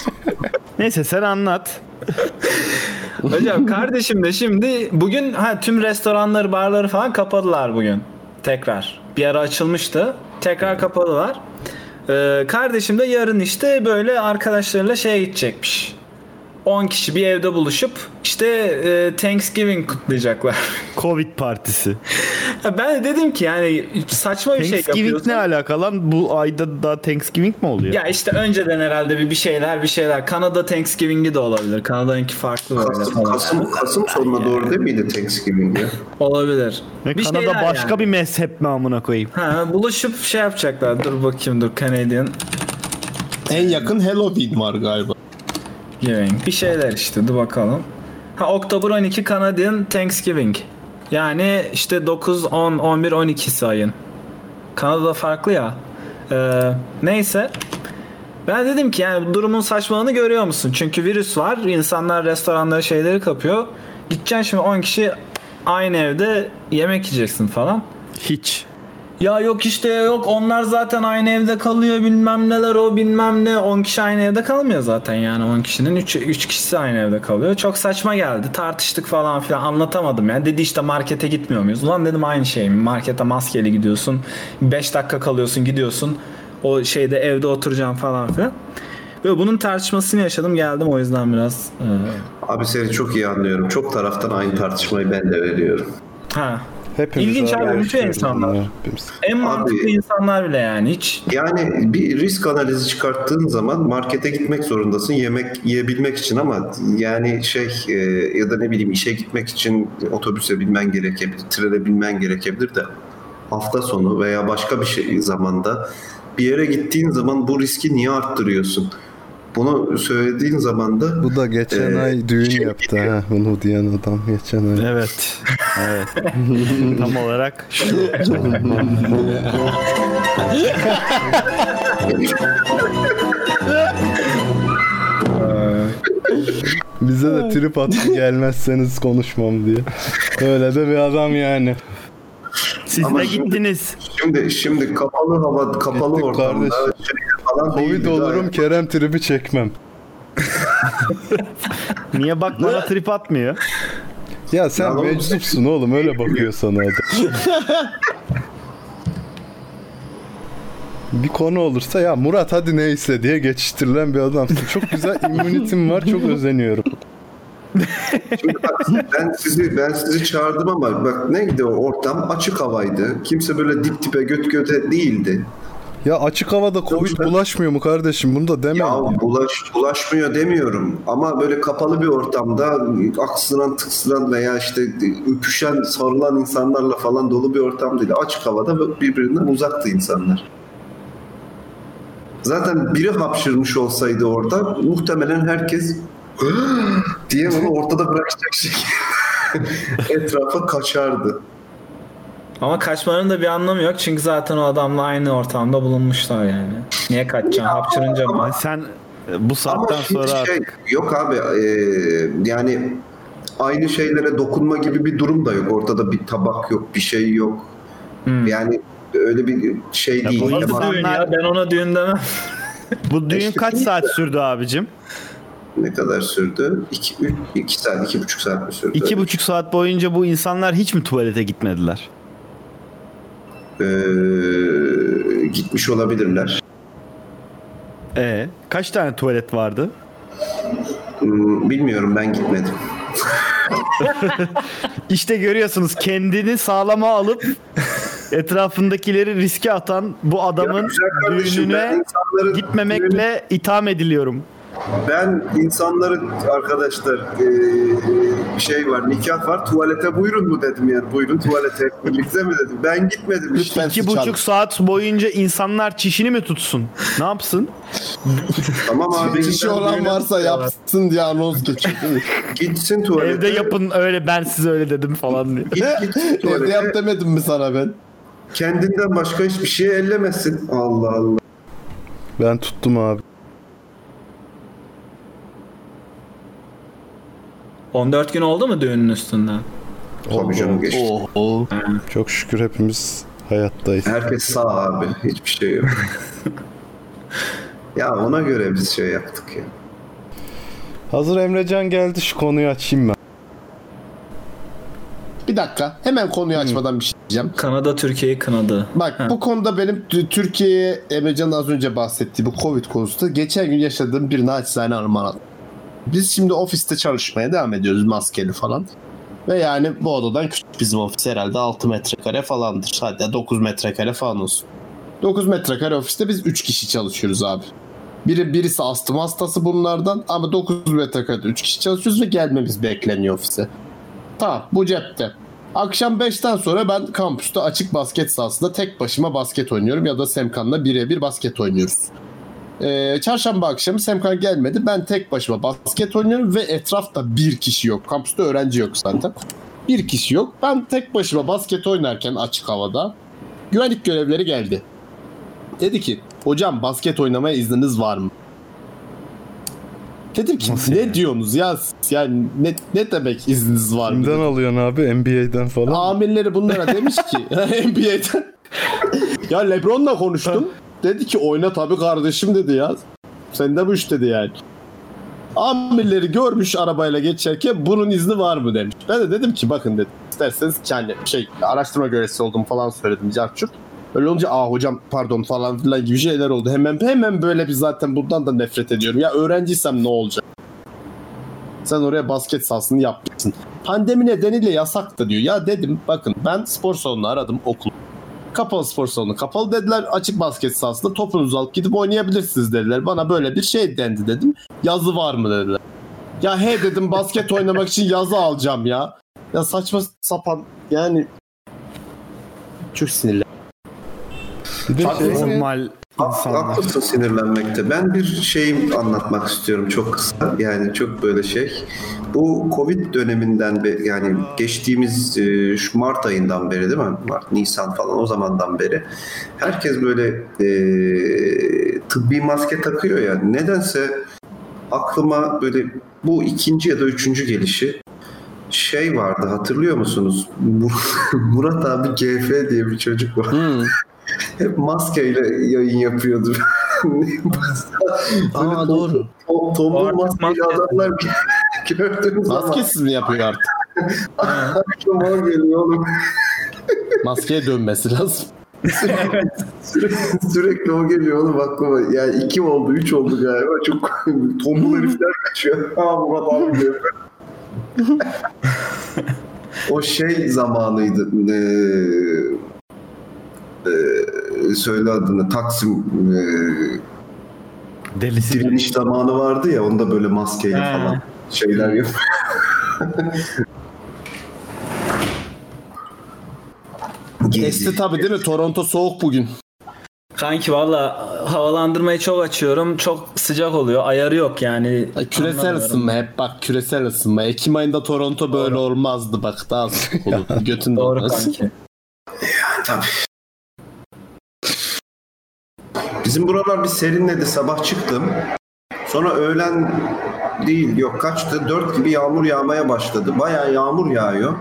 Speaker 9: Neyse sen anlat.
Speaker 4: Hocam kardeşim de şimdi bugün ha tüm restoranları, barları falan kapadılar bugün. Tekrar. Bir ara açılmıştı. Tekrar kapadılar. Ee, kardeşim de yarın işte böyle arkadaşlarıyla şeye gidecekmiş. 10 kişi bir evde buluşup işte e, Thanksgiving kutlayacaklar.
Speaker 9: Covid partisi.
Speaker 4: Ya ben de dedim ki yani saçma bir şey
Speaker 9: Thanksgiving
Speaker 4: yapıyorsun.
Speaker 9: ne alaka lan? Bu ayda daha Thanksgiving mi oluyor?
Speaker 4: Ya işte önceden herhalde bir bir şeyler bir şeyler. Kanada Thanksgiving'i de olabilir. Kanada'nınki farklı böyle
Speaker 6: Kasım,
Speaker 4: falan.
Speaker 6: Kasım, Kasım sonuna doğru değil miydi Thanksgiving ya?
Speaker 4: Olabilir.
Speaker 9: Ve
Speaker 4: Bir
Speaker 9: Kanada
Speaker 4: şeyler
Speaker 9: başka
Speaker 4: yani.
Speaker 9: bir mezhep mi amına koyayım?
Speaker 4: Ha buluşup şey yapacaklar. Dur bakayım dur Canadian
Speaker 3: En yakın Halloween var galiba.
Speaker 4: Giving. Bir şeyler işte dur bakalım. Ha Oktober 12 Canadian Thanksgiving. Yani işte 9, 10, 11, 12 ayın. Kanada farklı ya. Ee, neyse. Ben dedim ki yani durumun saçmalığını görüyor musun? Çünkü virüs var. insanlar restoranlara şeyleri kapıyor. Gideceksin şimdi 10 kişi aynı evde yemek yiyeceksin falan.
Speaker 9: Hiç.
Speaker 4: Ya yok işte yok onlar zaten aynı evde kalıyor bilmem neler o bilmem ne 10 kişi aynı evde kalmıyor zaten yani 10 kişinin 3, üç kişisi aynı evde kalıyor. Çok saçma geldi tartıştık falan filan anlatamadım yani dedi işte markete gitmiyor muyuz? Ulan dedim aynı şey mi markete maskeli gidiyorsun 5 dakika kalıyorsun gidiyorsun o şeyde evde oturacağım falan filan. Böyle bunun tartışmasını yaşadım geldim o yüzden biraz e,
Speaker 6: Abi seni çok iyi anlıyorum. Çok taraftan aynı tartışmayı ben de veriyorum.
Speaker 4: ha
Speaker 1: Hepimiz
Speaker 4: İlginç abi,
Speaker 1: öyle
Speaker 4: bütün
Speaker 1: yaşıyoruz
Speaker 4: insanlar.
Speaker 1: ya, hepimiz.
Speaker 4: en mantıklı insanlar bile yani hiç
Speaker 6: Yani bir risk analizi çıkarttığın zaman markete gitmek zorundasın yemek yiyebilmek için ama yani şey e, ya da ne bileyim işe gitmek için otobüse binmen gerekebilir, trene binmen gerekebilir de hafta sonu veya başka bir şey zamanda bir yere gittiğin zaman bu riski niye arttırıyorsun? Bunu söylediğin zaman da
Speaker 1: Bu da geçen
Speaker 6: Ee,
Speaker 1: ay düğün
Speaker 9: şey-
Speaker 1: yaptı ha. Bunu diyen adam geçen
Speaker 9: Ee,
Speaker 1: ay.
Speaker 9: Evet. Evet. Tam olarak şu.
Speaker 1: Bize de trip attı gelmezseniz konuşmam diye. Öyle de bir adam yani.
Speaker 9: Siz
Speaker 6: Ama
Speaker 9: de
Speaker 6: şimdi-
Speaker 9: gittiniz.
Speaker 6: Şimdi şimdi kapalı hava kapalı
Speaker 1: Gittik
Speaker 6: ortamda
Speaker 1: kardeş.
Speaker 6: şey falan
Speaker 1: Covid
Speaker 6: değildi.
Speaker 1: olurum Kerem tribi çekmem.
Speaker 9: Niye bak bana trip atmıyor?
Speaker 1: Ya
Speaker 6: Lan
Speaker 1: sen
Speaker 6: oğlum-
Speaker 1: meczupsun oğlum öyle bakıyor sana adam. bir konu olursa ya Murat hadi neyse diye geçiştirilen bir adamsın. Çok güzel immunitim var çok özeniyorum.
Speaker 6: Ben sizi ben sizi çağırdım ama bak neydi o ortam açık havaydı. Kimse böyle dip dipe göt göte değildi.
Speaker 1: Ya açık havada Covid bulaşmıyor mu kardeşim bunu da deme.
Speaker 6: Ya bulaş, bulaşmıyor demiyorum ama böyle kapalı bir ortamda aksıran tıksıran veya işte öpüşen sarılan insanlarla falan dolu bir ortam değil. Açık havada birbirinden uzaktı insanlar. Zaten biri hapşırmış olsaydı orada muhtemelen herkes diye onu ortada bırakacak şekilde etrafa kaçardı.
Speaker 5: Ama kaçmanın da bir anlamı yok çünkü zaten o adamla aynı ortamda bulunmuşlar yani. Niye kaçacaksın? Hapşırınca mı?
Speaker 9: Sen e, bu saatten
Speaker 6: Ama şimdi
Speaker 9: sonra
Speaker 6: şey yok abi e, yani aynı şeylere dokunma gibi bir durum da yok. Ortada bir tabak yok, bir şey yok. Yani öyle bir şey değil.
Speaker 9: Hmm. bu
Speaker 6: Ama-
Speaker 9: insanlar-
Speaker 5: Ben ona düğün demem.
Speaker 9: bu düğün kaç saat sürdü abicim?
Speaker 6: Ne kadar sürdü? 2 saat, iki buçuk saat mi sürdü?
Speaker 9: İki buçuk saat boyunca bu insanlar hiç mi tuvalete gitmediler?
Speaker 6: Ee, gitmiş olabilirler.
Speaker 4: Ee?
Speaker 9: E kaç tane tuvalet vardı?
Speaker 6: Hmm, Bilmiyorum ben gitmedim.
Speaker 9: İşte görüyorsunuz kendini sağlama alıp etrafındakileri riske atan bu adamın
Speaker 6: güzel kardeşim, ben
Speaker 9: düğününe
Speaker 6: insanların
Speaker 9: gitmemekle itham ediliyorum.
Speaker 6: Ben insanları arkadaşlar ee, şey var nikah var tuvalete buyurun mu dedim yani buyurun tuvalete hep birlikte mi dedim. Ben gitmedim işte.
Speaker 3: Lütfen
Speaker 9: İki
Speaker 3: sıçan.
Speaker 9: buçuk saat boyunca insanlar çişini mi tutsun? Ne yapsın?
Speaker 6: Tamam abi.
Speaker 3: Çişi şey olan varsa yapsın diye anons geçiyor değil mi?
Speaker 6: Gitsin tuvalete.
Speaker 9: Evde yapın öyle ben size öyle dedim falan diye.
Speaker 6: Git, gitsin
Speaker 3: Evde yap
Speaker 6: tuvalete.
Speaker 3: demedim mi sana ben?
Speaker 6: Kendinden başka hiçbir şeye ellemesin. Allah Allah.
Speaker 1: Ben tuttum abi.
Speaker 5: 14 gün oldu mu düğünün üstünden?
Speaker 6: Tabii canım geçti.
Speaker 3: Oho.
Speaker 1: Çok şükür hepimiz hayattayız.
Speaker 6: Herkes sağ abi. Hiçbir şey yok. ya ona göre biz şey yaptık ya.
Speaker 1: Hazır Emrecan geldi şu konuyu açayım ben.
Speaker 3: Bir dakika. Hemen konuyu açmadan bir şey diyeceğim.
Speaker 5: Kanada Türkiye'yi kınadı.
Speaker 3: Bak
Speaker 5: Ha.
Speaker 3: bu konuda benim t- Türkiye'ye Emrecan'ın az önce bahsettiği bu Covid konusunda geçen gün yaşadığım bir naçizane anımı Biz şimdi ofiste çalışmaya devam ediyoruz maskeli falan. Ve yani bu odadan küçük bizim ofis herhalde 6 metrekare falandır. Hatta 9 metrekare falan olsun. 9 metrekare ofiste biz 3 kişi çalışıyoruz abi. Biri, birisi astım hastası bunlardan ama 9 metrekarede 3 kişi çalışıyoruz ve gelmemiz bekleniyor ofise. Tamam bu cepte. Akşam 5'ten sonra ben kampüste açık basket sahasında tek başıma basket oynuyorum ya da Semkan'la birebir basket oynuyoruz. Ee, çarşamba akşamı Semkan gelmedi. Ben tek başıma basket oynuyorum ve etrafta bir kişi yok. Kampüste öğrenci yok zaten. Bir kişi yok. Ben tek başıma basket oynarken açık havada güvenlik görevleri geldi. Dedi ki hocam basket oynamaya izniniz var mı? Dedim ki ne diyorsunuz ya? Yani ne, ne demek izniniz var mı?
Speaker 1: Kimden alıyorsun abi? NBA'den falan.
Speaker 3: amirleri bunlara demiş ki NBA'den. ya Lebron'la konuştum. dedi ki oyna tabii kardeşim dedi ya. Sen de bu iş dedi yani. Amirleri görmüş arabayla geçerken bunun izni var mı demiş. Ben de dedim ki bakın dedim isterseniz kendi şey araştırma görevlisi oldum falan söyledim Carçuk. Öyle olunca aa hocam pardon falan filan gibi şeyler oldu. Hemen hemen böyle bir zaten bundan da nefret ediyorum. Ya öğrenciysem ne olacak? Sen oraya basket sahasını yapmışsın. Pandemi nedeniyle yasaktı diyor. Ya dedim bakın ben spor salonunu aradım okul. Kapalı spor salonu kapalı dediler. Açık basket sahasında topunuzu alıp gidip oynayabilirsiniz dediler. Bana böyle bir şey dendi dedim. Yazı var mı dediler. Ya he dedim basket oynamak için yazı alacağım ya. Ya saçma sapan yani çok sinirli.
Speaker 1: Bir de şey-
Speaker 9: Normal insanlar.
Speaker 6: Haklısın sinirlenmekte. Ben bir şey anlatmak istiyorum çok kısa. Yani çok böyle şey. Bu Covid döneminden be- yani geçtiğimiz e, şu Mart ayından beri değil mi? Mart, Nisan falan o zamandan beri herkes böyle e, tıbbi maske takıyor ya. Nedense aklıma böyle bu ikinci ya da üçüncü gelişi şey vardı hatırlıyor musunuz? Mur- Murat abi GF diye bir çocuk var. Hep maskeyle yayın yapıyordu.
Speaker 3: Aa doğru.
Speaker 6: O
Speaker 5: Artık
Speaker 6: tombul maskeyle
Speaker 5: maske-
Speaker 6: adamlar gördüğünüz zaman
Speaker 3: Maskesiz mi yapıyor artık?
Speaker 6: aklıma o geliyor oğlum.
Speaker 3: Maskeye dönmesi lazım.
Speaker 6: Sürekli, sürekli o geliyor oğlum aklıma. Yani iki oldu, üç oldu galiba. Çok tombul herifler kaçıyor. Ha Murat abi diyor. o şey zamanıydı. Ee, ee, söyle adını. Taksim ee,
Speaker 9: Delisi.
Speaker 6: direniş zamanı vardı ya onda böyle maskeyle
Speaker 5: He.
Speaker 6: falan şeyler yap.
Speaker 3: Esti tabii değil mi? Toronto soğuk bugün.
Speaker 5: Kanki valla havalandırmayı çok açıyorum. Çok sıcak oluyor. Ayarı yok yani.
Speaker 3: Küresel
Speaker 5: Anlamıyorum.
Speaker 3: ısınma hep bak küresel ısınma. Ekim ayında Toronto böyle olmazdı bak daha sıcak olur. Götün Doğru
Speaker 5: kanki.
Speaker 6: Bizim buralar bir serinledi sabah çıktım. Sonra öğlen değil yok kaçtı. Dört gibi yağmur yağmaya başladı. Bayağı yağmur yağıyor.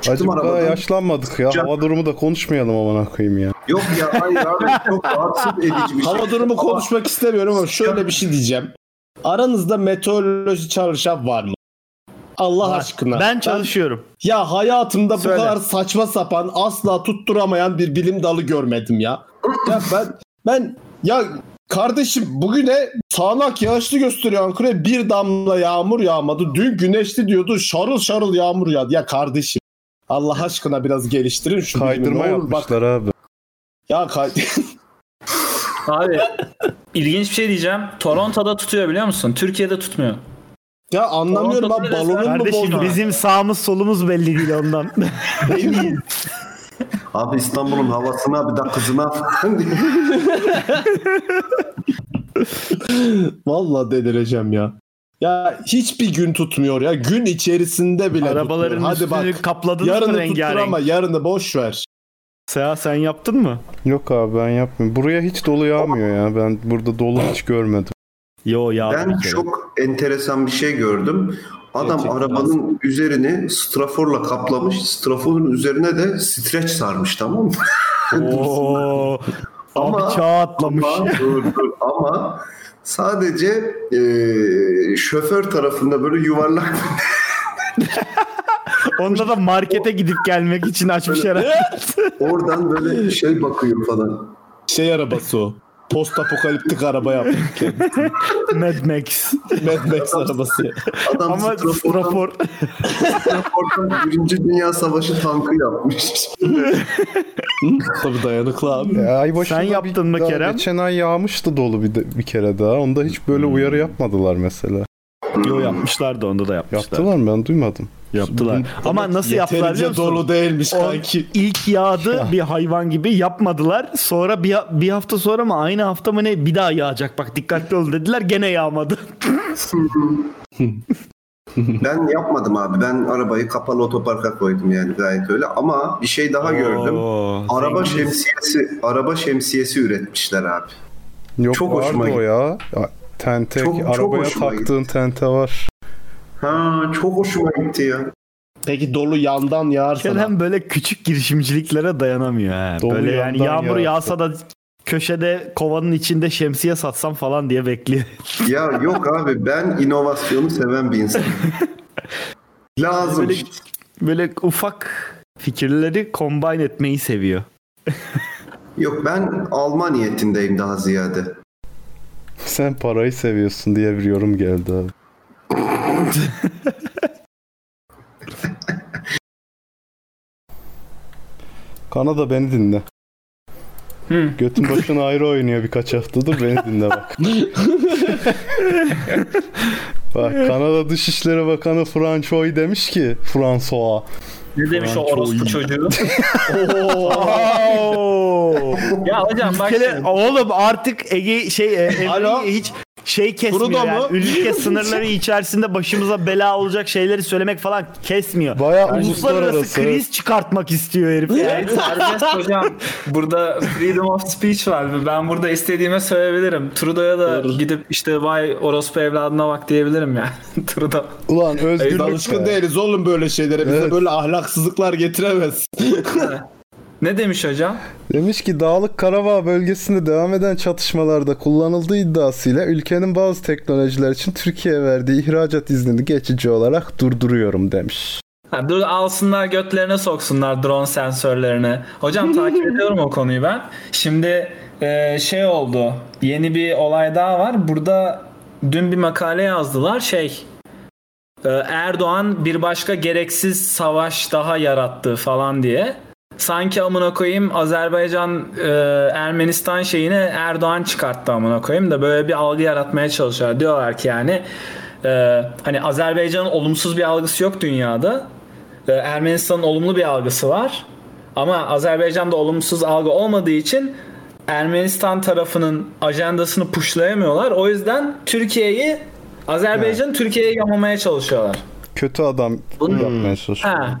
Speaker 6: Çıktım
Speaker 1: Acaba
Speaker 6: arabadan.
Speaker 1: yaşlanmadık ya.
Speaker 6: Can-
Speaker 1: Hava durumu da konuşmayalım amına koyayım ya.
Speaker 6: Yok ya hayır abi çok rahatsız edici bir şey.
Speaker 3: Hava durumu konuşmak istemiyorum ama şöyle bir şey diyeceğim. Aranızda meteoroloji çalışan var mı? Allah aşkına.
Speaker 2: Ben çalışıyorum.
Speaker 3: ya hayatımda
Speaker 2: Söyle.
Speaker 3: bu kadar saçma sapan asla tutturamayan bir bilim dalı görmedim ya. ya ben ben ya kardeşim bugüne sağanak yağışlı gösteriyor Ankara'ya bir damla yağmur yağmadı. Dün güneşli diyordu şarıl şarıl yağmur yağdı. Ya kardeşim Allah aşkına biraz geliştirin şunu.
Speaker 1: Kaydırma
Speaker 3: Ne olur bak-
Speaker 1: yapmışlar abi.
Speaker 3: Ya kay-
Speaker 5: Abi ilginç bir şey diyeceğim. Toronto'da tutuyor biliyor musun? Türkiye'de tutmuyor.
Speaker 3: Ya
Speaker 5: anlamıyorum lan, balonun mu
Speaker 9: Kardeşim
Speaker 5: bozdu?
Speaker 9: bizim sağımız solumuz belli değil ondan.
Speaker 6: Abi İstanbul'un havasına bir de kızına falan diye.
Speaker 3: Vallahi delireceğim ya. Ya hiçbir gün tutmuyor ya. Gün içerisinde bile
Speaker 9: Arabaların
Speaker 3: tutmuyor.
Speaker 9: üstünü kapladınız mı
Speaker 3: yarını
Speaker 9: rengarenk?
Speaker 3: tuttur ama yarını boş ver.
Speaker 9: Seha sen yaptın mı?
Speaker 1: Yok abi ben yapmıyorum. Buraya hiç dolu yağmıyor ya. Ben burada dolu hiç görmedim.
Speaker 9: Yo ya.
Speaker 6: Ben çok enteresan bir şey gördüm. Adam arabanın üzerini straforla kaplamış. Straforun üzerine de streç sarmış tamam mı?
Speaker 9: Oo. Abi çağ atlamış.
Speaker 6: Ama, dur, dur. ama sadece e, şoför tarafında böyle yuvarlak
Speaker 9: Onda da markete gidip gelmek için açmış herhalde.
Speaker 6: oradan böyle şey bakıyor falan.
Speaker 3: Şey arabası o. Post apokaliptik araba yaptık.
Speaker 9: Mad Max.
Speaker 3: Mad Max arabası.
Speaker 6: Adam
Speaker 9: Ama
Speaker 6: strafordan,
Speaker 9: rapor.
Speaker 6: strafordan Birinci Dünya Savaşı tankı yapmış.
Speaker 3: Tabii dayanıklı abi.
Speaker 1: Ya ay başında
Speaker 9: Sen
Speaker 1: bir-
Speaker 9: yaptın mı
Speaker 1: daha
Speaker 9: Kerem?
Speaker 1: Geçen ay yağmıştı dolu bir, de- bir kere daha. Onda hiç böyle uyarı yapmadılar mesela.
Speaker 9: Yo yapmışlardı onda da yapmışlar.
Speaker 1: Yaptılar mı ben duymadım.
Speaker 9: Yaptılar. Ama nasıl yaptılar biliyor
Speaker 3: Yeterince
Speaker 9: musun?
Speaker 3: dolu değilmiş
Speaker 9: O
Speaker 3: kanki.
Speaker 9: ilk yağdı bir hayvan gibi yapmadılar. Sonra bir, bir hafta sonra mı aynı hafta mı ne bir daha yağacak bak dikkatli olun dediler gene yağmadı.
Speaker 6: Ben yapmadım abi. Ben arabayı kapalı otoparka koydum yani gayet öyle. Ama bir şey daha gördüm. Araba şemsiyesi, araba şemsiyesi üretmişler abi.
Speaker 1: Yok
Speaker 6: Çok
Speaker 1: vardı
Speaker 6: hoşuma
Speaker 1: o ya. Ya, Tente,
Speaker 6: Çok- çok
Speaker 1: arabaya
Speaker 6: hoşuma
Speaker 1: taktığın tente var.
Speaker 6: Ha çok hoşuma gitti ya.
Speaker 3: Peki dolu yandan yağarsa. da-
Speaker 9: Kerem böyle küçük girişimciliklere dayanamıyor. ha.
Speaker 1: Dolu
Speaker 9: böyle yani
Speaker 1: yandan
Speaker 9: yağmur
Speaker 1: yağarsa.
Speaker 9: yağsa da köşede kovanın içinde şemsiye satsam falan diye bekliyor.
Speaker 6: Ya yok abi ben inovasyonu seven bir insanım. Lazım.
Speaker 9: Böyle-
Speaker 6: işte.
Speaker 9: Böyle ufak fikirleri combine etmeyi seviyor.
Speaker 6: Yok ben alma niyetindeyim daha ziyade.
Speaker 1: Sen parayı seviyorsun diye bir yorum geldi abi. Kanada beni dinle.
Speaker 5: Hı.
Speaker 1: Götün başına ayrı oynuyor birkaç haftadır beni dinle bak. bak Kanada Dışişleri Bakanı François demiş ki François
Speaker 5: Ne demiş o orospu çocuğu?
Speaker 9: Oo.
Speaker 5: ya hocam bak
Speaker 9: Ülkeler- oğlum artık Ege şey e, Emre'yi
Speaker 3: Alo?
Speaker 9: hiç şey kesmiyor
Speaker 3: Kuruda
Speaker 9: yani.
Speaker 3: mı?
Speaker 9: Ülke sınırları içerisinde başımıza bela olacak şeyleri söylemek falan kesmiyor.
Speaker 1: Bayağı
Speaker 9: Uluslararası
Speaker 1: uluslararası.
Speaker 9: kriz çıkartmak istiyor herif. Yani.
Speaker 5: Evet, serbest hocam. Burada freedom of speech var. Ben burada istediğime söyleyebilirim. Trudeau'ya da gidip işte vay orospu evladına bak diyebilirim ya. Trudeau.
Speaker 1: Ulan
Speaker 3: Biz
Speaker 1: özgürlük
Speaker 3: Alışkın değiliz oğlum böyle şeylere. Bize
Speaker 1: Evet.
Speaker 3: böyle ahlaksızlıklar getiremez.
Speaker 5: Ne demiş hocam?
Speaker 1: Demiş ki Dağlık Karabağ bölgesinde devam eden çatışmalarda kullanıldığı iddiasıyla ülkenin bazı teknolojiler için Türkiye'ye verdiği ihracat iznini geçici olarak durduruyorum demiş.
Speaker 5: Ha, dur alsınlar götlerine soksunlar drone sensörlerine. Hocam takip ediyorum o konuyu ben. Şimdi e, şey oldu. Yeni bir olay daha var. Burada dün bir makale yazdılar. Şey e, Erdoğan bir başka gereksiz savaş daha yarattı falan diye. Sanki amına koyayım Azerbaycan e, Ermenistan şeyini Erdoğan çıkarttı amına koyayım da böyle bir algı yaratmaya çalışıyorlar. Diyorlar ki yani e, hani Azerbaycan'ın olumsuz bir algısı yok dünyada. E, Ermenistan'ın olumlu bir algısı var. Ama Azerbaycan'da olumsuz algı olmadığı için Ermenistan tarafının ajandasını pushlayamıyorlar. O yüzden Türkiye'yi Azerbaycan'ı Türkiye'ye yamamaya çalışıyorlar.
Speaker 1: Kötü adam yapmaya çalışıyor.
Speaker 5: Ha.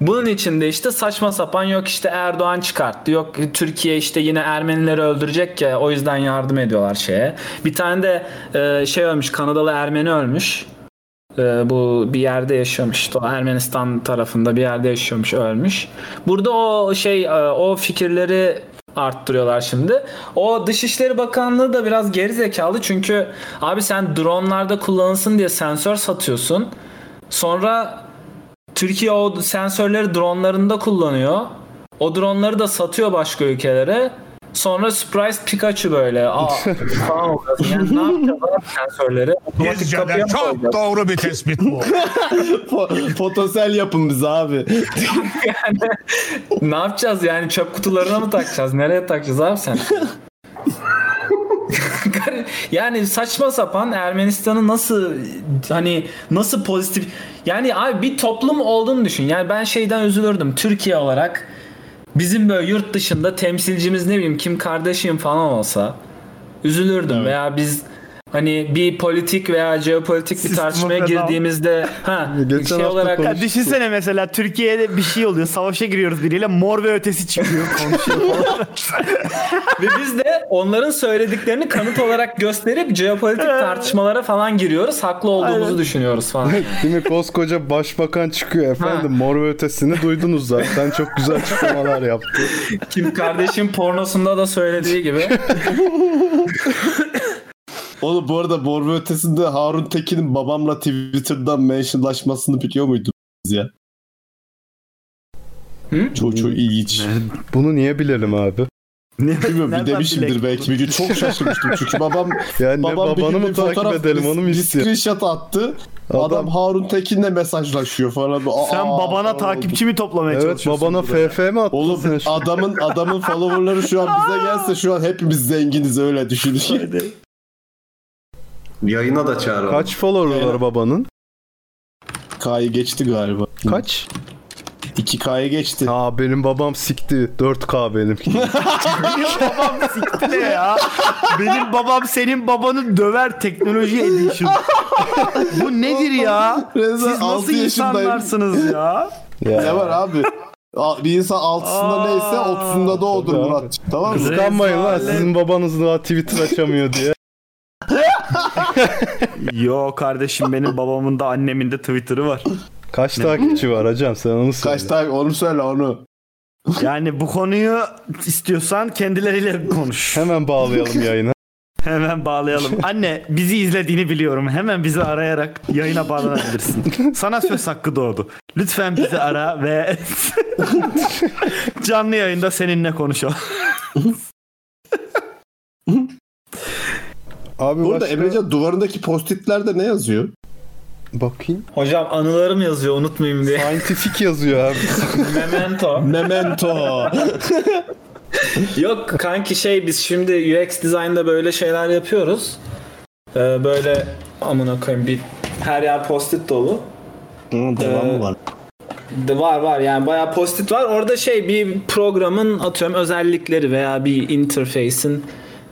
Speaker 5: Bunun içinde işte saçma sapan yok işte Erdoğan çıkarttı. Yok Türkiye işte yine Ermenileri öldürecek ya o yüzden yardım ediyorlar şeye. Bir tane de e, şey ölmüş Kanadalı Ermeni ölmüş. E, bu bir yerde yaşıyormuş işte o Ermenistan tarafında bir yerde yaşıyormuş ölmüş. Burada o şey e, o fikirleri arttırıyorlar şimdi. O Dışişleri Bakanlığı da biraz geri zekalı çünkü abi sen dronlarda kullanılsın diye sensör satıyorsun. Sonra Türkiye o sensörleri dronlarında kullanıyor. O dronları da satıyor başka ülkelere. Sonra surprise Pikachu böyle. Aa, falan oluyor. Yani ne yapacağız abi sensörleri? Otomatik kapıya mı koyacağız?
Speaker 15: doğru bir tespit bu.
Speaker 3: Fo- Fotosel yapın bize abi.
Speaker 5: ne yapacağız yani çöp kutularına mı takacağız? Nereye takacağız abi sen? yani saçma sapan Ermenistan'ı nasıl hani nasıl pozitif yani abi bir toplum olduğunu düşün. Yani ben şeyden üzülürdüm Türkiye olarak bizim böyle yurt dışında temsilcimiz ne bileyim kim kardeşim falan olsa üzülürdüm veya biz hani bir politik veya jeopolitik bir tartışmaya
Speaker 9: feda.
Speaker 5: girdiğimizde ha
Speaker 9: Geçen
Speaker 5: şey olarak
Speaker 9: ya düşünsene mesela Türkiye'de bir şey oluyor. Savaşa giriyoruz biriyle mor ve ötesi çıkıyor.
Speaker 5: Ve biz de onların söylediklerini kanıt olarak gösterip jeopolitik tartışmalara falan giriyoruz. Haklı olduğumuzu düşünüyoruz falan.
Speaker 1: Değil mi? Koskoca başbakan çıkıyor efendim. Mor ve ötesini duydunuz zaten. Çok güzel açıklamalar yaptı.
Speaker 5: Kim kardeşim pornosunda da söylediği gibi.
Speaker 3: Oğlum bu arada Bor ve Ötesi'nde Harun Tekin'in babamla Twitter'dan mentionlaşmasını biliyor muydunuz ya? Çok çok ilginç.
Speaker 1: Bunu niye bilelim abi?
Speaker 3: Bilmiyorum bir demişimdir belki bir gün. Çok şaşırmıştım çünkü babam
Speaker 1: Yani ne,
Speaker 3: bir
Speaker 1: babanı
Speaker 3: gün
Speaker 1: mı
Speaker 3: bir
Speaker 1: takip edelim, onu mu
Speaker 3: bir
Speaker 1: istiyor?
Speaker 3: screenshot attı. Adam, Harun Tekin'le mesajlaşıyor falan. Aa,
Speaker 9: Sen babana takipçi mi toplamaya
Speaker 1: Evet,
Speaker 9: çalışıyorsun?
Speaker 1: babana
Speaker 9: burada ya?
Speaker 1: FF mi attın
Speaker 3: Oğlum
Speaker 1: sen şu-
Speaker 3: adamın adamın followerları şu an bize gelse şu an hepimiz zenginiz öyle düşünün.
Speaker 6: Yayına da çağıralım.
Speaker 1: Kaç follower'ı var babanın?
Speaker 3: K'yı geçti galiba.
Speaker 1: Kaç?
Speaker 3: 2K'ya geçti.
Speaker 1: Aa benim babam sikti. 4K benimki.
Speaker 9: Benim babam sikti ne ya. Benim babam senin babanı döver teknoloji edition. Bu nedir ya? Siz nasıl
Speaker 3: altı yaşındayım.
Speaker 9: insanlarsınız ya?
Speaker 3: Ne var abi? A- Bir insan altısında neyse otuzunda da odur Murat. Tamam mı?
Speaker 1: Kıskanmayın lan sizin babanız daha Twitter açamıyor diye.
Speaker 9: Yo kardeşim benim babamın da annemin de Twitter'ı var.
Speaker 1: Kaç takipçi var hocam sen onu söyle.
Speaker 3: Kaç tane onu söyle onu.
Speaker 9: Yani bu konuyu istiyorsan kendileriyle konuş.
Speaker 1: Hemen bağlayalım yayına.
Speaker 9: Hemen bağlayalım. Anne bizi izlediğini biliyorum. Hemen bizi arayarak yayına bağlanabilirsin. Sana söz hakkı doğdu. Lütfen bizi ara ve canlı yayında seninle konuşalım.
Speaker 1: Abi
Speaker 3: Burada Emrecan duvarındaki postitlerde ne yazıyor?
Speaker 1: Bakayım.
Speaker 5: Hocam anılarım yazıyor unutmayayım diye.
Speaker 1: Scientific yazıyor abi.
Speaker 5: Memento.
Speaker 3: Memento.
Speaker 5: Yok kanki şey biz şimdi UX design'da böyle şeyler yapıyoruz. Ee, böyle amına koyayım bir her yer post-it dolu. Ee,
Speaker 3: Devamı var.
Speaker 5: De var var yani bayağı post-it var. Orada şey bir programın atıyorum özellikleri veya bir interface'in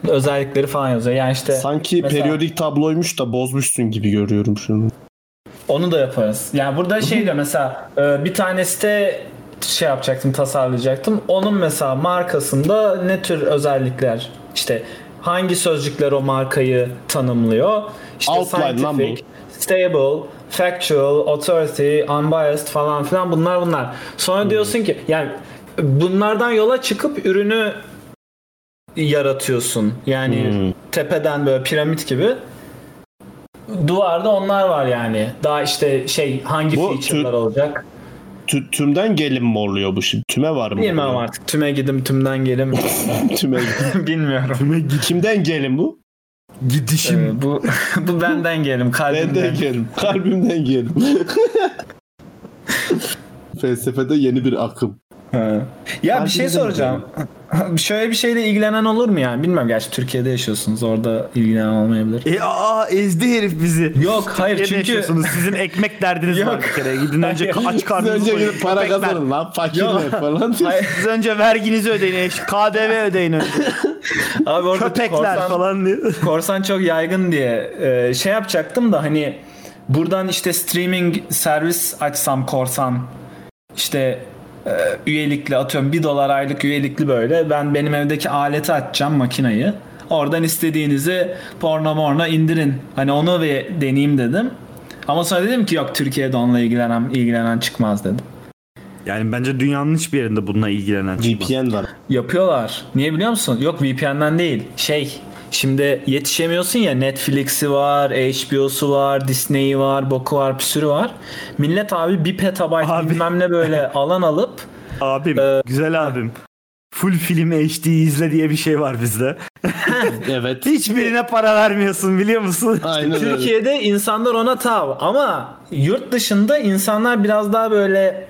Speaker 5: özellikleri falan yazıyor. Yani işte
Speaker 3: Sanki
Speaker 5: mesela-
Speaker 3: periyodik tabloymuş da bozmuşsun gibi görüyorum şunu.
Speaker 5: Onu da yaparız. Yani burada şey diyor mesela e, bir tane site şey yapacaktım tasarlayacaktım. Onun mesela markasında ne tür özellikler işte hangi sözcükler o markayı tanımlıyor? İşte
Speaker 3: Outline lan bu.
Speaker 5: scientific, stable, factual, authority, unbiased falan filan bunlar bunlar. Sonra
Speaker 3: Hmm.
Speaker 5: diyorsun ki yani bunlardan yola çıkıp ürünü yaratıyorsun. Yani
Speaker 3: Hmm.
Speaker 5: tepeden böyle piramit gibi. Duvarda onlar var yani. Daha işte şey hangi
Speaker 3: Bu
Speaker 5: feature'lar
Speaker 3: tü-
Speaker 5: olacak.
Speaker 3: Tü- tümden gelin mi oluyor bu şimdi? Tüme var mı?
Speaker 5: Bilmem artık. Tüme gidim, tümden gelim.
Speaker 3: Tüme
Speaker 5: Bilmiyorum.
Speaker 3: Kimden gelin bu?
Speaker 9: Gidişim.
Speaker 5: Ee, bu bu benden gelim, kalbimden.
Speaker 3: Benden gelin. Kalbimden gelin. Felsefede yeni bir akım.
Speaker 5: Ha. Ya bir şey soracağım. Şöyle bir şeyle ilgilenen olur mu yani? Bilmem gerçi Türkiye'de yaşıyorsunuz. Orada ilgilenen olmayabilir.
Speaker 9: E aa ezdi herif bizi.
Speaker 5: Yok hayır
Speaker 9: Türkiye'de
Speaker 5: çünkü-
Speaker 9: yaşıyorsunuz. Sizin ekmek derdiniz var bir kere. Gidin önce aç karnınızı
Speaker 3: Önce
Speaker 9: doyurun.
Speaker 3: gidip para
Speaker 9: Ekmek-
Speaker 3: kazanın lan. Fakir
Speaker 9: Yok.
Speaker 3: ne falan.
Speaker 9: Hayır, Siz önce verginizi ödeyin. eş- KDV ödeyin önce.
Speaker 5: Abi orada
Speaker 9: Köpekler falan diye.
Speaker 5: Korsan çok yaygın diye e, şey yapacaktım da hani buradan işte streaming servis açsam korsan işte e, üyelikli atıyorum 1 dolar aylık üyelikli böyle ben benim evdeki aleti açacağım makinayı. Oradan istediğinizi porno morno indirin. Hani onu bir deneyeyim dedim. Ama sonra dedim ki yok Türkiye'de onunla ilgilenen ilgilenen çıkmaz dedim.
Speaker 9: Yani bence dünyanın hiçbir yerinde bununla ilgilenen çıkmaz.
Speaker 3: VPN var.
Speaker 5: Yapıyorlar. Niye biliyor musun? Yok VPN'den değil. Şey şimdi yetişemiyorsun ya Netflix'i var, HBO'su var, Disney'i var, boku var, püsürü var. Millet abi 1 petabayt bilmem ne böyle alan alıp
Speaker 9: Abim,
Speaker 5: Ee,
Speaker 9: güzel abim. Full film HD izle diye bir şey var bizde.
Speaker 3: evet.
Speaker 9: Hiçbirine para vermiyorsun biliyor musun?
Speaker 5: Türkiye'de insanlar ona tav ama yurt dışında insanlar biraz daha böyle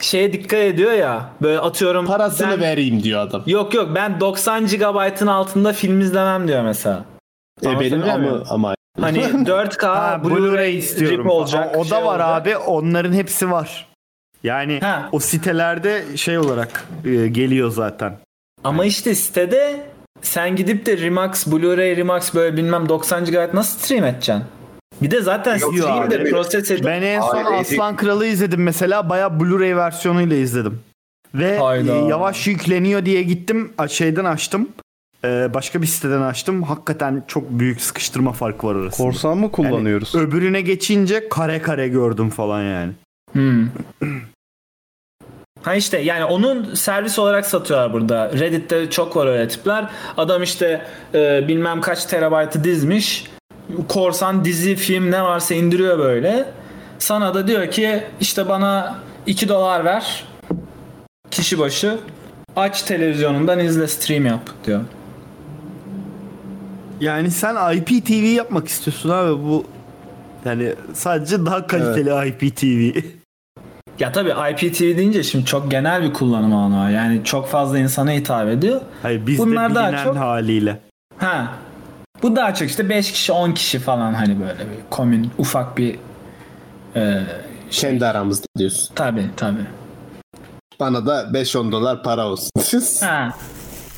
Speaker 5: şeye dikkat ediyor ya. Böyle atıyorum
Speaker 3: Parasını
Speaker 5: ben-
Speaker 3: vereyim diyor adam.
Speaker 5: Yok yok ben 90 GB'ın altında film izlemem diyor mesela.
Speaker 3: E benim
Speaker 5: Anlatabiliyor
Speaker 3: ama
Speaker 5: muyum?
Speaker 3: ama
Speaker 5: Hani 4K Blu-ray
Speaker 9: istiyorum.
Speaker 5: rip olacak.
Speaker 9: Aa, O da
Speaker 5: şey
Speaker 9: var
Speaker 5: olacak.
Speaker 9: abi. Onların hepsi var. Yani o sitelerde şey olarak e, geliyor zaten.
Speaker 5: Ama işte sitede sen gidip de Remax, Blu-ray Remax böyle bilmem 90 GB nasıl stream edeceksin? Bir de zaten
Speaker 9: Yok
Speaker 5: stream de
Speaker 9: abi.
Speaker 5: proses edip
Speaker 9: Ben en son Aslan Kralı izledim mesela. Baya Blu-ray versiyonuyla izledim. Ve
Speaker 5: Hayda.
Speaker 9: e, yavaş yükleniyor diye gittim. a- Şeyden açtım. E, Başka bir siteden açtım. Hakikaten çok büyük sıkıştırma farkı var arasında.
Speaker 1: Korsan mı kullanıyoruz?
Speaker 9: Yani öbürüne geçince kare kare gördüm falan yani.
Speaker 5: Hmm. Ha işte yani onun servis olarak satıyorlar burada. Reddit'te çok var öyle tipler. Adam işte e, bilmem kaç terabaytı dizmiş. Korsan dizi film ne varsa indiriyor böyle. Sana da diyor ki işte bana 2 dolar ver. Kişi başı. Aç televizyonundan izle stream yap diyor.
Speaker 9: Yani sen IPTV yapmak istiyorsun abi bu yani sadece daha kaliteli IPTV.
Speaker 5: Ya tabii IPTV deyince şimdi çok genel bir kullanım alanı var. Yani çok fazla insana hitap ediyor.
Speaker 9: Hayır bizde
Speaker 5: Bunlar daha
Speaker 9: bilinen
Speaker 5: çok-
Speaker 9: haliyle.
Speaker 5: Ha. Bu daha çok işte 5 kişi 10 kişi falan hani böyle bir komün ufak bir e,
Speaker 3: kendi aramızda diyorsun.
Speaker 5: tabi tabi.
Speaker 3: Bana da 5-10 dolar para olsun.
Speaker 5: Ha.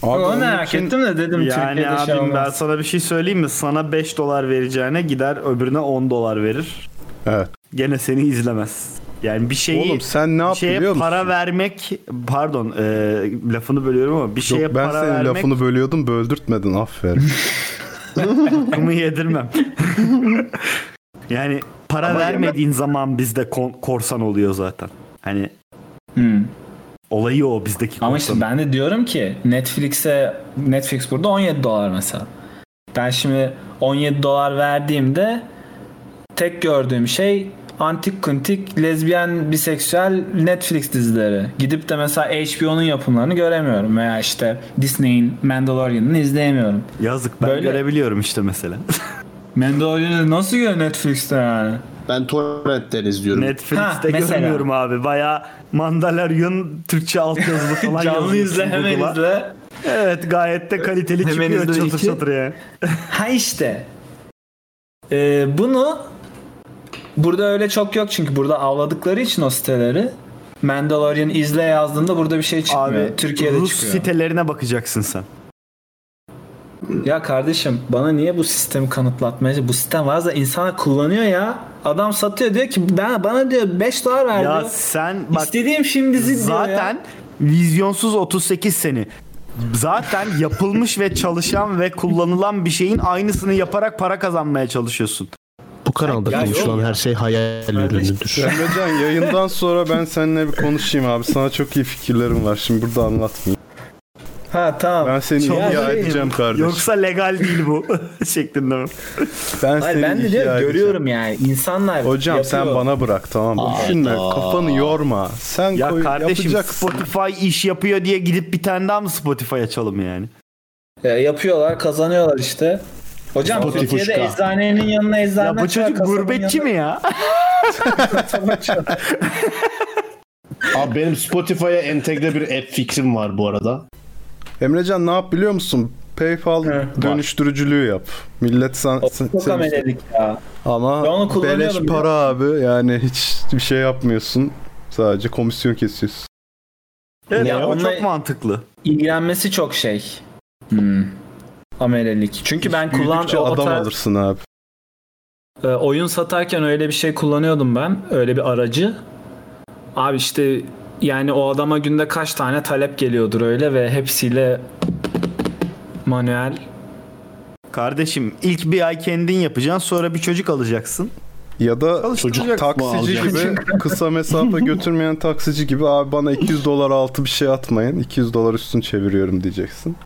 Speaker 5: Onu merak ettim de dedim
Speaker 9: Yani
Speaker 5: Türkiye'de
Speaker 9: abim
Speaker 5: şey
Speaker 9: ben
Speaker 5: olmaz.
Speaker 9: sana bir şey söyleyeyim mi? Sana 5 dolar vereceğine gider öbürüne 10 dolar verir.
Speaker 1: Evet.
Speaker 9: Gene seni izlemez. Yani bir
Speaker 5: Şey,
Speaker 9: şeyi
Speaker 1: Oğlum sen ne yap
Speaker 9: bir şeye
Speaker 1: biliyor musun?
Speaker 9: para vermek pardon e, lafını bölüyorum ama bir şeye
Speaker 1: Yok, ben
Speaker 9: para
Speaker 1: senin
Speaker 9: vermek
Speaker 1: lafını bölüyordum böldürtmedin aferin.
Speaker 9: Hakkımı yedirmem. yani para
Speaker 1: Ama
Speaker 9: vermediğin zaman bizde kon- korsan oluyor zaten. Hani olayı o bizdeki korsan.
Speaker 5: Hmm. Ama işte ben de diyorum ki Netflix'e Netflix burada 17 dolar mesela. Ben şimdi 17 dolar verdiğimde tek gördüğüm şey antik kuntik lezbiyen biseksüel Netflix dizileri. Gidip de mesela HBO'nun yapımlarını göremiyorum veya işte Disney'in Mandalorian'ını izleyemiyorum.
Speaker 9: Yazık ben
Speaker 5: Böyle-
Speaker 9: görebiliyorum işte mesela.
Speaker 5: Mandalorian'ı nasıl gör Netflix'te yani?
Speaker 3: Ben torrentten izliyorum.
Speaker 5: Ha,
Speaker 9: Netflix'te
Speaker 5: mesela.
Speaker 9: görmüyorum abi. Baya Mandalorian Türkçe altyazılı falan
Speaker 5: Canlı
Speaker 9: yazıyorsun
Speaker 5: izle hemen
Speaker 9: Google'a.
Speaker 5: izle.
Speaker 9: Evet gayet de kaliteli
Speaker 5: Hemen
Speaker 9: çıkıyor
Speaker 5: izle
Speaker 9: çatır
Speaker 5: iki.
Speaker 9: çatır ya.
Speaker 5: Ha işte. Ee, bunu burada öyle çok yok çünkü burada avladıkları için o siteleri Mandalorian izle yazdığında burada bir şey çıkmıyor.
Speaker 9: Abi
Speaker 5: Türkiye'de
Speaker 9: Rus
Speaker 5: çıkıyor.
Speaker 9: sitelerine bakacaksın sen.
Speaker 5: Ya kardeşim bana niye bu sistemi kanıtlatmaya Bu sistem varsa insana kullanıyor ya. Adam satıyor diyor ki ben bana diyor 5 dolar ver
Speaker 9: Ya
Speaker 5: diyor.
Speaker 9: sen bak
Speaker 5: İstediğim film dizi diyor ya.
Speaker 9: zaten vizyonsuz 38 seni. Zaten yapılmış ve çalışan ve kullanılan bir şeyin aynısını yaparak para kazanmaya çalışıyorsun.
Speaker 7: Bu kanalda
Speaker 5: Ya yok
Speaker 7: konuşulan
Speaker 5: ya.
Speaker 7: her şey hayal ürünüdür.
Speaker 1: Emrecan yayından sonra ben seninle bir konuşayım abi. Sana çok iyi fikirlerim var. Şimdi burada anlatmayayım.
Speaker 5: Ha tamam.
Speaker 1: Ben seni
Speaker 5: Çok-
Speaker 1: ihya
Speaker 5: Ya-
Speaker 1: edeceğim kardeşim.
Speaker 9: Yoksa legal değil bu şeklinde mi?
Speaker 1: ben
Speaker 5: Hayır,
Speaker 1: seni
Speaker 5: ben de
Speaker 1: ihya
Speaker 5: diyorum,
Speaker 1: edeceğim.
Speaker 5: görüyorum yani insanlar
Speaker 1: Hocam sen
Speaker 5: yapıyor.
Speaker 1: bana bırak tamam mı? Düşünme kafanı yorma. Sen
Speaker 9: Ya
Speaker 1: koy,
Speaker 9: kardeşim
Speaker 1: yapacaksın.
Speaker 9: Spotify iş yapıyor diye gidip bir tane daha mı Spotify açalım yani?
Speaker 5: Ya yapıyorlar kazanıyorlar işte. Hocam
Speaker 3: Spotify
Speaker 5: Türkiye'de
Speaker 3: kuşka.
Speaker 5: eczanenin yanına eczane
Speaker 9: Ya bu
Speaker 5: açar,
Speaker 9: çocuk
Speaker 5: kasanın
Speaker 9: gurbetçi mi ya?
Speaker 5: yanına kasaba açar.
Speaker 3: Abi benim Spotify'a entegre bir app fikrim var bu arada.
Speaker 1: Emrecan ne yap biliyor musun? PayPal dönüştürücülüğü yap. Millet sen, sen-
Speaker 5: Çok
Speaker 1: sen-
Speaker 5: amelelik ya. Ben onu
Speaker 1: ama
Speaker 5: kullanıyorum
Speaker 1: beleş
Speaker 5: biliyor
Speaker 1: para abi yani hiç bir şey yapmıyorsun. Sadece komisyon kesiyorsun.
Speaker 9: Evet,
Speaker 5: Ya
Speaker 9: ya, o
Speaker 5: onunla-
Speaker 9: çok mantıklı.
Speaker 5: İlgilenmesi çok şey. Amelelik. Çünkü ben kullan
Speaker 1: Büyüdükçe
Speaker 5: o, o
Speaker 1: adam
Speaker 5: tarz-
Speaker 1: alırsın abi.
Speaker 5: E, oyun satarken öyle bir şey kullanıyordum ben. Öyle bir aracı. Abi işte yani o adama günde kaç tane talep geliyordur öyle ve hepsiyle manuel.
Speaker 9: Kardeşim ilk bir ay kendin yapacaksın sonra bir çocuk alacaksın.
Speaker 1: Ya da
Speaker 9: Çocuk
Speaker 1: taksici gibi kısa mesafe götürmeyen taksici gibi abi bana 200 dolar altı bir şey atmayın. 200 dolar üstünü çeviriyorum diyeceksin.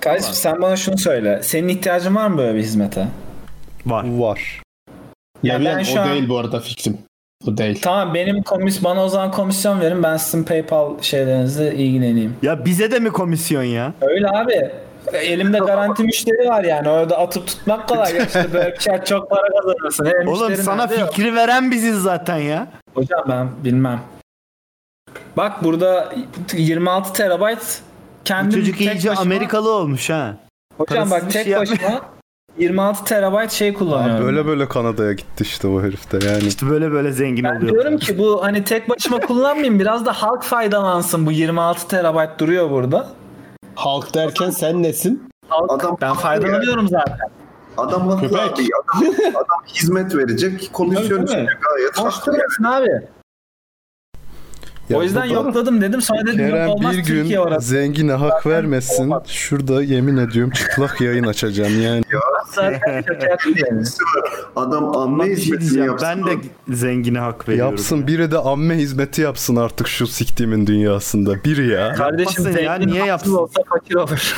Speaker 5: Kardeşim sen bana şunu söyle. Senin ihtiyacın var mı böyle bir hizmete?
Speaker 9: Var.
Speaker 1: Var.
Speaker 3: Ya,
Speaker 5: ben
Speaker 3: ben o
Speaker 5: şu an-
Speaker 3: değil bu arada fikrim. O değil.
Speaker 5: Tamam benim komis bana o zaman komisyon verin ben sizin PayPal şeylerinizle ilgileneyim.
Speaker 9: Ya bize de mi komisyon ya?
Speaker 5: Öyle abi. Elimde garanti müşteri var yani. Orada atıp tutmak kolay. Ya İşte böyle bir şey çok para kazanırsın. Hem
Speaker 9: Oğlum
Speaker 5: müşteri
Speaker 9: sana
Speaker 5: nerede yok.
Speaker 9: fikri veren biziz zaten ya.
Speaker 5: Hocam ben bilmem. Bak burada 26 terabayt
Speaker 9: Bu
Speaker 5: kendim
Speaker 9: çocuk
Speaker 5: tek
Speaker 9: iyice
Speaker 5: başıma-
Speaker 9: Amerikalı olmuş ha.
Speaker 5: Hocam bak
Speaker 9: Parasız bir
Speaker 5: tek
Speaker 9: şey yapmıyor.
Speaker 5: başıma 26 terabayt şey kullanıyorum.
Speaker 1: Böyle böyle Kanada'ya gitti işte bu herif de yani.
Speaker 9: İşte böyle böyle zengin
Speaker 5: Ben
Speaker 9: oluyor.
Speaker 5: diyorum ki bu hani tek başıma kullanmayayım biraz da halk faydalansın bu 26 terabayt duruyor burada.
Speaker 3: Halk derken sen nesin?
Speaker 5: Halk,
Speaker 6: Adam-
Speaker 5: ben faydalanıyorum zaten.
Speaker 6: Adam haklı
Speaker 3: Köpek.
Speaker 6: abi. Adam, adam hizmet verecek. Komisyon
Speaker 5: Tabii, tabii.
Speaker 6: için gayet
Speaker 5: Boş
Speaker 6: haklı. yani.
Speaker 5: durmasın abi.
Speaker 1: Ya
Speaker 5: o yüzden
Speaker 1: bu da-
Speaker 5: yokladım dedim sonra dedim
Speaker 1: Kerem
Speaker 5: yok olmaz
Speaker 1: bir gün
Speaker 5: Türkiye orası.
Speaker 1: zengine hak vermesin. Şurada yemin ediyorum çıplak yayın açacağım yani.
Speaker 5: Zaten çökertti beni.
Speaker 6: Adam
Speaker 9: Ama
Speaker 6: anne
Speaker 9: bir şey
Speaker 6: hizmetini
Speaker 9: diyeceğim,
Speaker 6: yapsın.
Speaker 9: ben de zengine hak veriyorum.
Speaker 1: Yapsın biri de amme hizmeti yapsın artık şu siktimin dünyasında. Biri ya.
Speaker 5: Kardeşim
Speaker 9: Yapmasın ya,
Speaker 5: zengin
Speaker 9: niye
Speaker 5: haklı
Speaker 9: yapsın?
Speaker 5: olsa fakir olur.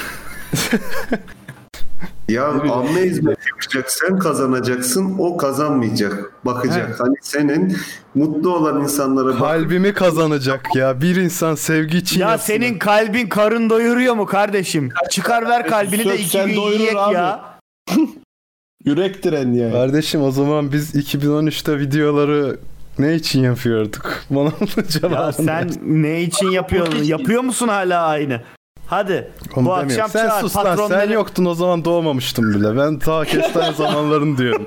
Speaker 6: Ya
Speaker 9: şey
Speaker 6: amme hizmeti yapacak, sen kazanacaksın, o kazanmayacak, bakacak. Hani senin mutlu olan insanlara bak.
Speaker 1: Kalbimi kazanacak ya. Bir insan sevgi için
Speaker 9: Ya
Speaker 1: yapsın.
Speaker 9: senin kalbin karın doyuruyor mu kardeşim? Çıkar ver kalbini de
Speaker 3: Sök,
Speaker 9: iki
Speaker 3: sen
Speaker 9: gün
Speaker 3: doyurur
Speaker 9: yiyek
Speaker 3: abi.
Speaker 9: ya.
Speaker 3: Yürek direni yani.
Speaker 1: Kardeşim o zaman biz 2013'te videoları ne için yapıyorduk? Bana bunu
Speaker 9: Ya
Speaker 1: cevabını
Speaker 9: sen
Speaker 1: ver.
Speaker 9: ne için yapıyorsun? Yapıyor musun hala aynı? Hadi
Speaker 1: Onu
Speaker 9: bu
Speaker 1: demiyorum.
Speaker 9: akşam
Speaker 1: sen
Speaker 9: çağır
Speaker 1: sus lan
Speaker 9: patronları.
Speaker 1: sen yoktun o zaman doğmamıştım bile. Ben ta kestane zamanların diyorum.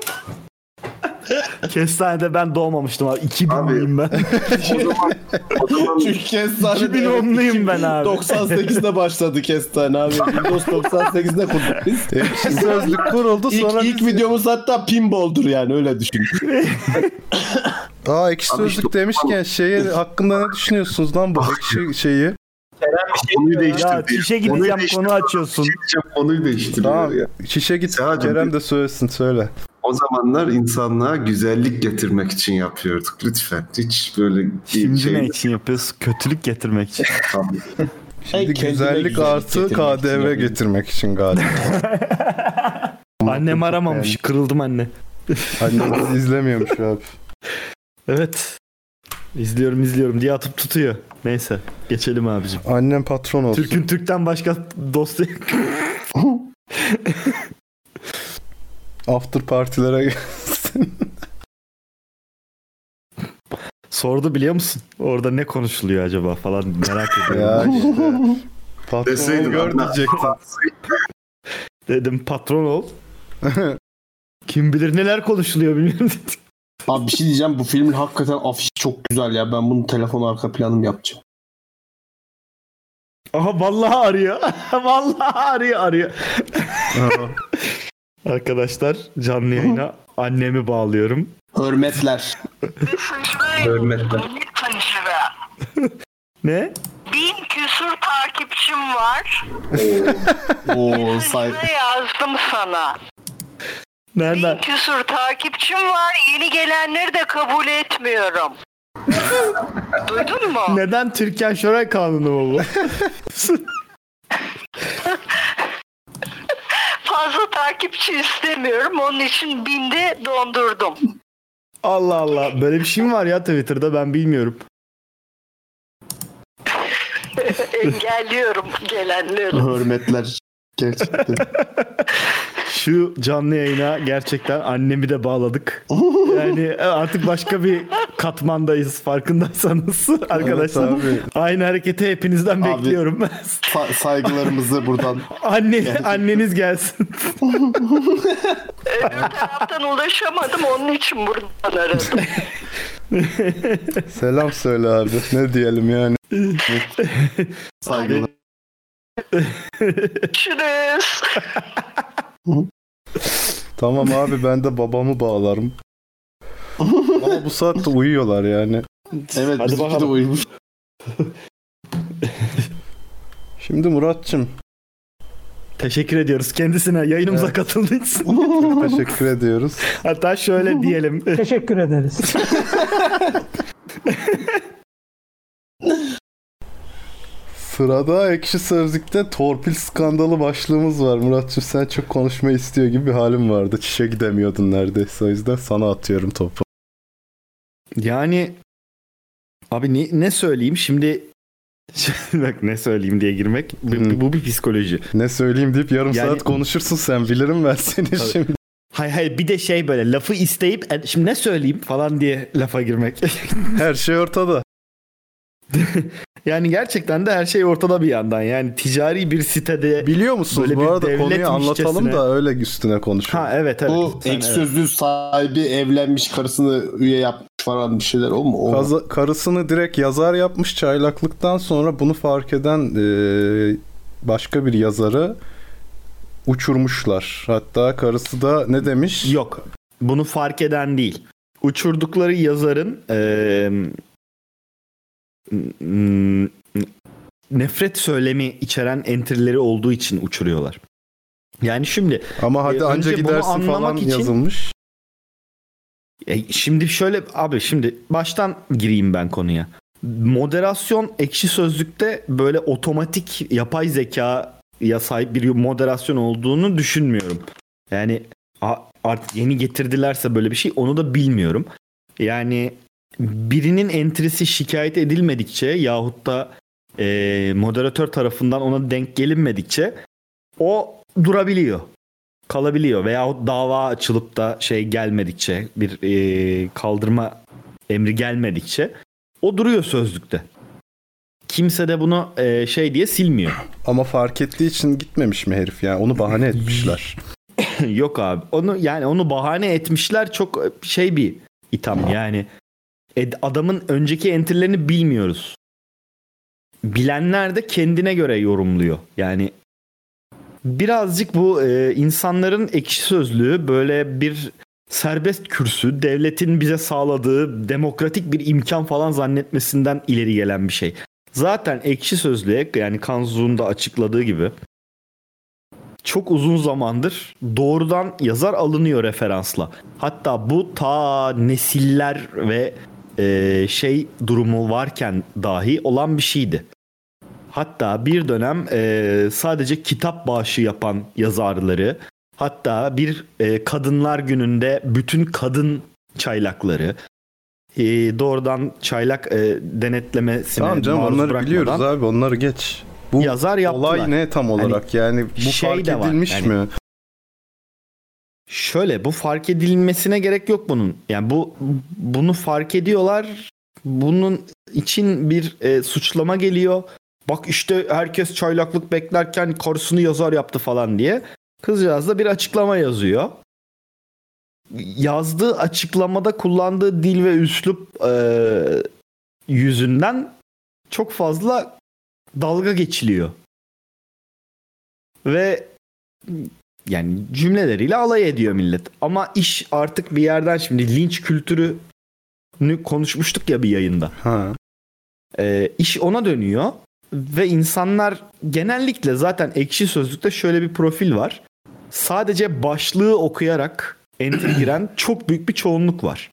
Speaker 9: Kestanede ben doğmamıştım abi.
Speaker 6: Abi.
Speaker 9: 2000'liyim ben.
Speaker 6: O zaman
Speaker 3: Çünkü kestane
Speaker 9: 2010'luyum ben abi.
Speaker 3: 98'de başladı kestane abi. Windows 98'de kurduk biz.
Speaker 1: Ekşi sözlük kuruldu
Speaker 3: İlk,
Speaker 1: sonra
Speaker 3: ilk videomuz hatta pinball'dur yani öyle düşün.
Speaker 1: Aa ekşi
Speaker 6: Abi
Speaker 1: sözlük
Speaker 6: işte-
Speaker 1: demişken şeyi hakkında ne düşünüyorsunuz lan bu ekşi şeyi?
Speaker 6: konuyu
Speaker 9: ya
Speaker 6: değiştirdi.
Speaker 9: çişe
Speaker 6: Konuyu
Speaker 9: gideceğim
Speaker 6: değiştir-
Speaker 9: konu açıyorsun.
Speaker 6: Konuyu değiştiriyor
Speaker 1: Tamam.
Speaker 6: ya.
Speaker 1: Şişe git
Speaker 6: Sehacım,
Speaker 1: Kerem
Speaker 6: bir-
Speaker 1: de söylesin söyle.
Speaker 6: O zamanlar insanlığa güzellik getirmek için yapıyorduk lütfen. Hiç böyle bir
Speaker 9: Şimdi
Speaker 6: şey
Speaker 9: ne için yapıyorsun? Kötülük getirmek için.
Speaker 6: Tamam.
Speaker 1: Şimdi
Speaker 3: kendine
Speaker 1: güzellik
Speaker 3: güzellik
Speaker 1: artı
Speaker 3: getirmek
Speaker 1: KDV
Speaker 3: için
Speaker 1: getirmek için galiba.
Speaker 9: Annem aramamış. Kırıldım anne.
Speaker 1: Anneniz izlemiyormuş abi.
Speaker 9: Evet. İzliyorum izliyorum diye atıp tutuyor. Neyse geçelim abicim.
Speaker 1: Annem patron olsun.
Speaker 9: Türk'ün Türk'ten başka dostu
Speaker 1: After partilere gelsin.
Speaker 9: sordu biliyor musun? Orada ne konuşuluyor acaba falan merak
Speaker 1: ya
Speaker 9: ediyorum.
Speaker 1: işte. Patron ol
Speaker 6: Deseydim
Speaker 1: gör
Speaker 6: anne.
Speaker 1: diyecektim.
Speaker 9: Dedim patron ol. Kim bilir neler konuşuluyor bilmiyorum.
Speaker 3: Abi bir şey diyeceğim bu filmin hakikaten afişi çok güzel ya. Ben bunu telefon arka planım yapacağım.
Speaker 9: Aha vallahi arıyor. vallahi arıyor arıyor. Arkadaşlar canlı yayına annemi bağlıyorum.
Speaker 3: Hürmetler.
Speaker 6: Hürmetler.
Speaker 9: Ne?
Speaker 15: Bin küsur takipçim var.
Speaker 3: Oo say.
Speaker 15: Ne yazdım sana. Bin
Speaker 9: Nereden?
Speaker 15: küsur takipçim var. Yeni gelenleri de kabul etmiyorum. Duydun mu?
Speaker 9: Neden Türkan Şoray kanunu mu bu?
Speaker 15: Fazla takipçi istemiyorum. Onun için binde dondurdum.
Speaker 9: Allah Allah. Böyle bir şey mi var ya Twitter'da ben bilmiyorum.
Speaker 15: Engelliyorum gelenleri.
Speaker 3: Hürmetler. Gerçekten.
Speaker 9: Şu canlı yayına gerçekten annemi de bağladık. Yani e, artık başka bir katmandayız farkındaysanız arkadaşlar.
Speaker 3: abi.
Speaker 9: Aynı hareketi hepinizden
Speaker 3: Abi,
Speaker 9: bekliyorum.
Speaker 3: Sa- saygılarımızı buradan.
Speaker 9: Anne, anneniz gelsin.
Speaker 5: Kaptan ulaşamadım onun için buradan aradım.
Speaker 1: Selam söyle abi. Ne diyelim yani.
Speaker 3: Saygılar.
Speaker 5: Görüşürüz.
Speaker 1: Tamam abi ben de babamı bağlarım. Ama bu saatte uyuyorlar yani.
Speaker 3: Evet Hadi bizimki de uyumuş.
Speaker 1: Şimdi Muratçım.
Speaker 9: Teşekkür ediyoruz kendisine yayınımıza
Speaker 1: Evet.
Speaker 9: katıldığı için.
Speaker 1: Teşekkür ediyoruz.
Speaker 9: Hatta şöyle diyelim.
Speaker 16: Teşekkür ederiz.
Speaker 1: Sırada ekşi sözlükte torpil skandalı başlığımız var. Muratçım sen çok konuşma istiyor gibi bir halin vardı. Çişe gidemiyordun neredeyse. O yüzden sana atıyorum topu.
Speaker 9: Yani abi ne, ne söyleyeyim şimdi bak ne söyleyeyim diye girmek bu, bu bir psikoloji.
Speaker 1: Ne söyleyeyim deyip yarım
Speaker 9: Yani-
Speaker 1: saat konuşursun sen bilirim ben seni
Speaker 9: Tabii.
Speaker 1: şimdi.
Speaker 9: Hay hay bir de şey böyle lafı isteyip "E, şimdi ne söyleyeyim falan diye lafa girmek.
Speaker 1: her şey ortada.
Speaker 9: yani gerçekten de her şey ortada bir yandan. Yani ticari bir sitede
Speaker 1: biliyor musunuz
Speaker 9: böyle bir
Speaker 1: Bu arada konuyu
Speaker 9: devletmişçesine-
Speaker 1: anlatalım da öyle üstüne konuşalım.
Speaker 9: Ha evet evet.
Speaker 3: Bu
Speaker 9: Sen-
Speaker 3: ek
Speaker 9: evet.
Speaker 3: sözlüğün sahibi evlenmiş karısını üye yapmış falan bir şeyler o mu? O mu?
Speaker 1: Kaza- karısını direkt yazar yapmış çaylaklıktan sonra bunu fark eden e, başka bir yazarı uçurmuşlar. Hatta karısı da ne demiş?
Speaker 9: Yok. Bunu fark eden değil. Uçurdukları yazarın eee, m- m- nefret söylemi içeren entrileri olduğu için uçuruyorlar. Yani şimdi
Speaker 1: ama
Speaker 9: Ee,
Speaker 1: hadi anca gidersin falan yazılmış.
Speaker 9: E, şimdi şöyle abi şimdi baştan gireyim ben konuya. Moderasyon ekşi sözlükte böyle otomatik yapay zekaya sahip bir moderasyon olduğunu düşünmüyorum. Yani a- artık yeni getirdilerse böyle bir şey onu da bilmiyorum. Yani birinin entrisi şikayet edilmedikçe yahut da e, moderatör tarafından ona denk gelinmedikçe o durabiliyor. Kalabiliyor veyahut dava açılıp da şey gelmedikçe bir e, kaldırma emri gelmedikçe o duruyor sözlükte. Kimse de bunu e, şey diye silmiyor.
Speaker 1: Ama fark ettiği için gitmemiş mi herif yani onu bahane etmişler.
Speaker 9: Yok abi. Onu yani onu bahane etmişler çok şey bir itham yani. Ed- adamın önceki entrilerini bilmiyoruz. Bilenler de kendine göre yorumluyor. Yani birazcık bu e, insanların ekşi sözlüğü böyle bir serbest kürsü, devletin bize sağladığı demokratik bir imkan falan zannetmesinden ileri gelen bir şey. Zaten ekşi sözlüğe yani Kanzu'nun da açıkladığı gibi çok uzun zamandır doğrudan yazar alınıyor referansla. Hatta bu ta nesiller ve e, şey durumu varken dahi olan bir şeydi. Hatta bir dönem e, sadece kitap bağışı yapan yazarları, hatta bir e, kadınlar gününde bütün kadın çaylakları, e, doğrudan çaylak e, denetlemesine
Speaker 1: Tamam canım
Speaker 9: maruz
Speaker 1: onları
Speaker 9: bırakmadan-
Speaker 1: biliyoruz abi onları geç. Bu
Speaker 9: Yazar yaptılar.
Speaker 1: olay ne tam
Speaker 9: Hani
Speaker 1: olarak yani bu
Speaker 9: şey
Speaker 1: fark
Speaker 9: de var,
Speaker 1: edilmiş
Speaker 9: yani-
Speaker 1: mi?
Speaker 9: Şöyle bu fark edilmesine gerek yok bunun. Yani bu bunu fark ediyorlar. Bunun için bir e, suçlama geliyor. Bak işte herkes çaylaklık beklerken karısını yazar yaptı falan diye. Kızcağız da bir açıklama yazıyor. Yazdığı açıklamada kullandığı dil ve üslup e, yüzünden çok fazla dalga geçiliyor. Ve yani cümleleriyle alay ediyor millet. Ama iş artık bir yerden şimdi linç kültürünü konuşmuştuk ya bir yayında. Ee,
Speaker 1: Ha.
Speaker 9: iş ona dönüyor ve insanlar genellikle zaten ekşi sözlükte şöyle bir profil var. Sadece başlığı okuyarak enter giren çok büyük bir çoğunluk var.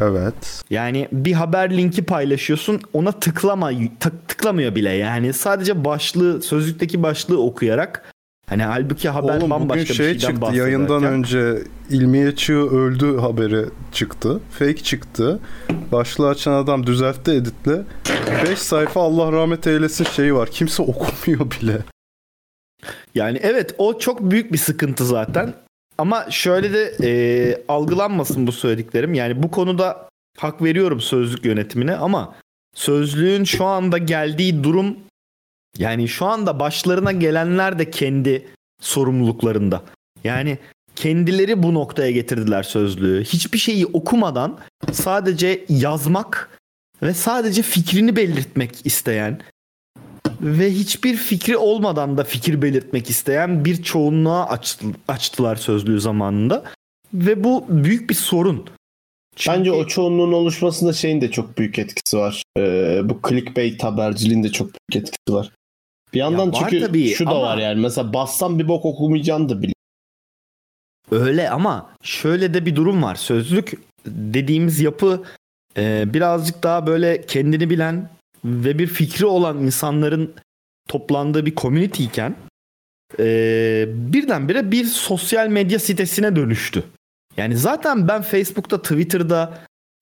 Speaker 1: Evet.
Speaker 9: Yani bir haber linki paylaşıyorsun ona tıklama tık- tıklamıyor bile yani sadece başlığı sözlükteki başlığı okuyarak hani halbuki haber
Speaker 1: Oğlum bugün
Speaker 9: bambaşka bir
Speaker 1: şey
Speaker 9: şeyden
Speaker 1: çıktı
Speaker 9: bahsederken-
Speaker 1: yayından önce İlmiye Çığ öldü haberi çıktı. Fake çıktı. Başlığı açan adam düzeltti editle. 5 sayfa Allah rahmet eylesin şeyi var. Kimse okumuyor bile.
Speaker 9: Yani evet o çok büyük bir sıkıntı zaten. Ama şöyle de e, algılanmasın bu söylediklerim. Yani bu konuda hak veriyorum sözlük yönetimine ama sözlüğün şu anda geldiği durum yani şu anda başlarına gelenler de kendi sorumluluklarında. Yani kendileri bu noktaya getirdiler sözlüğü. Hiçbir şeyi okumadan sadece yazmak ve sadece fikrini belirtmek isteyen ve hiçbir fikri olmadan da fikir belirtmek isteyen bir çoğunluğa açtı- açtılar sözlüğü zamanında. Ve bu büyük bir sorun.
Speaker 3: Bence o çoğunluğun oluşmasında şeyin de çok büyük etkisi var. Ee, bu clickbait haberciliğin de çok büyük etkisi var. Bir yandan
Speaker 9: var
Speaker 3: çünkü
Speaker 9: tabii
Speaker 3: şu da
Speaker 9: ama-
Speaker 3: var yani. Mesela bassan bir bok okumayacağını da bil.
Speaker 9: Öyle ama şöyle de bir durum var. Sözlük dediğimiz yapı e, birazcık daha böyle kendini bilen ve bir fikri olan insanların toplandığı bir community iken e, birdenbire bir sosyal medya sitesine dönüştü. Yani zaten ben Facebook'ta, Twitter'da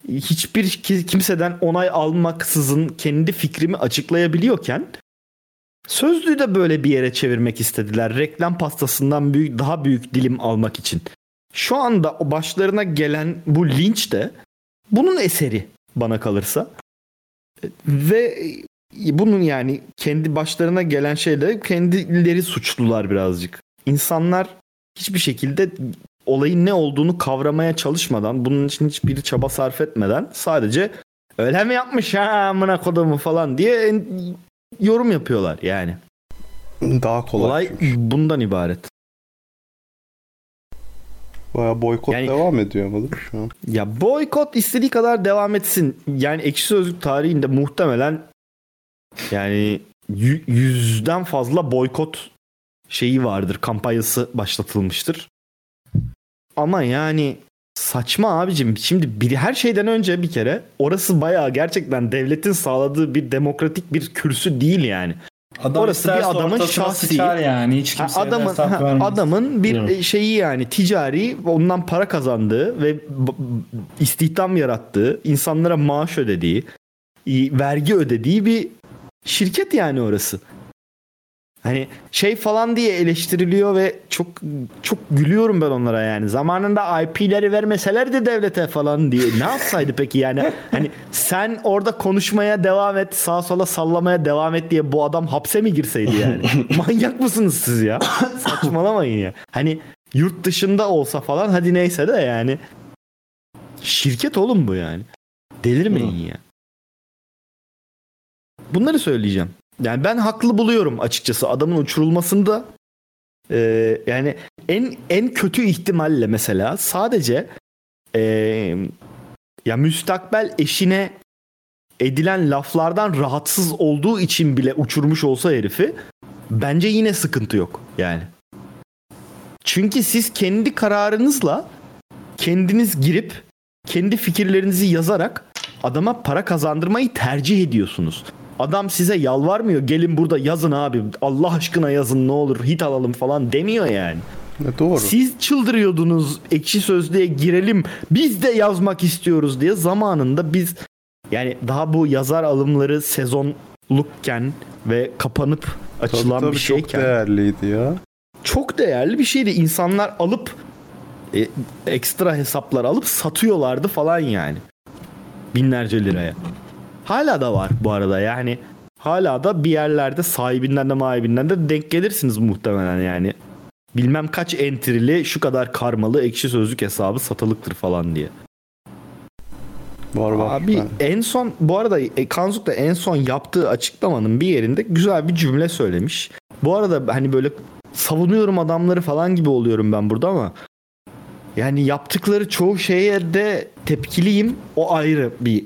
Speaker 9: hiçbir ki- kimseden onay almaksızın kendi fikrimi açıklayabiliyorken Sözlüğü de böyle bir yere çevirmek istediler. Reklam pastasından büyük, daha büyük dilim almak için. Şu anda o başlarına gelen bu linç de bunun eseri bana kalırsa. Ve bunun yani kendi başlarına gelen şeyle kendileri suçlular birazcık. İnsanlar hiçbir şekilde olayın ne olduğunu kavramaya çalışmadan, bunun için hiçbir çaba sarf etmeden sadece öyle mi yapmış ha amına kodumu falan diye en- yorum yapıyorlar yani.
Speaker 1: Daha kolay.
Speaker 9: Olay bundan ibaret.
Speaker 1: Baya boykot devam ediyor ama değil mi şu an?
Speaker 9: Ya boykot istediği kadar devam etsin. Yani ekşi sözlük tarihinde muhtemelen yani yü- yüzden fazla boykot şeyi vardır. Kampanyası başlatılmıştır. Ama yani saçma abicim. Şimdi bir, her şeyden önce bir kere orası bayağı gerçekten devletin sağladığı bir demokratik bir kürsü değil yani.
Speaker 5: Adam
Speaker 9: orası bir
Speaker 5: isterse
Speaker 9: adamın
Speaker 5: ortasına
Speaker 9: şahsi
Speaker 5: sıçar yani. Hiç
Speaker 9: Ha,
Speaker 5: kimseye de
Speaker 9: adamın,
Speaker 5: hesap
Speaker 9: ha,
Speaker 5: vermez.
Speaker 9: adamın bir
Speaker 5: Değil mi?
Speaker 9: e, şeyi yani ticari ondan para kazandığı ve b- istihdam yarattığı, insanlara maaş ödediği, i- vergi ödediği bir şirket yani orası. Hani şey falan diye eleştiriliyor ve çok çok gülüyorum ben onlara yani. Zamanında IP'leri vermeselerdi devlete falan diye. Ne yapsaydı peki yani? Hani sen orada konuşmaya devam et, sağa sola sallamaya devam et diye bu adam hapse mi girseydi yani? Manyak mısınız siz ya? Saçmalamayın ya. Hani yurt dışında olsa falan hadi neyse de yani. Şirket oğlum bu yani. Delirmeyin ya. Bunları söyleyeceğim. Yani ben haklı buluyorum açıkçası adamın uçurulmasını da. Ee, yani en en kötü ihtimalle mesela sadece ee, ya müstakbel eşine edilen laflardan rahatsız olduğu için bile uçurmuş olsa herifi bence yine sıkıntı yok yani. Çünkü siz kendi kararınızla kendiniz girip kendi fikirlerinizi yazarak adama para kazandırmayı tercih ediyorsunuz. Adam size yalvarmıyor gelin burada yazın abi Allah aşkına yazın ne olur hit alalım falan demiyor yani.
Speaker 1: doğru.
Speaker 9: Siz çıldırıyordunuz ekşi sözlüğe girelim biz de yazmak istiyoruz diye zamanında biz yani daha bu yazar alımları sezonlukken ve kapanıp açılan
Speaker 1: Tabii tabii
Speaker 9: bir
Speaker 1: çok
Speaker 9: şeyken
Speaker 1: değerliydi ya.
Speaker 9: çok değerli bir şeydi. İnsanlar alıp e, ekstra hesaplar alıp satıyorlardı falan yani. Binlerce liraya. Hala da var bu arada yani. Hala da bir yerlerde sahibinden de mahibinden de denk gelirsiniz muhtemelen yani. Bilmem kaç entrili şu kadar karmalı ekşi sözlük hesabı satılıktır falan diye.
Speaker 1: Var var.
Speaker 9: Abi en son bu arada e, Kanzuk da en son yaptığı açıklamanın bir yerinde güzel bir cümle söylemiş. Bu arada hani böyle savunuyorum adamları falan gibi oluyorum ben burada ama yani yaptıkları çoğu şeye de tepkiliyim. O ayrı bir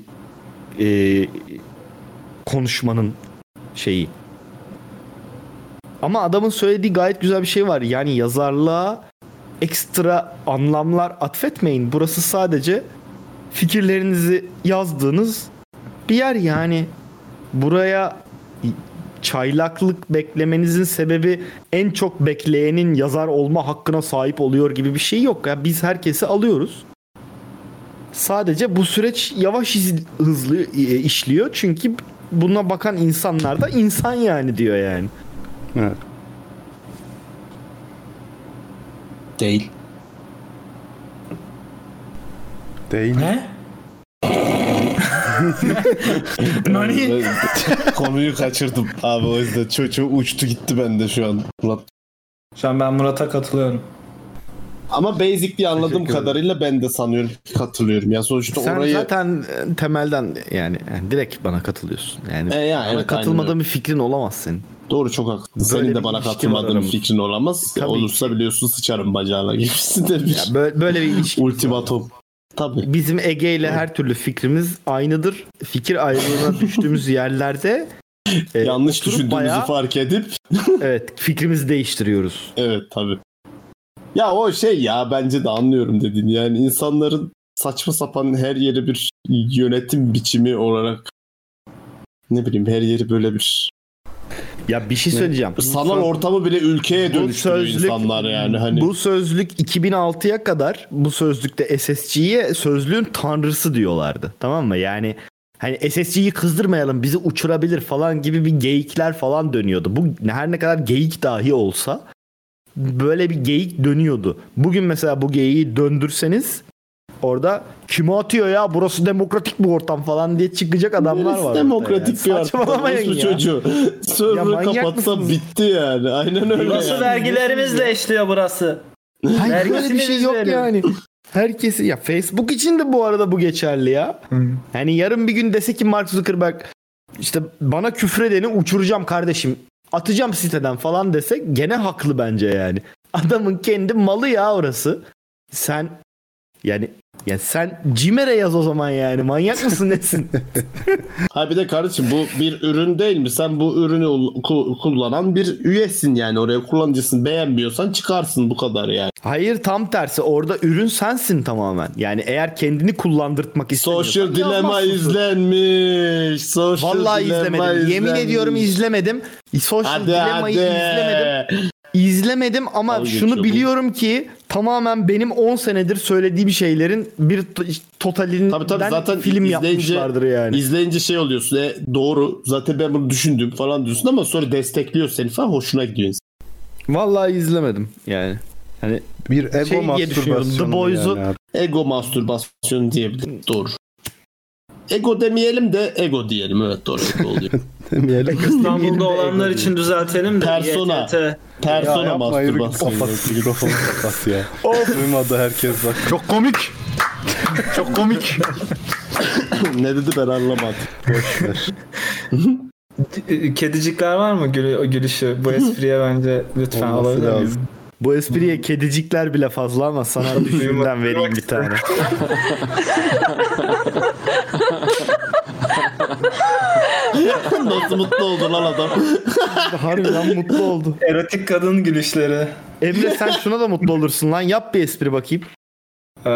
Speaker 9: e, konuşmanın şeyi. Ama adamın söylediği gayet güzel bir şey var. Yani yazarlığa ekstra anlamlar atfetmeyin. Burası sadece fikirlerinizi yazdığınız bir yer yani. Buraya çaylaklık beklemenizin sebebi en çok bekleyenin yazar olma hakkına sahip oluyor gibi bir şey yok. Ya biz herkesi alıyoruz. Sadece bu süreç yavaş iz- hızlı e, işliyor çünkü buna bakan insanlar da insan yani diyor yani.
Speaker 1: Evet.
Speaker 3: Değil.
Speaker 1: Değil.
Speaker 5: Ne?
Speaker 3: Nani? Konuyu kaçırdım Hani- abi o yüzden çocuğu uçtu gitti bende şu an. Murat.
Speaker 5: Şu an ben Murat'a katılıyorum.
Speaker 3: Ama basic diye anladığım kadarıyla ben de sanıyorum ki katılıyorum. Ya sonuçta
Speaker 9: Sen
Speaker 3: orayı
Speaker 9: zaten e, temelden yani, yani direkt bana katılıyorsun. Yani,
Speaker 3: E, yani
Speaker 9: bana
Speaker 3: evet, aynen
Speaker 9: katılmadığın
Speaker 3: öyle.
Speaker 9: bir fikrin olamaz senin.
Speaker 3: Doğru çok haklısın.
Speaker 9: Böyle
Speaker 3: Senin
Speaker 9: bir
Speaker 3: de bana
Speaker 9: ilişkim var
Speaker 3: katılmadığın
Speaker 9: aramızda.
Speaker 3: fikrin olamaz.
Speaker 9: Tabii
Speaker 3: Olursa biliyorsun sıçarım bacağına gibisi de bir.
Speaker 9: Ya böyle, böyle bir ilişki.
Speaker 3: Ultimatum. Tabii.
Speaker 9: Bizim Ege ile her türlü fikrimiz aynıdır. Fikir ayrılığına düştüğümüz yerlerde e,
Speaker 3: Yanlış
Speaker 9: oturup
Speaker 3: düşündüğümüzü
Speaker 9: bayağı-
Speaker 3: fark edip.
Speaker 9: evet fikrimizi değiştiriyoruz.
Speaker 3: Evet tabii. Ya o şey ya bence de anlıyorum dediğin yani insanların saçma sapan her yere bir yönetim biçimi olarak ne bileyim her yeri böyle bir
Speaker 9: ya bir şey söyleyeceğim.
Speaker 3: Sanal ortamı bile ülkeye dönüştürüyor insanlar yani hani.
Speaker 9: Bu sözlük 2006'ya kadar bu sözlükte SSC'ye sözlüğün tanrısı diyorlardı. Tamam mı? Yani hani SSC'yi kızdırmayalım bizi uçurabilir falan gibi bir geyikler falan dönüyordu. Bu her ne kadar geyik dahi olsa böyle bir geyik dönüyordu. Bugün mesela bu geyiği döndürseniz orada kime atıyor ya burası demokratik bir ortam falan diye çıkacak adamlar
Speaker 3: Neresi
Speaker 9: var. orada
Speaker 3: demokratik
Speaker 9: yani.
Speaker 3: bir ortam?
Speaker 9: Saçmalamayın
Speaker 3: Orospu
Speaker 9: ya.
Speaker 3: çocuğu.
Speaker 9: Ya
Speaker 3: Server'ı
Speaker 9: manyak
Speaker 3: kapatsa
Speaker 9: mısınız?
Speaker 3: bitti yani. Aynen öyle.
Speaker 5: Burası
Speaker 3: yani.
Speaker 5: vergilerimizle işliyor burası.
Speaker 9: Hayır böyle bir şey yok yani. Herkesi ya Facebook için de bu arada bu geçerli ya. Yani yarın bir gün dese ki Mark Zuckerberg işte bana küfredeni uçuracağım kardeşim. Atacağım siteden falan dese gene haklı bence yani. Adamın kendi malı ya orası. Sen yani ya sen Cimer'e yaz o zaman yani. Manyak mısın nesin?
Speaker 3: Ha bir de kardeşim bu bir ürün değil mi? Sen bu ürünü ul- ku- kullanan bir üyesin yani oraya kullanıcısın. Beğenmiyorsan çıkarsın bu kadar yani.
Speaker 9: Hayır tam tersi. Orada ürün sensin tamamen. Yani eğer kendini kullandırtmak istemiyorsan
Speaker 3: Social Dilemma
Speaker 9: yazmazsın.
Speaker 3: izlenmiş. Social
Speaker 9: Vallahi
Speaker 3: Dilemma
Speaker 9: izlemedim. Yemin
Speaker 3: izlenmiş.
Speaker 9: ediyorum izlemedim. Social
Speaker 3: Hadi,
Speaker 9: Dilemma'yı
Speaker 3: hadi.
Speaker 9: izlemedim. İzlemedim ama
Speaker 3: Dalga geçiyor bu.
Speaker 9: şunu biliyorum ki tamamen benim 10 senedir söylediğim şeylerin bir to- totalinden
Speaker 3: Tabii tabii zaten
Speaker 9: film
Speaker 3: izleyince,
Speaker 9: yapmışlardır yani.
Speaker 3: izleyince şey oluyorsun. E, doğru zaten ben bunu düşündüm falan diyorsun ama sonra destekliyor seni falan hoşuna gidiyor. insan.
Speaker 9: Vallahi izlemedim yani. Hani
Speaker 1: bir ego
Speaker 9: şey diye düşünüyorum. The Boys'u
Speaker 3: Ego mastürbasyonu diyebilirim. Doğru. Ego demeyelim de ego diyelim. Evet doğru ego oluyor.
Speaker 1: Demeyelim.
Speaker 5: İstanbul'da olanlar için düzeltelim de.
Speaker 3: Persona.
Speaker 5: YTT.
Speaker 1: Ya
Speaker 3: Persona
Speaker 1: yapma yürü git
Speaker 3: mastürbasyonu.
Speaker 1: kapat mikrofonu kapat ya. Duymadı herkes bak.
Speaker 9: Çok komik. Çok komik.
Speaker 3: ne dedi ben anlamadım.
Speaker 5: E, Kedicikler var mı gülü, o gülüşü? Bu espriye bence lütfen
Speaker 9: Olması
Speaker 5: alabilir
Speaker 9: lazım.
Speaker 5: miyiz?
Speaker 9: Bu espriye kedicikler bile fazla ama sana düşünden vereyim bir tane.
Speaker 3: Nasıl mutlu oldu lan adam.
Speaker 9: Harbiden mutlu oldu.
Speaker 5: Erotik kadın gülüşleri.
Speaker 9: Emre sen şuna da mutlu olursun lan. Yap bir espri bakayım.
Speaker 5: Ee,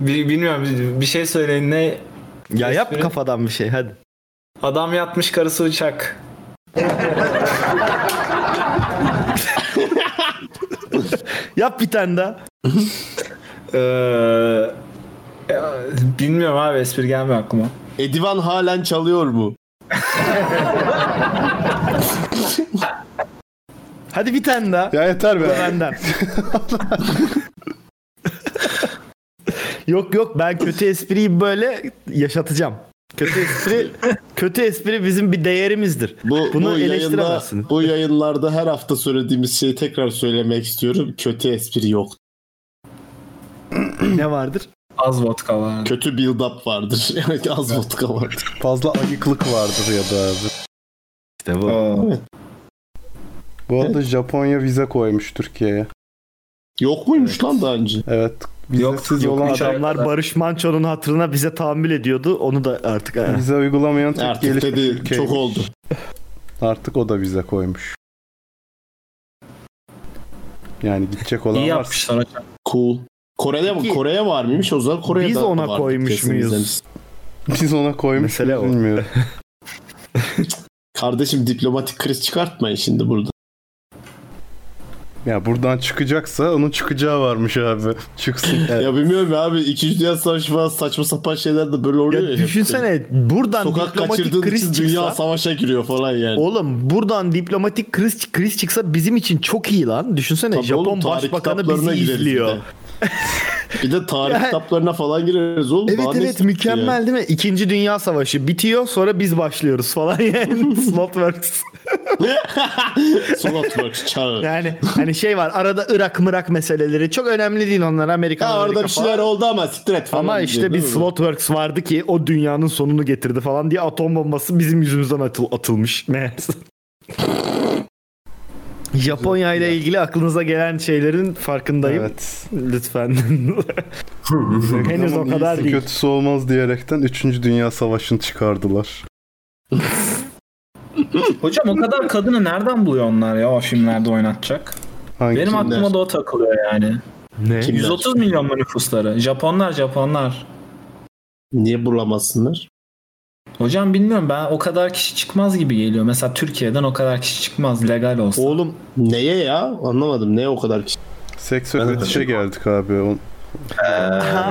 Speaker 5: bi- bilmiyorum bir- bir şey söyleyin ne?
Speaker 9: Ya yap
Speaker 5: Espri.
Speaker 9: kafadan bir şey hadi.
Speaker 5: Adam yatmış karısı uçak.
Speaker 9: Yap bir tane daha.
Speaker 5: Ee, ya, bilmiyorum abi espri gelmiyor aklıma.
Speaker 3: Edivan halen çalıyor mu?
Speaker 9: Hadi bir tane daha.
Speaker 1: Ya yeter
Speaker 9: Bu da
Speaker 1: be.
Speaker 9: benden. yok yok ben kötü espriyi böyle yaşatacağım. Kötü espri kötü espri bizim bir değerimizdir.
Speaker 3: Bu,
Speaker 9: Bunu
Speaker 3: bu, yayında,
Speaker 9: eleştiremezsin.
Speaker 3: bu yayınlarda her hafta söylediğimiz şeyi tekrar söylemek istiyorum. Kötü espri yok.
Speaker 9: Ne vardır?
Speaker 5: Az vodka var.
Speaker 3: Kötü build up vardır. Evet az vodka vardır.
Speaker 1: Fazla ayıklık vardır ya da abi.
Speaker 9: İşte bu.
Speaker 1: Bu arada Japonya vize koymuş Türkiye'ye.
Speaker 3: Yok muymuş lan daha önce?
Speaker 1: Evet. Vizesiz
Speaker 5: yok,
Speaker 1: olan
Speaker 5: üç ay-
Speaker 9: Adamlar Barış Manço'nun hatırına bize tahammül ediyordu. Onu da artık e,
Speaker 1: vize uygulamayan Türk
Speaker 3: Artık
Speaker 1: gelişmiş
Speaker 3: dedi
Speaker 1: ülke.
Speaker 3: çok oldu.
Speaker 1: Artık o da vize koymuş. Yani gidecek olan
Speaker 5: İyi
Speaker 1: varsa-
Speaker 5: yapmışlar hocam.
Speaker 3: Cool. Kore'de mi?
Speaker 9: Peki,
Speaker 3: Kore'ye var mıymış? O zaman Kore'ye
Speaker 9: biz
Speaker 3: de
Speaker 9: ona
Speaker 3: vardı
Speaker 9: koymuş
Speaker 3: kesin
Speaker 9: muyuz?
Speaker 3: izlenmiş.
Speaker 1: Biz ona koymuş
Speaker 9: Mesele
Speaker 1: muyuz
Speaker 9: o.
Speaker 1: bilmiyorum.
Speaker 3: Kardeşim diplomatik kriz çıkartmayın şimdi burada.
Speaker 1: Ya buradan çıkacaksa onun çıkacağı varmış abi. Çıksın. Evet.
Speaker 3: Ya bilmiyorum ya abi. İkinci Dünya Savaşı falan saçma sapan şeyler de böyle oluyor ya.
Speaker 9: Ya
Speaker 3: hep.
Speaker 9: düşünsene buradan
Speaker 3: Sokak
Speaker 9: diplomatik
Speaker 3: kaçırdığın
Speaker 9: kriz
Speaker 3: için
Speaker 9: çıksa.
Speaker 3: dünya savaşa giriyor falan yani.
Speaker 9: Oğlum buradan diplomatik kriz kriz çıksa bizim için çok iyi lan. Düşünsene
Speaker 3: Tabii
Speaker 9: Japon
Speaker 3: oğlum, tarih
Speaker 9: Başbakanı
Speaker 3: kitaplarına
Speaker 9: bizi
Speaker 3: gireriz bir
Speaker 9: izliyor.
Speaker 3: de. Bir de tarih
Speaker 9: Yani-
Speaker 3: kitaplarına falan gireriz oğlum.
Speaker 9: Evet
Speaker 3: Daha ne
Speaker 9: evet
Speaker 3: sıkıntı
Speaker 9: mükemmel
Speaker 3: yani?
Speaker 9: değil mi? İkinci Dünya Savaşı bitiyor sonra biz başlıyoruz falan yani. Slotworks.
Speaker 3: Slotworks çağı.
Speaker 9: Yani hani şey var arada Irak mırak meseleleri çok önemli değil onlar Amerikan.
Speaker 3: Ha, orada
Speaker 9: Amerika
Speaker 3: bir şeyler
Speaker 9: falan.
Speaker 3: oldu ama stret falan.
Speaker 9: Ama
Speaker 3: diyor,
Speaker 9: işte bir
Speaker 3: değil mi?
Speaker 9: Slotworks vardı ki o dünyanın sonunu getirdi falan diye atom bombası bizim yüzümüzden atıl- atılmış. Meğerse. Japonya ile ilgili aklınıza gelen şeylerin farkındayım. Lütfen. Henüz o
Speaker 1: Ama
Speaker 9: kadar
Speaker 1: iyisi
Speaker 9: değil.
Speaker 1: Kötüsü olmaz diyerekten 3. Dünya Savaşı'nı çıkardılar.
Speaker 5: Hocam o kadar kadını nereden buluyor onlar ya o filmlerde oynatacak?
Speaker 1: Hangi
Speaker 5: Benim
Speaker 1: filmler?
Speaker 5: aklıma da o takılıyor yani.
Speaker 9: Ne?
Speaker 5: 130 milyon mu nüfusları? Japonlar Japonlar.
Speaker 3: Niye bulamasınlar?
Speaker 5: Hocam bilmiyorum ben o kadar kişi çıkmaz gibi geliyor. Mesela Türkiye'den o kadar kişi çıkmaz legal olsa.
Speaker 9: Oğlum
Speaker 3: neye ya? Anlamadım. Neye o kadar kişi?
Speaker 1: Seks ve fetişe geldik abi. On...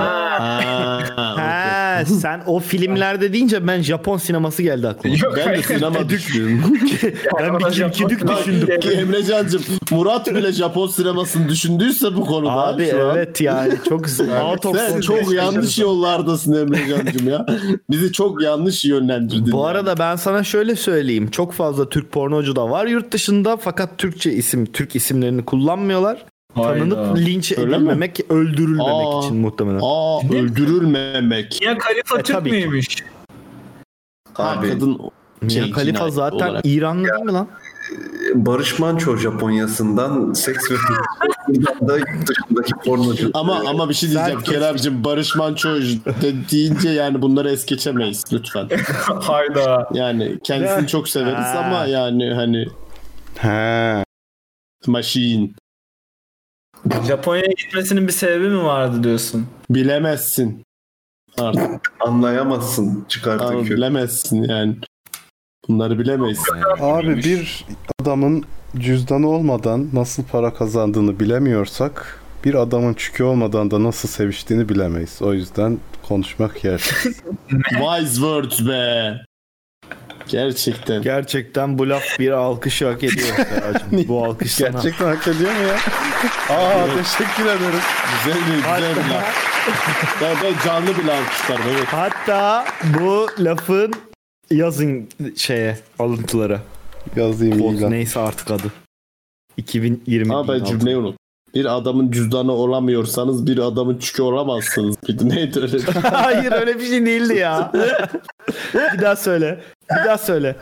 Speaker 9: Ha, sen o filmlerde deyince ben Japon sineması geldi aklıma.
Speaker 3: Yok, Ben de hayır. sinema
Speaker 9: düşünüyorum. ben bir kim kidük düşündüm.
Speaker 3: Bak, Emrecan'cığım Murat bile Japon sinemasını düşündüyse bu konuda.
Speaker 9: Abi
Speaker 3: şu an-
Speaker 9: evet yani çok out of
Speaker 3: Sen
Speaker 9: context
Speaker 3: çok yanlış
Speaker 9: yaşadım.
Speaker 3: yollardasın Emrecan'cığım ya. Bizi çok yanlış yönlendirdin.
Speaker 9: Bu arada ben sana şöyle söyleyeyim. Çok fazla Türk pornocu da var yurt dışında fakat Türkçe isim, Türk isimlerini kullanmıyorlar.
Speaker 5: Hayda.
Speaker 9: Tanınıp linç
Speaker 3: Öyle mi?
Speaker 9: edilmemek, öldürülmemek için muhtemelen.
Speaker 3: Aa öldürülmemek.
Speaker 5: Mia Khalifa
Speaker 9: E,
Speaker 5: Türk
Speaker 9: tabii ki.
Speaker 5: müymüş?
Speaker 3: Ha, kadın
Speaker 9: Mia
Speaker 6: şey,
Speaker 9: Khalifa
Speaker 6: cinayet
Speaker 9: zaten
Speaker 6: olarak.
Speaker 9: İranlı değil mi lan?
Speaker 6: Barış Manço Japonya'sından seks ve Japonya'dan da yurt dışındaki pornocu.
Speaker 3: Ama ama bir şey diyeceğim Kerem'cim Barış Manço de- deyince yani bunları es geçemeyiz lütfen.
Speaker 5: Hayda.
Speaker 3: Yani kendisini çok severiz
Speaker 9: Ha.
Speaker 3: ama yani hani
Speaker 1: He.
Speaker 3: Machine.
Speaker 5: Japonya'ya gitmesinin bir sebebi mi vardı diyorsun?
Speaker 3: Bilemezsin. Artık.
Speaker 6: Anlayamazsın
Speaker 3: Ama
Speaker 6: çıkartın
Speaker 3: Bilemezsin yani. Bunları bilemeyiz.
Speaker 1: Abi bir adamın cüzdanı olmadan nasıl para kazandığını bilemiyorsak bir adamın çükü olmadan da nasıl seviştiğini bilemeyiz. O yüzden konuşmak yer.
Speaker 3: Wise words be. Gerçekten.
Speaker 9: Gerçekten bu laf bir alkış hak ediyor. Seracığım. bu alkış sana.
Speaker 1: Gerçekten hak ediyor mu ya? Aa teşekkür ederim.
Speaker 3: Güzel bir, güzel bir laf. Ben, ben canlı bile alkışlarım evet.
Speaker 9: Hatta bu lafın yazın şeye alıntılara.
Speaker 1: Yazayım
Speaker 9: Kod neyse artık adı. 2020.
Speaker 3: Ama ben cümleyi unut. Bir adamın cüzdanı olamıyorsanız bir adamın çükü olamazsınız. Bir de neydi öyle?
Speaker 9: Hayır öyle bir şey değildi ya. bir daha söyle. Bir daha söyle.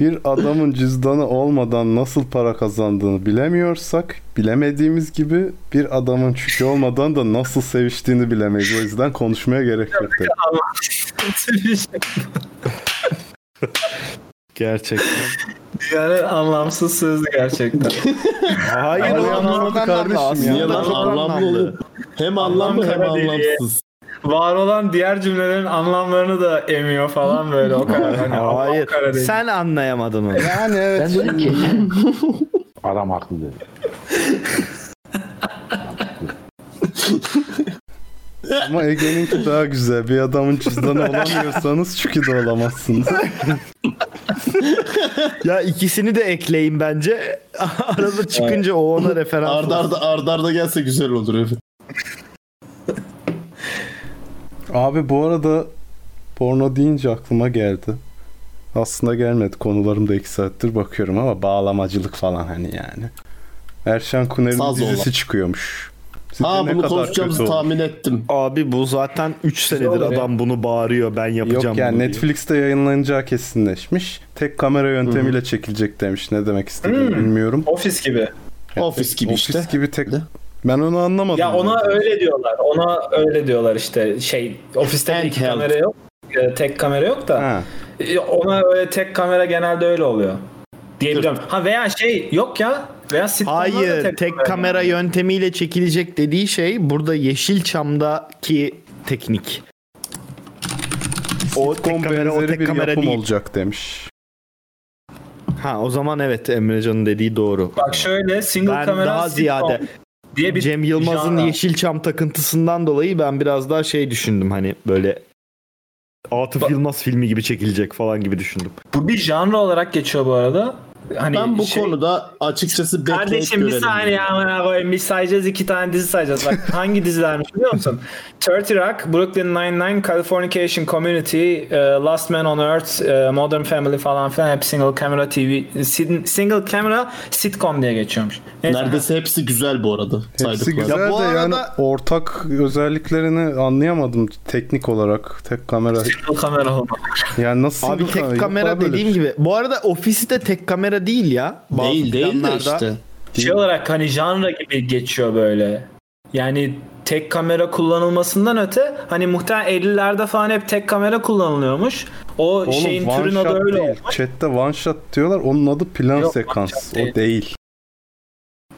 Speaker 1: Bir adamın cüzdanı olmadan nasıl para kazandığını bilemiyorsak bilemediğimiz gibi bir adamın çükü olmadan da nasıl seviştiğini bilemeyiz. O yüzden konuşmaya gerek yok. dedim.
Speaker 9: Gerçekten.
Speaker 5: yani anlamsız söz gerçekten.
Speaker 9: Hayır o anlamlı kardeşim
Speaker 3: Niye lan anlamlı olup hem anlamlı hem
Speaker 5: Anlam kara deliği.
Speaker 3: anlamsız.
Speaker 5: Var olan diğer cümlelerin anlamlarını da emiyor falan böyle o kadar. Hani anlam
Speaker 9: Hayır.
Speaker 5: kara deliği.
Speaker 9: Sen anlayamadın onu.
Speaker 1: Yani evet.
Speaker 17: Adam haklı dedi.
Speaker 1: Ama Ege'ninki daha güzel. Bir adamın cüzdanı olamıyorsanız çükü de olamazsınız.
Speaker 9: ya ikisini de ekleyin bence. Arada çıkınca o ona referans
Speaker 3: Arda
Speaker 9: olsun.
Speaker 3: arda, arda arda gelse güzel olur evet.
Speaker 1: Abi bu arada porno deyince aklıma geldi. Aslında gelmedi. Konularımda iki saattir bakıyorum ama bağlamacılık falan hani yani. Erşen Kuner'in
Speaker 3: Saz
Speaker 1: dizisi
Speaker 3: olan.
Speaker 1: çıkıyormuş. Sizce
Speaker 3: Ha
Speaker 1: ne
Speaker 3: bunu
Speaker 1: kadar
Speaker 3: konuşacağımızı
Speaker 1: kötü olur?
Speaker 3: tahmin ettim.
Speaker 9: Abi bu zaten 3 senedir
Speaker 3: olur ya.
Speaker 9: adam bunu bağırıyor ben yapacağım
Speaker 1: Yok yani
Speaker 9: bunu diye.
Speaker 1: Netflix'te yayınlanacağı kesinleşmiş. Tek kamera yöntemiyle çekilecek demiş. Ne demek istediğini bilmiyorum.
Speaker 5: Ofis gibi.
Speaker 1: Yani
Speaker 3: Hmm. Office gibi
Speaker 1: ofis
Speaker 3: işte.
Speaker 1: gibi tek... Ben onu anlamadım.
Speaker 5: Ya ona öyle diyorlar. Ona öyle diyorlar işte şey ofiste bir iki
Speaker 3: Handheld.
Speaker 5: kamera yok. e, Tek kamera yok da.
Speaker 1: Ha.
Speaker 5: e, Ona öyle tek kamera genelde öyle oluyor. Diyebiliyorum. Ha veya şey yok ya. Veya sitcomlarda
Speaker 9: Hayır tek, kamera yöntemiyle çekilecek dediği şey burada Yeşilçam'daki teknik. O tek
Speaker 1: Sitcom
Speaker 9: kamera o
Speaker 1: benzeri
Speaker 9: tek
Speaker 1: bir
Speaker 9: kamera
Speaker 1: yapım
Speaker 9: değil.
Speaker 1: olacak demiş.
Speaker 9: Ha o zaman evet Emrecan'ın dediği doğru.
Speaker 5: Bak şöyle single
Speaker 9: Ben
Speaker 5: kamera
Speaker 9: daha
Speaker 5: sitcom
Speaker 9: ziyade
Speaker 5: diye bir
Speaker 9: Cem Yılmaz'ın
Speaker 5: genre.
Speaker 9: Yeşilçam takıntısından dolayı ben biraz daha şey düşündüm hani böyle Atıf Yılmaz filmi gibi çekilecek falan gibi düşündüm.
Speaker 5: Bu bir janr olarak geçiyor bu arada. Hani
Speaker 18: ben bu
Speaker 5: şey-
Speaker 18: konuda açıkçası bekleyip
Speaker 5: Kardeşim bir
Speaker 18: görelim.
Speaker 5: saniye amına koyayım. Biz sayacağız iki tane dizi sayacağız. Bak hangi dizilermiş biliyor musun? 30 Rock, Brooklyn Nine-Nine, Californication Community, e, Last Man on Earth, e, Modern Family falan filan hep single camera TV, sin- single camera sitcom diye geçiyormuş. Neyse.
Speaker 18: Neredeyse hepsi güzel bu arada.
Speaker 1: Hepsi
Speaker 18: saydıkları.
Speaker 1: güzel de yani ortak özelliklerini anlayamadım teknik olarak. Tek kamera.
Speaker 5: kamera
Speaker 1: Yani nasıl
Speaker 9: Abi
Speaker 1: single
Speaker 9: tek
Speaker 1: kamera? Yok
Speaker 9: kamera
Speaker 1: abi öyle
Speaker 9: dediğim
Speaker 1: bir şey.
Speaker 9: gibi. Bu arada ofisi de tek kamera değil ya. Bazı
Speaker 18: Değil, değil de
Speaker 9: planlarda.
Speaker 18: işte.
Speaker 5: Şey olarak hani janra gibi geçiyor böyle. Yani tek kamera kullanılmasından öte hani muhtemelen 50'lerde falan hep tek kamera kullanılıyormuş. O
Speaker 1: Oğlum,
Speaker 5: şeyin
Speaker 1: one
Speaker 5: türün adı
Speaker 1: shot
Speaker 5: öyle
Speaker 1: değil.
Speaker 5: olmuş.
Speaker 1: Chat'te one shot diyorlar. Onun adı plan
Speaker 5: Yok, one
Speaker 1: sekans.
Speaker 5: shot
Speaker 1: O
Speaker 5: değil.
Speaker 1: değil.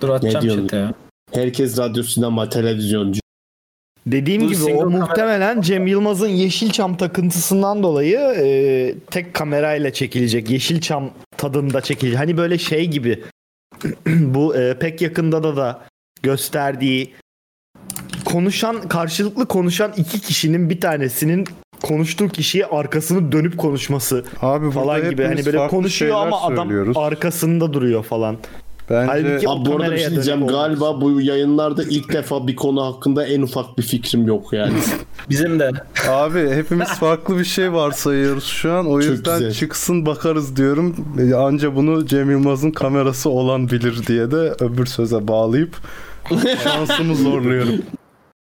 Speaker 5: Dur
Speaker 18: Ne
Speaker 5: atacağım
Speaker 18: diyorsun?
Speaker 5: chat'e ya.
Speaker 18: Herkes radyo, sinema, televizyoncu.
Speaker 9: Dediğim gibi o muhtemelen Cem Yılmaz'ın Yeşilçam takıntısından dolayı e, tek kamerayla çekilecek. Yeşilçam tadında çekilecek. Hani böyle şey gibi bu e, pek yakında da da gösterdiği konuşan karşılıklı konuşan iki kişinin bir tanesinin konuştuğu kişiye arkasını dönüp konuşması
Speaker 1: Abi
Speaker 9: falan gibi. Hani
Speaker 1: hepimiz
Speaker 9: böyle
Speaker 1: farklı
Speaker 9: konuşuyor
Speaker 1: şeyler
Speaker 9: ama adam
Speaker 1: söylüyoruz.
Speaker 9: arkasında duruyor falan. Halbuki o
Speaker 18: Abi bu arada bir
Speaker 9: kameraya
Speaker 18: şey
Speaker 9: dönüp
Speaker 18: diyeceğim.
Speaker 9: olmuş.
Speaker 18: Galiba bu yayınlarda ilk defa bir konu hakkında en ufak bir fikrim yok yani.
Speaker 5: Bizim de.
Speaker 1: Abi hepimiz farklı bir şey varsayıyoruz şu an. O yüzden
Speaker 18: güzel.
Speaker 1: çıksın bakarız diyorum. E, Anca bunu Cem Yılmaz'ın kamerası olan bilir diye de öbür söze bağlayıp şansımı zorluyorum.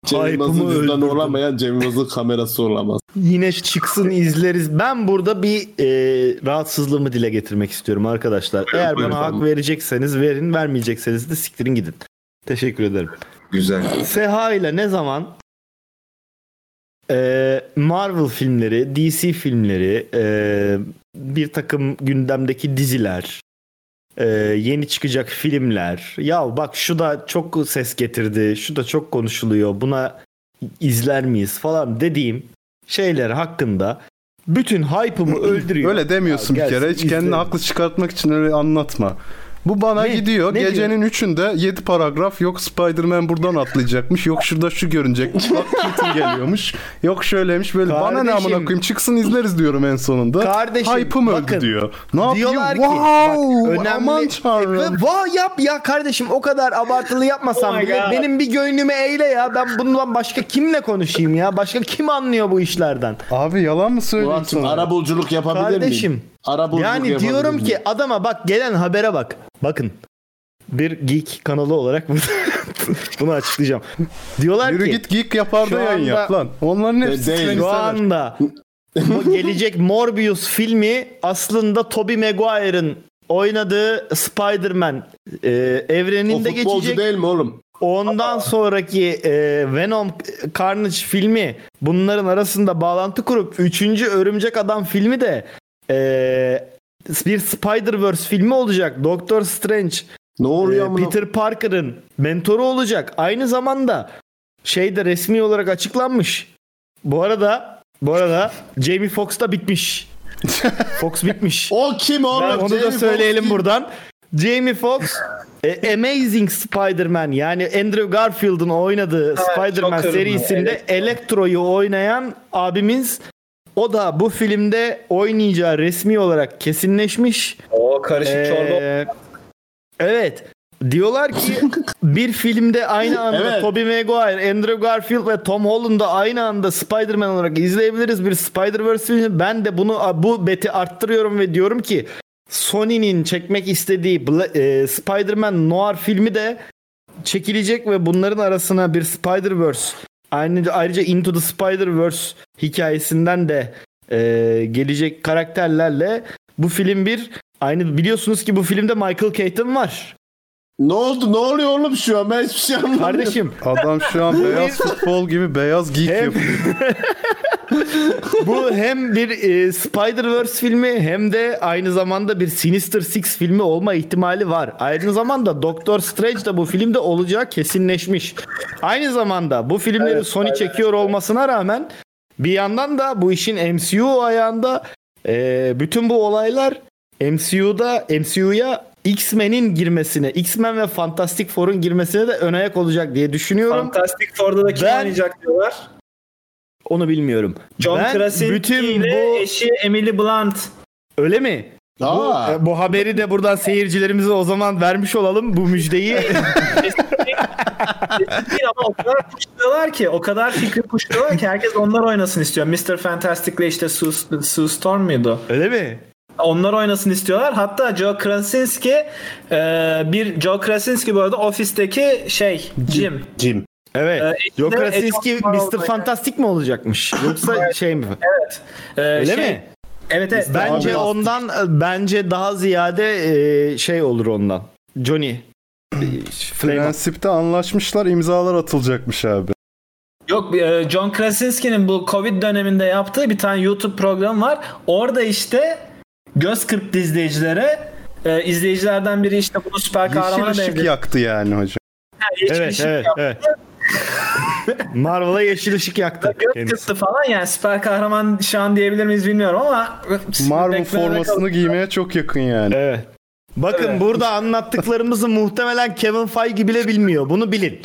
Speaker 18: Cem Yılmaz'ın cüzdanı olamayan Cem Yılmaz'ın kamerası olamaz.
Speaker 9: Yine çıksın izleriz. Ben burada bir e, rahatsızlığımı dile getirmek istiyorum arkadaşlar. Eğer
Speaker 6: buyurun.
Speaker 9: bana hak verecekseniz verin, vermeyecekseniz de siktirin gidin. Teşekkür ederim.
Speaker 6: Güzel.
Speaker 9: Seha ile ne zaman e, Marvel filmleri, DC filmleri, e, bir takım gündemdeki diziler, e, yeni çıkacak filmler. Ya bak şu da çok ses getirdi, şu da çok konuşuluyor. Buna izler miyiz falan dediğim şeyler hakkında bütün hype'ımı öldürüyor.
Speaker 1: Öyle demiyorsun
Speaker 9: Ya
Speaker 1: bir kere.
Speaker 9: gelsin,
Speaker 1: Hiç kendini
Speaker 9: izlerim.
Speaker 1: haklı çıkartmak için öyle anlatma. Bu bana gidiyor.
Speaker 9: Ne
Speaker 1: Gecenin üçünde 7 paragraf yok Spider-Man buradan atlayacakmış. Yok şurada şu görünecekmiş. Bak Keaton geliyormuş. Yok şöyleymiş böyle. bana ne
Speaker 9: Kardeşim.
Speaker 1: amına koyayım çıksın izleriz diyorum en sonunda.
Speaker 9: Kardeşim,
Speaker 1: Hype'ım
Speaker 9: bakın.
Speaker 1: öldü diyor. Ne yapıyor?
Speaker 9: Diyorlar ki,
Speaker 1: wow,
Speaker 9: bak, önemli-
Speaker 1: aman tanrım.
Speaker 9: Va yap ya kardeşim o kadar abartılı yapmasan
Speaker 1: Oh my
Speaker 9: bile
Speaker 1: God.
Speaker 9: benim bir gönlümü eyle ya ben bundan başka kimle konuşayım ya başka kim anlıyor bu işlerden?
Speaker 1: Abi yalan mı söylüyorsun?
Speaker 18: Murat'ım arabuluculuk yapabilir miyim?
Speaker 9: Kardeşim
Speaker 18: Arabuluculuk
Speaker 9: yani
Speaker 18: yapabilir
Speaker 9: diyorum
Speaker 18: miyim?
Speaker 9: ki adama bak gelen habere bak bakın bir geek kanalı olarak bunu açıklayacağım. Diyorlar
Speaker 1: Yürü
Speaker 9: ki
Speaker 1: git geek yapar
Speaker 9: şu
Speaker 1: da yayın
Speaker 9: anda-
Speaker 1: yap lan. Onların hepsi
Speaker 9: Değil.
Speaker 1: seni
Speaker 9: Şu
Speaker 1: sever.
Speaker 9: anda bu gelecek Morbius filmi aslında Tobey Maguire'ın oynadığı Spider-Man e, evreninde
Speaker 18: O futbolcu
Speaker 9: geçecek.
Speaker 18: değil mi oğlum?
Speaker 9: Ondan sonraki e, Venom Carnage filmi bunların arasında bağlantı kurup 3. Örümcek Adam filmi de e, bir Spider-Verse filmi olacak. Doctor Strange e,
Speaker 18: ne oluyor amına-
Speaker 9: Peter Parker'ın mentoru olacak. Aynı zamanda şey de resmi olarak açıklanmış. Bu arada bu arada Jamie Foxx da bitmiş. Fox bitmiş.
Speaker 18: o kim oğlum?
Speaker 9: onu
Speaker 18: Jamie
Speaker 9: da
Speaker 18: Foxx
Speaker 9: söyleyelim
Speaker 18: kim?
Speaker 9: buradan. Jamie Foxx e, Amazing Spider-Man yani Andrew Garfield'ın oynadığı Spider-Man
Speaker 5: çok önemli.
Speaker 9: serisinde
Speaker 5: Evet.
Speaker 9: Electro'yu oynayan abimiz o da bu filmde oynayacağı resmi olarak kesinleşmiş.
Speaker 5: O karışık
Speaker 9: Ee,
Speaker 5: çorba.
Speaker 9: Evet. Diyorlar ki bir filmde aynı anda
Speaker 18: Evet.
Speaker 9: Tobey Maguire, Andrew Garfield ve Tom Holland'ı aynı anda Spider-Man olarak izleyebiliriz bir Spider-Verse filmi. Ben de bunu bu beti arttırıyorum ve diyorum ki Sony'nin çekmek istediği Bla- e, Spider-Man Noir filmi de çekilecek ve bunların arasına bir Spider-Verse aynı ayrıca Into the Spider-Verse hikayesinden de e, gelecek karakterlerle bu film bir aynı biliyorsunuz ki bu filmde Michael Keaton var.
Speaker 18: Ne oldu? Ne oluyor oğlum şu an? Ben hiçbir şey anlamadım.
Speaker 9: Kardeşim
Speaker 1: Adam şu an beyaz futbol gibi beyaz geek yapıyor.
Speaker 9: bu hem bir e, Spider-Verse filmi hem de aynı zamanda bir Sinister Six filmi olma ihtimali var. Aynı zamanda Doctor Strange de bu filmde olacağı kesinleşmiş. Aynı zamanda bu filmleri Sony çekiyor olmasına rağmen bir yandan da bu işin MCU ayağında e, bütün bu olaylar MCU'da MCU'ya X-Men'in girmesine, X-Men ve Fantastic Four'un girmesine de ön ayak olacak diye düşünüyorum.
Speaker 5: Fantastic Four'da da kim
Speaker 9: Ben-
Speaker 5: oynayacak diyorlar.
Speaker 9: Onu bilmiyorum.
Speaker 5: John
Speaker 9: ben
Speaker 5: Krasinski
Speaker 9: bütün
Speaker 5: ile eşi Emily Blunt.
Speaker 9: Öyle mi? Bu, e, bu haberi de buradan seyircilerimize o zaman vermiş olalım bu müjdeyi.
Speaker 5: Değil ama o kadar kuşluyorlar ki o kadar fikri kuşluyorlar ki herkes onlar oynasın istiyor. Mr. Fantastic'le işte Sue, Sue Storm muydu?
Speaker 9: Öyle mi?
Speaker 5: Onlar oynasın istiyorlar. Hatta Joe Krasinski e, bir Joe Krasinski bu arada ofisteki şey Jim.
Speaker 9: Jim. Evet.
Speaker 5: Ee,
Speaker 9: Joe
Speaker 5: işte
Speaker 9: Krasinski
Speaker 5: Edward Norton
Speaker 9: Mr. Fantastic mi olacakmış? Yoksa şey mi?
Speaker 5: Evet. Ee,
Speaker 9: Öyle
Speaker 5: şey-
Speaker 9: mi?
Speaker 5: Evet evet.
Speaker 9: Bence
Speaker 5: Abi-
Speaker 9: ondan e, bence daha ziyade e, şey olur ondan. Johnny.
Speaker 1: Prensipte anlaşmışlar imzalar atılacakmış abi.
Speaker 5: Yok e, John Krasinski'nin bu Covid döneminde yaptığı bir tane YouTube programı var. Orada işte göz kırptı izleyicilere. E, izleyicilerden biri işte bunu süper
Speaker 1: Yeşil
Speaker 5: kahramana
Speaker 1: ışık
Speaker 5: benzetmiş.
Speaker 1: yaktı yani hocam.
Speaker 5: Ha, şey yeşil
Speaker 9: Evet, evet,
Speaker 5: ışık yaptı.
Speaker 9: Marvel'a yeşil ışık yaktı.
Speaker 5: Göz kırptı falan yani süper kahraman şu an diyebilir miyiz bilmiyorum ama
Speaker 1: Marvel
Speaker 5: Beklemede
Speaker 1: formasını
Speaker 5: kalın.
Speaker 1: giymeye çok yakın yani.
Speaker 9: Evet. Bakın
Speaker 1: Evet.
Speaker 9: burada anlattıklarımızı muhtemelen Kevin Feige bile bilmiyor. Bunu bilin.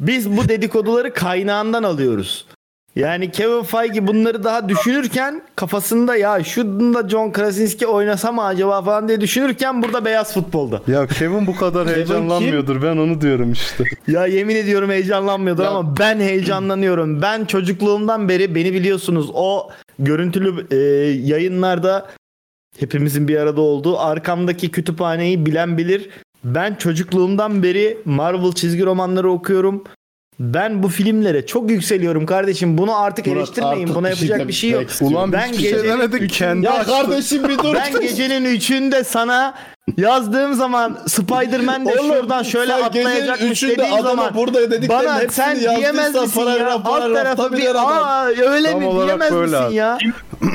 Speaker 9: Biz bu dedikoduları kaynağından alıyoruz. Yani Kevin Feige bunları daha düşünürken kafasında ya şunda John Krasinski oynasa mı acaba falan diye düşünürken burada beyaz futbolda.
Speaker 1: Ya Kevin bu kadar
Speaker 9: Kevin
Speaker 1: heyecanlanmıyordur ben onu diyorum işte.
Speaker 9: Ya yemin ediyorum heyecanlanmıyordur ama ben heyecanlanıyorum. Ben çocukluğumdan beri beni biliyorsunuz o görüntülü e, yayınlarda hepimizin bir arada olduğu arkamdaki kütüphaneyi bilen bilir. Ben çocukluğumdan beri Marvel çizgi romanları okuyorum. Ben bu filmlere çok yükseliyorum kardeşim. Bunu artık
Speaker 18: Murat,
Speaker 9: eleştirmeyin.
Speaker 18: artık
Speaker 9: Buna
Speaker 18: bir şey
Speaker 9: yapacak bir şey yok.
Speaker 18: demek istiyorum. Ulan biz
Speaker 9: ben
Speaker 18: bir şey
Speaker 9: gecenin
Speaker 18: demedik,
Speaker 9: üçün-
Speaker 18: kendi açtı.
Speaker 9: Ben gecenin üçünde sana yazdığım zaman Spider-Man de
Speaker 18: Oğlum,
Speaker 9: şuradan şöyle
Speaker 18: sen gecenin
Speaker 9: atlayacakmış
Speaker 18: üçünde
Speaker 9: dediğim
Speaker 18: adama
Speaker 9: zaman
Speaker 18: burada dediklerin
Speaker 9: bana
Speaker 18: hepsini
Speaker 9: sen
Speaker 18: yazdıysan
Speaker 9: diyemez misin ya?
Speaker 18: paragraf,
Speaker 9: Alt
Speaker 18: paragraf,
Speaker 9: tarafa
Speaker 18: tabii
Speaker 9: bir
Speaker 18: adam.
Speaker 9: aa öyle
Speaker 18: Tam
Speaker 9: mi
Speaker 18: olarak
Speaker 9: diyemez
Speaker 18: böyle
Speaker 9: misin
Speaker 18: abi.
Speaker 9: ya?
Speaker 18: belli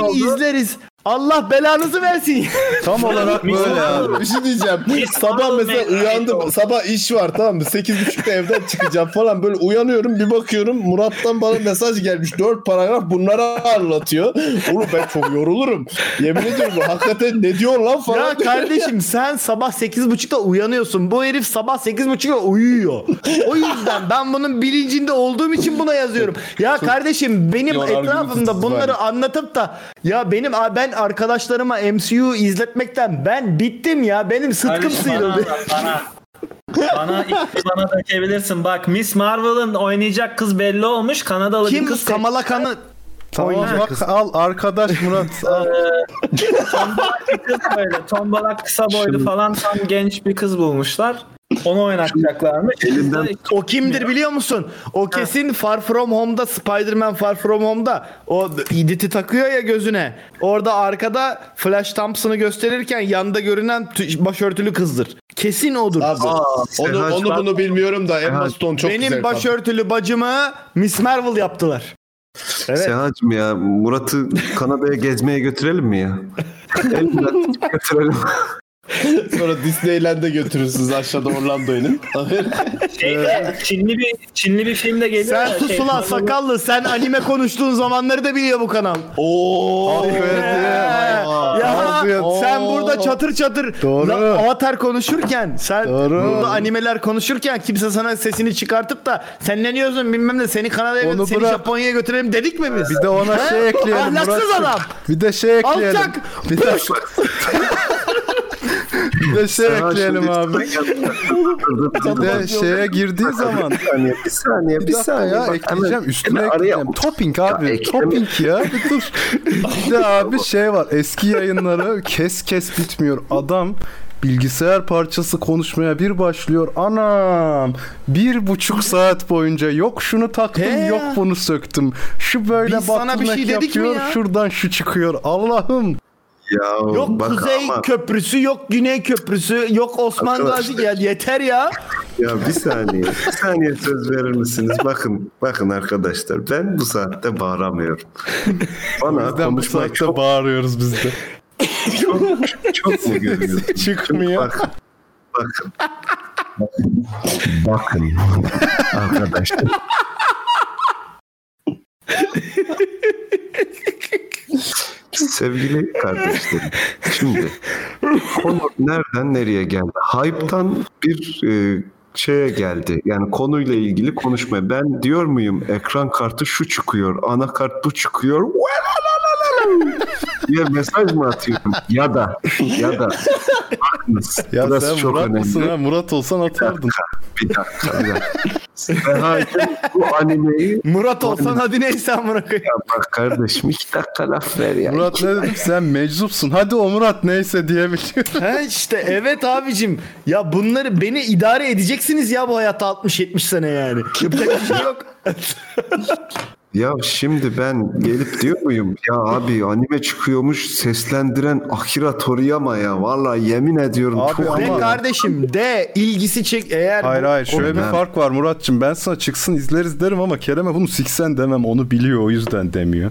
Speaker 18: oldu.
Speaker 9: Gelsin izleriz. Allah belanızı versin.
Speaker 1: Tam olarak böyle abi.
Speaker 18: Bir şey diyeceğim. Sabah mesela uyandım. Sabah iş var tamam mı? 8.30'da evden çıkacağım falan. Böyle uyanıyorum bir bakıyorum. Murat'tan bana mesaj gelmiş. 4 paragraf bunları anlatıyor. Oğlum ben çok yorulurum. Yemin ediyorum hakikaten ne diyor lan falan.
Speaker 9: Ya kardeşim sen sabah 8.30'da uyanıyorsun. Bu herif sabah 8.30'da uyuyor. O yüzden ben bunun bilincinde olduğum için buna yazıyorum. Ya kardeşim benim
Speaker 18: yorar gibi
Speaker 9: etrafımda
Speaker 18: tutuyorsun
Speaker 9: bunları
Speaker 18: bence.
Speaker 9: anlatıp da ya benim ben arkadaşlarıma MCU izletmekten ben bittim ya. Benim sıtkım
Speaker 5: Kardeşim,
Speaker 9: sıyrıldı.
Speaker 5: Bana, bana, bana, bana dökebilirsin. Bak Miss Marvel'ın oynayacak kız belli olmuş. Kanadalı
Speaker 9: Kim?
Speaker 5: bir kız.
Speaker 9: Kamala Khan'ı
Speaker 1: Tamam
Speaker 5: Oyna.
Speaker 1: bak al arkadaş Murat al.
Speaker 5: kız böyle tombalak kısa boylu falan tam genç bir kız bulmuşlar. Onu oynatacaklarmış. Elimden...
Speaker 9: O kimdir biliyor musun? O kesin Far From Home'da Spider-Man Far From Home'da o Edith'i takıyor ya gözüne. Orada arkada Flash Thompson'ı gösterirken yanda görünen tü- başörtülü kızdır. Kesin odur.
Speaker 18: onu, onu bunu bilmiyorum da Emma Stone çok
Speaker 9: Benim
Speaker 18: güzel. kadın.
Speaker 9: başörtülü bacımı Miss Marvel yaptılar. Evet.
Speaker 6: Sehacım ya Murat'ı Kanada'ya gezmeye götürelim mi ya? Elbette götürelim.
Speaker 18: Sonra Disneyland'e götürürsünüz aşağıda Orlando'yu.
Speaker 5: Şeyde, Çinli bir Çinli bir filmde geliyor.
Speaker 9: Sen
Speaker 5: ya,
Speaker 9: sus
Speaker 5: şey,
Speaker 9: ulan sakallı. Sen anime konuştuğun zamanları da biliyor bu kanal. Oo. Ya
Speaker 1: Aferin.
Speaker 9: sen burada çatır çatır
Speaker 1: Doğru.
Speaker 9: la- avatar konuşurken sen
Speaker 1: Doğru.
Speaker 9: burada animeler konuşurken kimse sana sesini çıkartıp da sen ne diyorsun bilmem ne seni Kanada'ya
Speaker 1: Onu
Speaker 9: seni
Speaker 1: bırak.
Speaker 9: Japonya'ya götürelim dedik mi biz?
Speaker 1: Bir de ona
Speaker 9: He?
Speaker 1: şey ekleyelim
Speaker 9: Ahlaksız
Speaker 1: Murat'cığım.
Speaker 9: adam.
Speaker 1: Bir de şey ekleyelim.
Speaker 9: Alçak.
Speaker 1: Bir de, bir de şey
Speaker 6: Seha
Speaker 1: ekleyelim
Speaker 6: şimdi-
Speaker 1: abi. Bir de şeye girdiği zaman.
Speaker 6: Bir saniye, bir saniye,
Speaker 1: Bir
Speaker 6: bir
Speaker 1: dakika
Speaker 6: saniye.
Speaker 1: ya
Speaker 6: Bak,
Speaker 1: ekleyeceğim
Speaker 6: hemen-
Speaker 1: üstüne
Speaker 6: hemen araya-
Speaker 1: ekleyeceğim. Topping abi topping ya bir dur. Bir de abi şey var eski yayınları kes kes bitmiyor. Adam bilgisayar parçası konuşmaya bir başlıyor. Anam bir buçuk saat boyunca yok şunu taktım
Speaker 9: He.
Speaker 1: yok bunu söktüm. Şu böyle
Speaker 9: Biz sana bir
Speaker 1: bottleneck
Speaker 9: şey dedik mi
Speaker 1: yapıyor
Speaker 9: ya?
Speaker 1: şuradan şu çıkıyor Allah'ım.
Speaker 6: Ya
Speaker 9: Yok
Speaker 6: bak
Speaker 9: Kuzey
Speaker 6: ama-
Speaker 9: Köprüsü, yok Güney Köprüsü, yok Osman
Speaker 6: Arkadaşlar.
Speaker 9: Gazi. Ya yeter ya.
Speaker 6: Ya bir saniye, bir saniye söz verir misiniz? Bakın, bakın arkadaşlar ben bu saatte bağıramıyorum. Bana konuşmak çok,
Speaker 1: bağırıyoruz biz de.
Speaker 6: çok mu görüyorsunuz?
Speaker 1: Çıkmıyor.
Speaker 6: Bakın, bakın. Bakın arkadaşlar. Sevgili kardeşlerim, şimdi konu nereden nereye geldi? Hype'tan bir e, şeye geldi. Yani konuyla ilgili konuşma. Ben diyor muyum ekran kartı şu çıkıyor, anakart bu çıkıyor. diye mesaj mı atıyorum? Ya da ya da haklısın.
Speaker 1: Ya
Speaker 6: Burası
Speaker 1: sen
Speaker 6: çok
Speaker 1: Murat
Speaker 6: önemli.
Speaker 1: mısın ha? Murat olsan atardın.
Speaker 6: Bir dakika bir dakika. Selahattin bu animeyi
Speaker 9: Murat olsan hadi neyse amına koyayım.
Speaker 6: Ya bak kardeşim iki dakika laf ver ya.
Speaker 1: Murat ne dedim sen meczupsun. Hadi o Murat neyse diyebiliyorum.
Speaker 9: He işte evet abicim. Ya bunları beni idare edeceksiniz ya bu hayatta 60-70 sene yani. Yapacak bir şey yok.
Speaker 6: Ya şimdi ben gelip diyor muyum? Ya abi anime çıkıyormuş seslendiren Akira Toriyama ya. Vallahi yemin ediyorum
Speaker 9: Abi
Speaker 6: çok
Speaker 9: de
Speaker 6: iyi.
Speaker 9: kardeşim de ilgisi çek eğer
Speaker 1: Hayır
Speaker 9: bu-
Speaker 1: hayır şöyle bir
Speaker 6: Ben-
Speaker 1: fark var Muratçım ben sana çıksın izleriz derim ama Kerem'e bunu siksen demem onu biliyor o yüzden demiyor.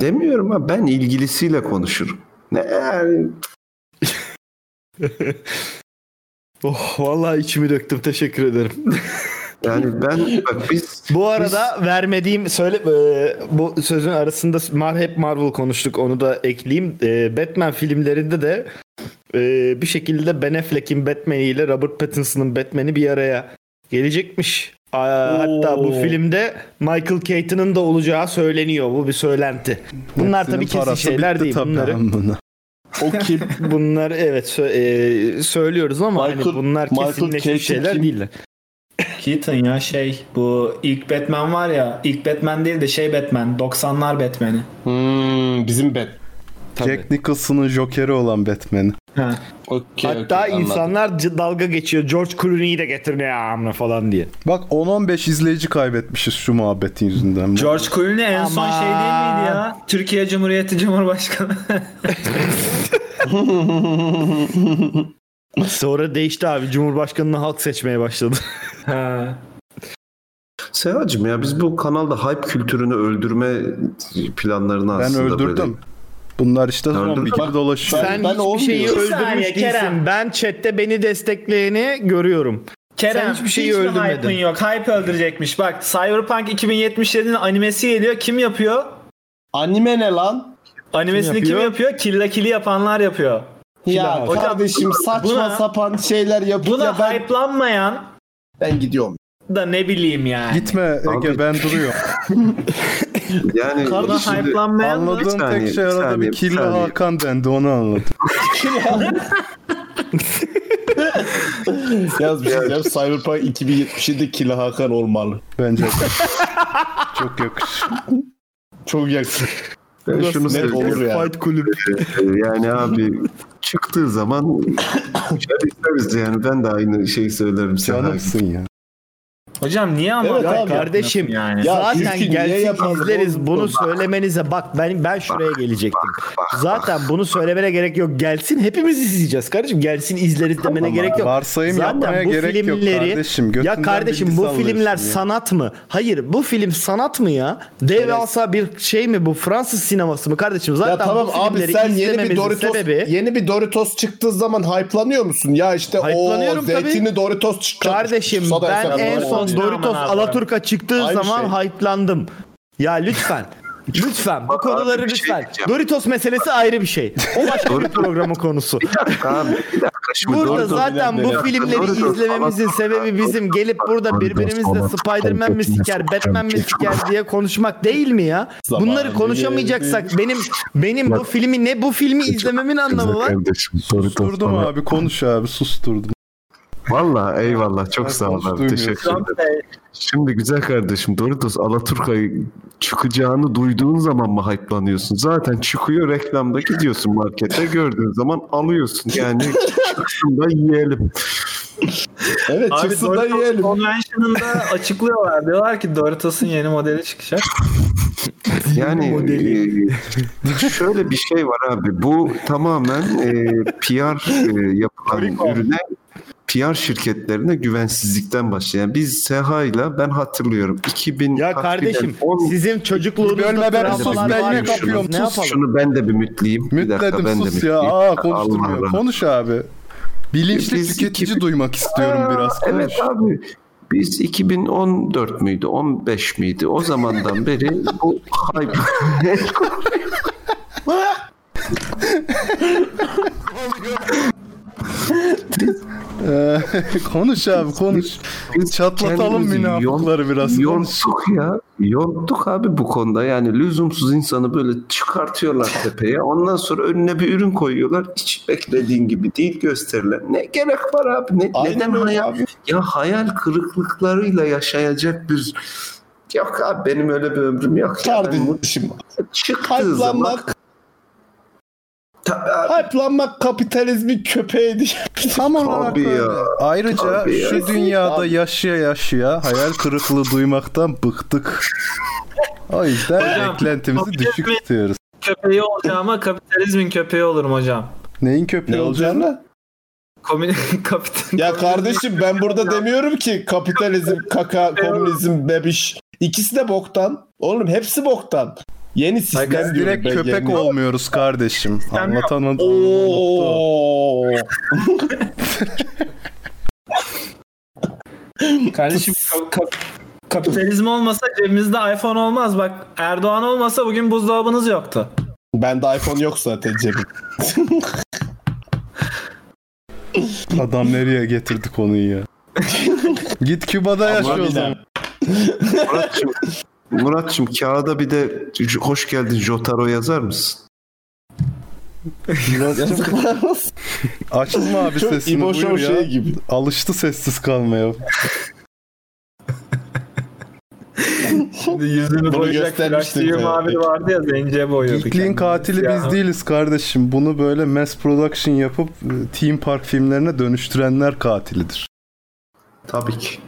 Speaker 6: Demiyorum ha ben ilgilisiyle konuşurum. Ne yani
Speaker 9: Oh vallahi içimi döktüm teşekkür ederim.
Speaker 6: Yani ben bak biz
Speaker 9: Bu arada vermediğim söyle e, bu sözün arasında mar hep Marvel konuştuk onu da ekleyeyim. E, Batman filmlerinde de e, bir şekilde Ben Affleck'in Batman'i ile Robert Pattinson'ın Batman'i bir araya gelecekmiş. Aa, Hatta bu filmde Michael Keaton'ın da olacağı söyleniyor. Bu bir söylenti. Bunlar
Speaker 1: Hepsinin
Speaker 9: tabii kesin
Speaker 1: parası
Speaker 9: şeyler
Speaker 1: bitti
Speaker 9: değil
Speaker 1: tabii
Speaker 9: bunları.
Speaker 1: amına.
Speaker 9: O kim? bunlar evet sö- e, söylüyoruz ama hani
Speaker 5: Michael-
Speaker 9: bunlar
Speaker 5: Michael
Speaker 9: kesinleşmiş
Speaker 5: Keaton
Speaker 9: şeyler
Speaker 5: kim?
Speaker 9: değiller.
Speaker 5: Keaton ya şey bu ilk Batman var ya ilk Batman değil de şey Batman 90'lar Batman'i.
Speaker 1: bizim Bat. Jack Nicholson'ın Joker'i olan Batman'i.
Speaker 9: Hatta insanlar c- dalga geçiyor. George Clooney'i de getirin ya amına falan diye.
Speaker 1: Bak 10-15 izleyici kaybetmişiz şu muhabbetin yüzünden.
Speaker 5: George Clooney en son
Speaker 9: Aman.
Speaker 5: şey değil miydi ya? Türkiye Cumhuriyeti Cumhurbaşkanı.
Speaker 9: Sonra değişti abi. Cumhurbaşkanını halk seçmeye başladı.
Speaker 6: Seyacım ya biz bu kanalda hype kültürünü öldürme planlarını
Speaker 1: Ben
Speaker 6: aslında
Speaker 1: öldürdüm.
Speaker 6: böyle.
Speaker 1: Bunlar işte
Speaker 6: Öldürdün
Speaker 1: zombi
Speaker 6: mü?
Speaker 1: gibi dolaşıyor.
Speaker 9: Sen hiçbir şeyi öldürmüş değilsin. Ben chatte beni destekleyeni görüyorum. Sen hiçbir şeyi
Speaker 5: hiç mi
Speaker 9: öldürmedin.
Speaker 5: hype'ın yok. Hype öldürecekmiş. Bak Cyberpunk 2077'nin animesi geliyor. Kim yapıyor?
Speaker 18: Anime ne lan?
Speaker 5: Animesini kim
Speaker 18: Kim
Speaker 5: yapıyor?
Speaker 18: yapıyor?
Speaker 5: Kill la Kill'i yapanlar yapıyor.
Speaker 18: Ya
Speaker 5: Hocam,
Speaker 18: kardeşim saçma
Speaker 5: buna-
Speaker 18: sapan şeyler yap.
Speaker 5: Buna
Speaker 18: ya ben,
Speaker 5: hype'lanmayan
Speaker 18: ben gidiyorum.
Speaker 5: da ne bileyim yani.
Speaker 1: Gitme Ege ben duruyorum.
Speaker 6: Yani
Speaker 5: Buna
Speaker 6: şimdi-
Speaker 5: hype'lanmayan da-
Speaker 1: Anladığım
Speaker 6: saniye,
Speaker 1: tek şey
Speaker 6: bir
Speaker 1: arada
Speaker 6: saniye,
Speaker 1: bir
Speaker 6: bir
Speaker 1: kirli
Speaker 6: saniye.
Speaker 1: Hakan dendi onu anladım.
Speaker 18: Yaz bir şey diyeceğim. Cyberpunk 2077 Killa Hakan olmalı.
Speaker 1: Bence de. Çok yakışır.
Speaker 18: Çok yakışır.
Speaker 6: Ben
Speaker 18: Burası
Speaker 6: şunu
Speaker 18: net olur
Speaker 6: söyleyeyim.
Speaker 18: yani.
Speaker 6: Ee, yani abi çıktığı zaman şey isteriz yani ben de aynı şeyi söylerim sana.
Speaker 1: Canımsın ya.
Speaker 5: Hocam niye ama
Speaker 9: Ya
Speaker 5: hype
Speaker 9: kardeşim
Speaker 5: yapmıyorsun
Speaker 9: yani. zaten gelsin izleriz bunu söylemenize bak ben ben şuraya gelecektim. zaten bunu söylemene gerek yok. Gelsin hepimiz izleyeceğiz kardeşim. Gelsin izleriz demene
Speaker 1: Tamam
Speaker 9: gerek
Speaker 1: abi,
Speaker 9: yok.
Speaker 1: varsayım yapmaya gerek yok kardeşim.
Speaker 9: Ya
Speaker 1: Götünden
Speaker 9: kardeşim
Speaker 1: bilgi
Speaker 9: bu
Speaker 1: sallıyorsun
Speaker 9: filmler
Speaker 1: ya.
Speaker 9: sanat mı? Hayır bu film sanat mı ya? Devasa bir şey mi bu? Fransız sineması mı kardeşim? Zaten
Speaker 18: ya tamam
Speaker 9: bu filmleri
Speaker 18: abi sen yeni bir
Speaker 9: izlememizin
Speaker 18: Doritos
Speaker 9: sebebi
Speaker 18: yeni bir Doritos çıktığı zaman hype'lanıyor musun? Ya işte o
Speaker 9: Hype'lanıyorum tabii.
Speaker 18: zeytinli Doritos çıkacak.
Speaker 9: Kardeşim
Speaker 18: Sada
Speaker 9: ben
Speaker 18: eser
Speaker 9: en
Speaker 18: var.
Speaker 9: son Doritos Alaturka çıktığı
Speaker 18: Aynı
Speaker 9: zaman
Speaker 18: şey.
Speaker 9: hype'landım. Ya lütfen. Lütfen bu konuları
Speaker 6: bir şey
Speaker 9: lütfen.
Speaker 6: diyeceğim.
Speaker 9: Doritos meselesi ayrı bir şey. O başka bir programın konusu.
Speaker 6: Abi bir dakika şimdi
Speaker 9: Burada
Speaker 6: Doritos-
Speaker 9: zaten
Speaker 6: Bir
Speaker 9: bu
Speaker 6: dakika,
Speaker 9: filmleri
Speaker 6: Doritos
Speaker 9: izlememizin
Speaker 6: falan-
Speaker 9: sebebi bizim gelip burada birbirimizle Spider-Man mi siker, Batman mi siker diye konuşmak değil mi ya? Bunları konuşamayacaksak benim benim bu filmi ne bu filmi izlememin anlamı var.
Speaker 8: Kardeşim
Speaker 1: Susturdum abi konuş abi susturdum.
Speaker 6: Valla eyvallah çok sağ ol abi
Speaker 1: duymuyorum.
Speaker 6: teşekkür ederim. Şimdi güzel kardeşim Doritos Alaturka'yı çıkacağını duyduğun zaman mı hype'lanıyorsun? Zaten çıkıyor reklamda gidiyorsun markete gördüğün zaman alıyorsun yani çıksın da yiyelim.
Speaker 18: Evet
Speaker 5: Abi
Speaker 18: çıksın da
Speaker 5: Doritos
Speaker 18: yiyelim.
Speaker 5: Convention'ında açıklıyorlar. Diyorlar ki Doritos'un yeni modeli çıkacak.
Speaker 6: Yani e, şöyle bir şey var abi. Bu tamamen e, PR e, yapılan ürüne PR şirketlerine güvensizlikten başlayan. biz SEHA'yla ben hatırlıyorum. 2000
Speaker 9: Ya
Speaker 6: kaç
Speaker 9: kardeşim
Speaker 6: bilen- on-
Speaker 9: sizin çocukluğunuzda
Speaker 1: Bölme ben
Speaker 9: travmalar
Speaker 1: sus
Speaker 9: var
Speaker 1: ben ne
Speaker 9: mı?
Speaker 1: kapıyorum
Speaker 9: Ne
Speaker 1: sus.
Speaker 9: yapalım?
Speaker 6: Şunu ben de bir mütleyeyim. Bir şey dakika
Speaker 1: Mütledim
Speaker 6: ben de
Speaker 1: sus ya.
Speaker 6: mütleyeyim.
Speaker 1: Aa
Speaker 6: Allah
Speaker 1: konuşturmuyor.
Speaker 6: Allah.
Speaker 1: Konuş abi. Bilinçli
Speaker 6: Biz
Speaker 1: tüketici duymak istiyorum biraz. Konuş.
Speaker 6: Evet abi. Biz 2014 müydü, 15 miydi? O zamandan beri bu hype.
Speaker 1: Ee, konuş abi konuş. Çatlatalım
Speaker 19: Kendimizi
Speaker 1: münafıkları biraz. Konuş.
Speaker 6: Yonttuk ya. Yonttuk abi bu konuda. Yani lüzumsuz insanı böyle çıkartıyorlar tepeye. Ondan sonra önüne bir ürün koyuyorlar. Hiç beklediğin gibi değil gösterilen. Ne gerek var abi? Ne, neden hayal? Ya hayal kırıklıklarıyla yaşayacak bir Yok abi benim öyle bir ömrüm yok. ya. Ben mut- Çıktığı zaman
Speaker 3: Hype'lanmak kapitalizmin köpeğiydi. şey
Speaker 1: Tam olarak öyle. Ayrıca şu dünyada yaşaya yaşaya hayal kırıklığı duymaktan bıktık. O yüzden
Speaker 5: Hocam,
Speaker 1: beklentimizi düşük tutuyoruz.
Speaker 5: Köpeği olacağıma kapitalizmin köpeği olurum hocam.
Speaker 1: Neyin köpeği olacağını?
Speaker 5: Komün kapital.
Speaker 3: Ya kardeşim ben burada demiyorum ki kapitalizm, kaka, komünizm, bebiş. İkisi de boktan. Oğlum hepsi boktan. Yeni sistem
Speaker 1: Biz direkt köpek olmuyoruz kardeşim. Anlatan adam.
Speaker 5: Kardeşim kap- kap- kapitalizm olmasa cebimizde iPhone olmaz. Bak Erdoğan olmasa bugün buzdolabınız yoktu.
Speaker 3: Bende iPhone yok zaten cebim.
Speaker 1: Adam nereye getirdi konuyu ya? Git Küba'da yaşa o zaman.
Speaker 6: Muratçım, Muratçım kağıda bir de hoş geldin Jotaro yazar mısın?
Speaker 1: Açtın mı abi
Speaker 6: Çok
Speaker 1: sesini?
Speaker 6: İbo Show
Speaker 1: Buyur ya.
Speaker 6: şey gibi.
Speaker 1: Alıştı sessiz kalmaya.
Speaker 5: Şimdi yüzünü
Speaker 1: Bunu
Speaker 5: boyayacak
Speaker 1: göstermiştim
Speaker 5: yaşlı
Speaker 1: ya.
Speaker 5: mavi vardı ya zenciye boyuyordu.
Speaker 1: İkliğin katili
Speaker 5: Ya.
Speaker 1: biz değiliz kardeşim. Bunu böyle mass production yapıp e, Theme Park filmlerine dönüştürenler katilidir.
Speaker 6: Tabii ki.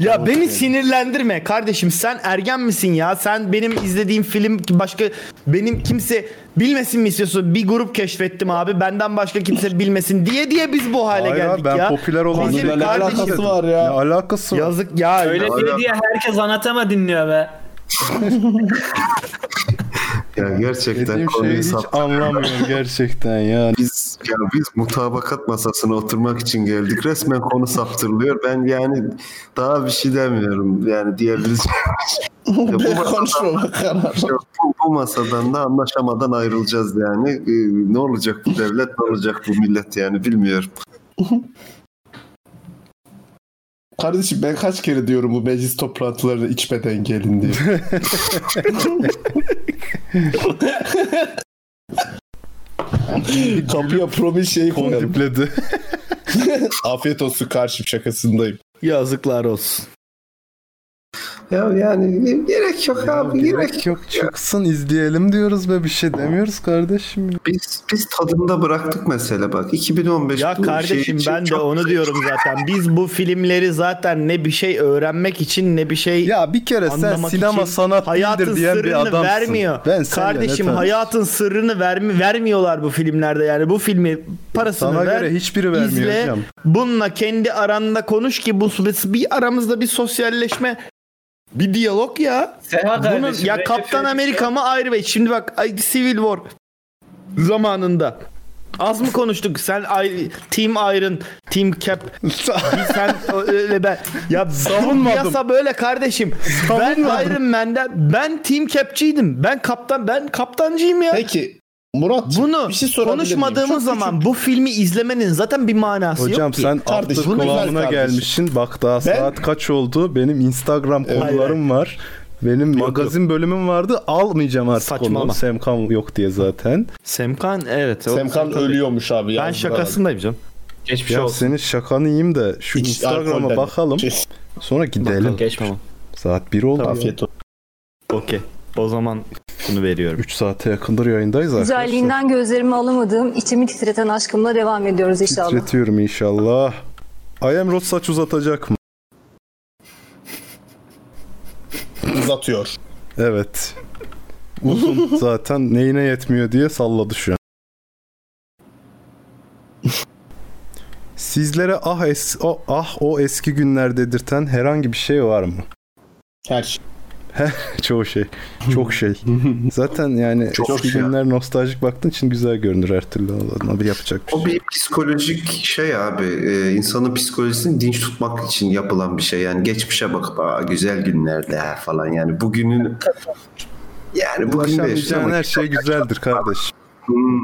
Speaker 9: Ya beni sinirlendirme kardeşim sen ergen misin ya sen benim izlediğim film ki başka benim kimse bilmesin mi istiyorsun bir grup keşfettim abi benden başka kimse bilmesin diye diye biz bu hale
Speaker 1: Hayır abi,
Speaker 9: geldik
Speaker 1: ben
Speaker 9: ya.
Speaker 1: popüler olan
Speaker 9: Bizim
Speaker 1: şeyle
Speaker 9: kardeşim-
Speaker 1: alakası var ya. Ne alakası var?
Speaker 9: Yazık ya.
Speaker 5: Öyle biri diye herkes anatema dinliyor be.
Speaker 6: Ya gerçekten
Speaker 1: Dediğim şeyi hiç anlamıyorum gerçekten ya.
Speaker 6: Biz ya biz mutabakat masasına oturmak için geldik. Resmen konu saptırılıyor. Ben yani daha bir şey demiyorum. Yani diyebiliriz. Ya bu, masadan, bu, bu masadan da anlaşamadan ayrılacağız yani. Ee, ne olacak bu devlet, ne olacak bu millet yani bilmiyorum.
Speaker 3: Kardeşim ben kaç kere diyorum bu meclis toplantılarına içmeden gelin diye. Kapıya promil şeyi koyalım. Afiyet olsun karşım şakasındayım.
Speaker 9: Yazıklar olsun.
Speaker 6: Ya yani gerek yok abi
Speaker 1: gerek yok. Çıksın izleyelim diyoruz ve bir şey demiyoruz kardeşim. ya.
Speaker 6: Biz biz tadında bıraktık mesele bak. 2015
Speaker 9: Ya
Speaker 6: bu şey
Speaker 9: kardeşim
Speaker 6: için
Speaker 9: ben de
Speaker 6: çok-
Speaker 9: onu diyorum zaten. Biz bu filmleri zaten ne bir şey öğrenmek için ne bir şey
Speaker 1: Ya bir kere E sen sinema sanat değildir diyen bir adamsın.
Speaker 9: vermiyor.
Speaker 1: Ben seninle ne
Speaker 9: kardeşim
Speaker 1: tanıştım?
Speaker 9: hayatın sırrını vermi vermiyorlar bu filmlerde yani. Bu filmi parasını
Speaker 1: Sana
Speaker 9: ver.
Speaker 1: göre hiçbiri vermiyor
Speaker 9: izle.
Speaker 1: hocam.
Speaker 9: Bununla kendi aranda konuş ki bu bir aramızda bir sosyalleşme bir diyalog ya.
Speaker 5: Seha kardeşim,
Speaker 9: ya
Speaker 5: Recep
Speaker 9: Kaptan
Speaker 5: İvedik
Speaker 9: Amerika mı ayrı be. Şimdi bak ay, Civil War zamanında Az mı konuştuk? Sen ay, Team Iron, Team Cap. bir sen öyle ben. Ya
Speaker 1: Savunmadım.
Speaker 9: Piyasa böyle kardeşim. Ben Iron Man'den ben Team Cap'ciydim. Ben kaptan ben kaptancıyım ya.
Speaker 3: Peki Murat
Speaker 9: bunu
Speaker 3: bir şey sorabilir miyim? Çok
Speaker 9: konuşmadığımız
Speaker 3: küçük.
Speaker 9: zaman bu filmi izlemenin zaten bir manası yok
Speaker 1: Hocam
Speaker 9: ki.
Speaker 1: sen artık kulağına gelmişsin. Bak daha saat kaç oldu? Benim Instagram konularım var. Benim magazin bölümüm vardı. Almayacağım artık
Speaker 9: Saçmalama.
Speaker 1: onu. Semkan yok diye zaten.
Speaker 9: Semkan evet. o-
Speaker 3: Semkan ölüyormuş abi.
Speaker 9: Ben şakasındayım canım. Geçmiş
Speaker 1: ya senin şakanı yiyeyim de şu
Speaker 9: şey Hiç
Speaker 1: Instagram'a
Speaker 9: alkolden.
Speaker 1: bakalım. Sonra gidelim.
Speaker 9: Tamam.
Speaker 1: Saat 1 oldu.
Speaker 3: Afiyet
Speaker 1: olsun.
Speaker 9: Okey. O zaman
Speaker 1: bunu veriyorum. 3 saate yakındır yayındayız arkadaşlar.
Speaker 20: Güzelliğinden gözlerimi alamadığım, içimi titreten aşkımla devam ediyoruz inşallah.
Speaker 1: Titretiyorum inşallah. I am Rod saç uzatacak mı?
Speaker 3: Uzatıyor.
Speaker 1: Evet. Uzun zaten neyine yetmiyor diye salladı şu an. Sizlere ah, es o, ah o eski günler dedirten herhangi bir şey var mı?
Speaker 3: Her şey.
Speaker 1: Çoğu şey. Çok şey. Zaten yani
Speaker 6: Çok
Speaker 1: eski
Speaker 6: şey.
Speaker 1: günler nostaljik baktığın için güzel görünür her türlü. Abi yapacak bir şey.
Speaker 6: O bir psikolojik şey abi. Ee, insanın psikolojisini dinç tutmak için yapılan bir şey. Yani geçmişe bakıp Aa, güzel günlerde ha," falan yani bugünün yani bugün de
Speaker 1: Ulaşamayacağın
Speaker 6: yaşamak-
Speaker 1: her şey güzeldir kardeş.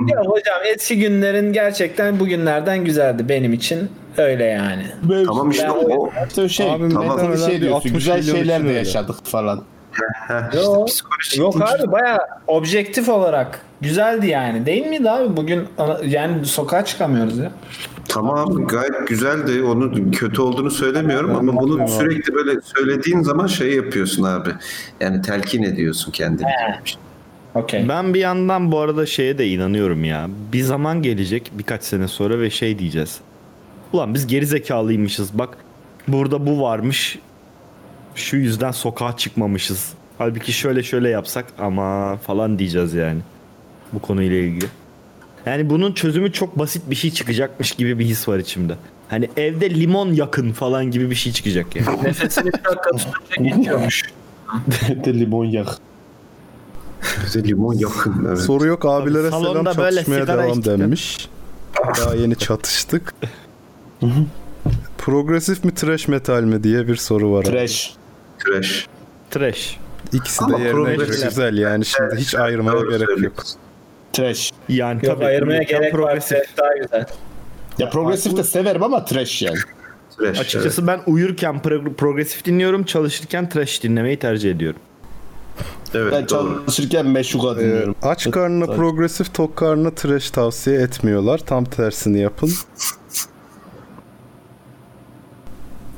Speaker 5: Ya hocam eski günlerin gerçekten bugünlerden güzeldi benim için. Öyle yani.
Speaker 6: Tamam işte o.
Speaker 3: İşte şey,
Speaker 5: Abim
Speaker 3: tamam. bir
Speaker 5: neden öyle
Speaker 3: şey
Speaker 5: bir
Speaker 3: diyorsun,
Speaker 5: 60
Speaker 3: güzel
Speaker 5: milyon
Speaker 3: şeyler de
Speaker 5: içinde
Speaker 3: yaşadık falan.
Speaker 5: Yok, yok abi baya objektif olarak güzeldi yani. Değil miydi abi? Bugün ana- yani sokağa çıkamıyoruz ya.
Speaker 6: Tamam gayet güzeldi. Onun kötü olduğunu söylemiyorum ama bunu
Speaker 5: mutluyum abi.
Speaker 6: sürekli böyle söylediğin zaman şey yapıyorsun abi. Yani telkin ediyorsun kendini.
Speaker 9: Ben bir yandan bu arada şeye de inanıyorum ya. Bir zaman gelecek birkaç sene sonra ve şey diyeceğiz. Ulan biz geri zekalıymışız bak. Burada bu varmış. Şu yüzden sokağa çıkmamışız. Halbuki şöyle şöyle yapsak ama falan diyeceğiz yani. Bu konuyla ilgili. Yani bunun çözümü çok basit bir şey çıkacakmış gibi bir his var içimde. Hani evde limon yakın falan gibi bir şey çıkacak yani.
Speaker 5: Nefesini bir dakika tutunca geçiyormuş.
Speaker 3: de limon yak.
Speaker 6: Bize limon yakın. Evet.
Speaker 1: Soru yok abilere
Speaker 9: Tabii,
Speaker 1: selam
Speaker 9: salonda böyle
Speaker 1: çatışmaya
Speaker 9: sigara
Speaker 1: devam
Speaker 9: içtik de.
Speaker 1: denmiş. Daha yeni çatıştık. Progresif mi trash metal mi diye bir soru var. abi.
Speaker 3: Trash.
Speaker 6: Trash.
Speaker 9: Trash.
Speaker 1: İkisi
Speaker 9: Ama
Speaker 1: de yerine
Speaker 9: progresif.
Speaker 1: göre güzel yani şimdi hiç ayırmaya gerek yok.
Speaker 3: Trash.
Speaker 9: Yani
Speaker 5: Yok ayırmaya gerek var. Trash Daha güzel.
Speaker 3: Ya progresif de severim ama trash yani.
Speaker 9: Açıkçası ben uyurken pro- progresif dinliyorum, çalışırken trash dinlemeyi tercih ediyorum.
Speaker 6: Evet,
Speaker 3: ben çalışırken meşhuka dinliyorum.
Speaker 1: Aç karnına
Speaker 3: Tabii.
Speaker 1: progresif tok karnına trash tavsiye etmiyorlar. Tam tersini yapın.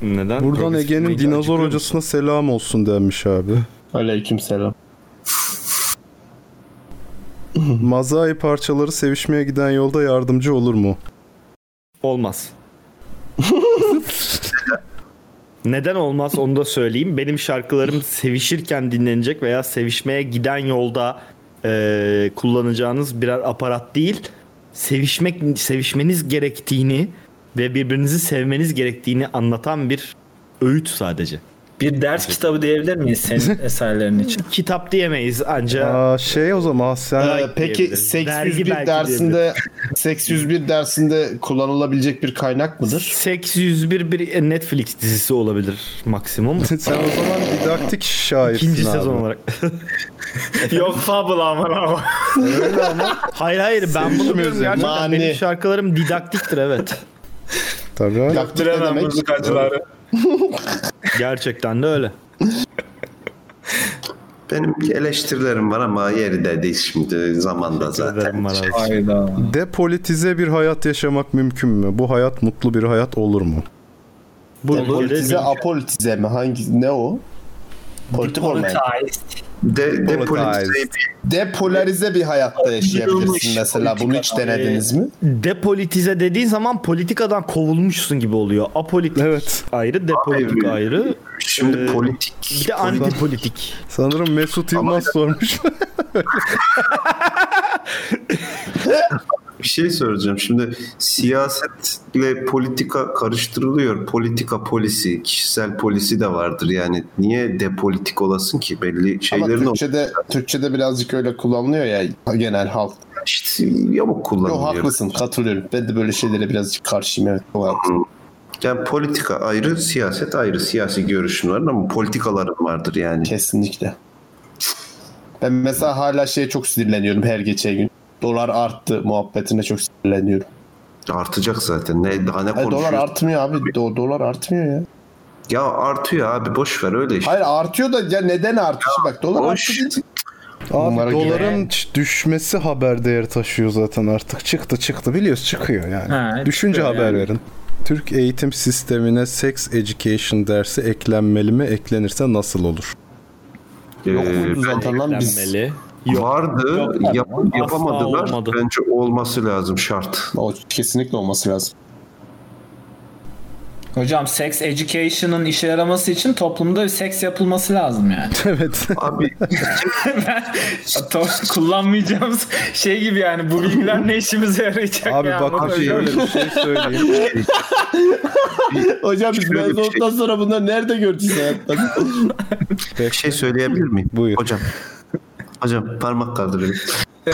Speaker 9: Neden?
Speaker 1: Buradan
Speaker 9: Progresif
Speaker 1: Ege'nin
Speaker 9: dinleyici
Speaker 1: dinozor
Speaker 9: acıkıyor
Speaker 1: hocasına selam olsun denmiş abi.
Speaker 3: Aleyküm selam.
Speaker 1: Mazai parçaları sevişmeye giden yolda yardımcı olur mu?
Speaker 9: Olmaz. Neden olmaz onu da söyleyeyim. Benim şarkılarım sevişirken dinlenecek veya sevişmeye giden yolda e, kullanacağınız birer aparat değil. Sevişmek, sevişmeniz gerektiğini ve birbirinizi sevmeniz gerektiğini anlatan bir öğüt sadece.
Speaker 5: Bir ders kitabı diyebilir miyiz senin eserlerin için?
Speaker 9: Kitap diyemeyiz ancak.
Speaker 1: Aa, şey o zaman sen
Speaker 3: Ee, peki 801 dersinde 801 dersinde kullanılabilecek bir kaynak mıdır?
Speaker 9: 801 bir Netflix dizisi olabilir maksimum.
Speaker 1: Sen o zaman didaktik şairsin
Speaker 9: İkinci
Speaker 1: abi.
Speaker 9: sezon olarak.
Speaker 5: Yok fable aman ama.
Speaker 9: Öyle ama. Hayır hayır ben bunu
Speaker 5: Sevişmiyoruz
Speaker 9: diyorum
Speaker 5: yani.
Speaker 9: gerçekten. Benim
Speaker 5: Mani.
Speaker 9: şarkılarım didaktiktir evet.
Speaker 1: Tabii.
Speaker 5: Bilemem müzikacıları.
Speaker 9: Gerçekten de öyle.
Speaker 6: Benim eleştirilerim var ama yeri de değil şimdi zamanda zaten.
Speaker 5: Hayda.
Speaker 1: Depolitize bir hayat yaşamak mümkün mü? Bu hayat mutlu bir hayat olur mu?
Speaker 9: Bu
Speaker 3: politize apolitize mi? Hangi ne o? Politik olmayan.
Speaker 6: De, şey
Speaker 3: depolitize Depolarize bir hayatta yaşayabilirsin mesela. Bunu hiç denediniz mi?
Speaker 9: Depolitize dediğin zaman politikadan kovulmuşsun gibi oluyor. Apolitik ayrı, depolitik ayrı.
Speaker 6: Şimdi
Speaker 3: Ee,
Speaker 6: politik.
Speaker 9: Bir de antipolitik.
Speaker 1: Sanırım Mesut Yılmaz sormuş.
Speaker 6: Bir şey soracağım. Şimdi siyasetle politika karıştırılıyor. Politika polisi, kişisel polisi de vardır. Yani niye depolitik olasın ki? Belli
Speaker 3: Ama
Speaker 6: şeylerin ol-
Speaker 3: Türkçe'de, Türkçe'de birazcık öyle kullanılıyor ya genel halk.
Speaker 6: İşte yamuk kullanılıyor.
Speaker 3: Yok haklısın katılıyorum. Ben de böyle şeylere birazcık karşıyım evet. Çok haklısın.
Speaker 6: Yani politika ayrı, siyaset ayrı. Siyasi görüşün var ama politikaların vardır yani.
Speaker 3: Kesinlikle. Ben mesela hala şeye çok sinirleniyorum her geçen gün. Dolar arttı muhabbetine çok sinirleniyorum.
Speaker 6: Artacak zaten. Ne daha ne
Speaker 3: Hayır, dolar
Speaker 6: konuşuyoruz?
Speaker 3: artmıyor abi. Do- dolar artmıyor ya.
Speaker 6: Ya artıyor abi boş ver öyle işte.
Speaker 3: Hayır artıyor da ya neden artıyor? Bak dolar
Speaker 6: boş.
Speaker 3: arttı. deyince-
Speaker 1: Abi
Speaker 3: Bunlara
Speaker 1: doların
Speaker 3: güven.
Speaker 1: ç- düşmesi haber değeri taşıyor zaten artık. Çıktı çıktı biliyoruz çıkıyor yani.
Speaker 5: Ha,
Speaker 1: Düşünce
Speaker 5: çıkıyor
Speaker 1: haber
Speaker 5: yani.
Speaker 1: verin. Türk eğitim sistemine sex education dersi eklenmeli mi? Eklenirse nasıl olur?
Speaker 6: Yok
Speaker 3: muydu zaten lan biz? Eklenmeli.
Speaker 6: Ee, Vardı
Speaker 3: Yok.
Speaker 6: yap-
Speaker 3: Asla
Speaker 6: yapamadılar.
Speaker 3: olmadı.
Speaker 6: Bence olması lazım şart.
Speaker 3: O kesinlikle olması lazım.
Speaker 5: Hocam sex education'ın işe yaraması için toplumda bir seks yapılması lazım yani.
Speaker 1: Evet.
Speaker 6: Abi
Speaker 5: To- kullanmayacağımız şey gibi yani bu bilgiler ne işimize yarayacak
Speaker 1: Abi
Speaker 5: ya?
Speaker 1: bak
Speaker 5: Ama
Speaker 1: abi şöyle bir şey söyleyeyim.
Speaker 3: Hocam biz
Speaker 6: Şöyle bir
Speaker 3: mezunluktan
Speaker 6: şey.
Speaker 3: sonra bunları nerede göreceğiz hayatta?
Speaker 6: Bir şey söyleyebilir miyim? Buyur. Hocam. Hocam parmak kaldırıyorum. Ee,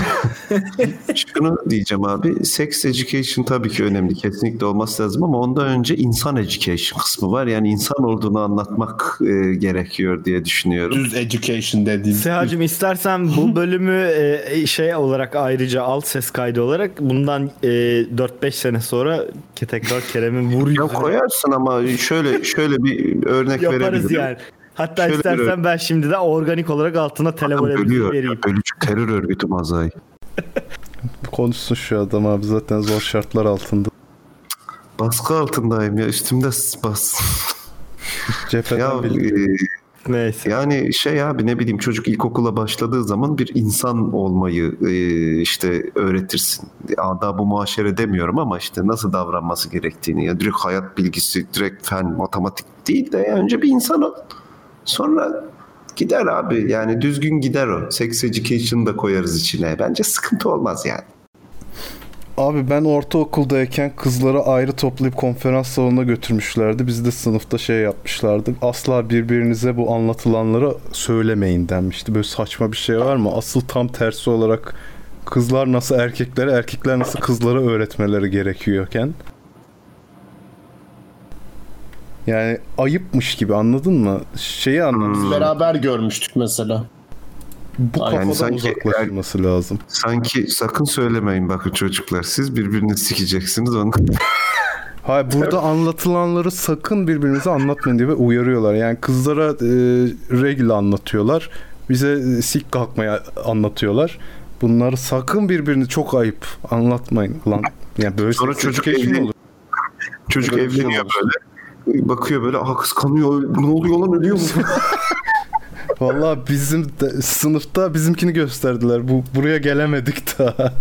Speaker 6: Şunu diyeceğim abi. Sex education tabii ki önemli. Kesinlikle olması lazım ama ondan önce insan education kısmı var. Yani insan olduğunu anlatmak e, gerekiyor diye düşünüyorum.
Speaker 3: Düz education dediğim.
Speaker 9: Sehacım istersen bu bölümü e, şey olarak ayrıca alt ses kaydı olarak bundan e, 4-5 sene sonra ke- tekrar Kerem'in vuruyor.
Speaker 6: koyarsın ama şöyle şöyle bir örnek
Speaker 9: Yaparız
Speaker 6: verebilirim.
Speaker 9: yani. Hatta
Speaker 6: Şöyle bir
Speaker 9: istersen
Speaker 6: örnek.
Speaker 9: ben şimdi de organik olarak altına telefon
Speaker 6: Ölüyor.
Speaker 9: vereyim.
Speaker 6: Ölücü terör örgütü mazayı.
Speaker 1: Konuşsun şu adam abi zaten zor şartlar altında.
Speaker 6: Baskı altındayım ya üstümde s- bas. ya,
Speaker 9: e,
Speaker 6: Yani şey abi ne bileyim çocuk ilkokula başladığı zaman bir insan olmayı e, işte öğretirsin. Adab-ı muaşere demiyorum ama işte nasıl davranması gerektiğini ya direkt hayat bilgisi, direkt fen, matematik değil de ya önce bir insan ol. Sonra gider abi yani düzgün gider o. Sex education da koyarız içine. Bence sıkıntı olmaz yani.
Speaker 1: Abi ben ortaokuldayken kızları ayrı toplayıp konferans salonuna götürmüşlerdi. Biz de sınıfta şey yapmışlardı. Asla birbirinize bu anlatılanlara söylemeyin denmişti. Böyle saçma bir şey var mı? Asıl tam tersi olarak kızlar nasıl erkeklere, erkekler nasıl kızlara öğretmeleri gerekiyorken. Yani ayıpmış gibi anladın mı? Şeyi anladın.
Speaker 3: Biz beraber görmüştük mesela.
Speaker 1: Bu
Speaker 6: Yani
Speaker 1: kafadan
Speaker 6: sanki-
Speaker 1: uzaklaşılması lazım.
Speaker 6: Sanki sakın söylemeyin bakın çocuklar. Siz birbirini sikeceksiniz onu.
Speaker 1: Hayır burada anlatılanları sakın birbirinize anlatmayın diye uyarıyorlar. Yani kızlara e, regl anlatıyorlar. Bize e, sik kalkmaya anlatıyorlar. Bunları sakın birbirini çok ayıp anlatmayın lan. Yani böyle
Speaker 6: Sonra
Speaker 1: sex
Speaker 6: çocuk
Speaker 1: education
Speaker 6: evlen-
Speaker 1: olur.
Speaker 6: Çocuk
Speaker 1: Böyle bir şey
Speaker 6: evleniyor böyle. Bakıyor böyle aha kıskanıyor. Ne oluyor lan ölüyor mu?
Speaker 1: Vallahi bizim de- sınıfta bizimkini gösterdiler. Bu buraya gelemedik daha.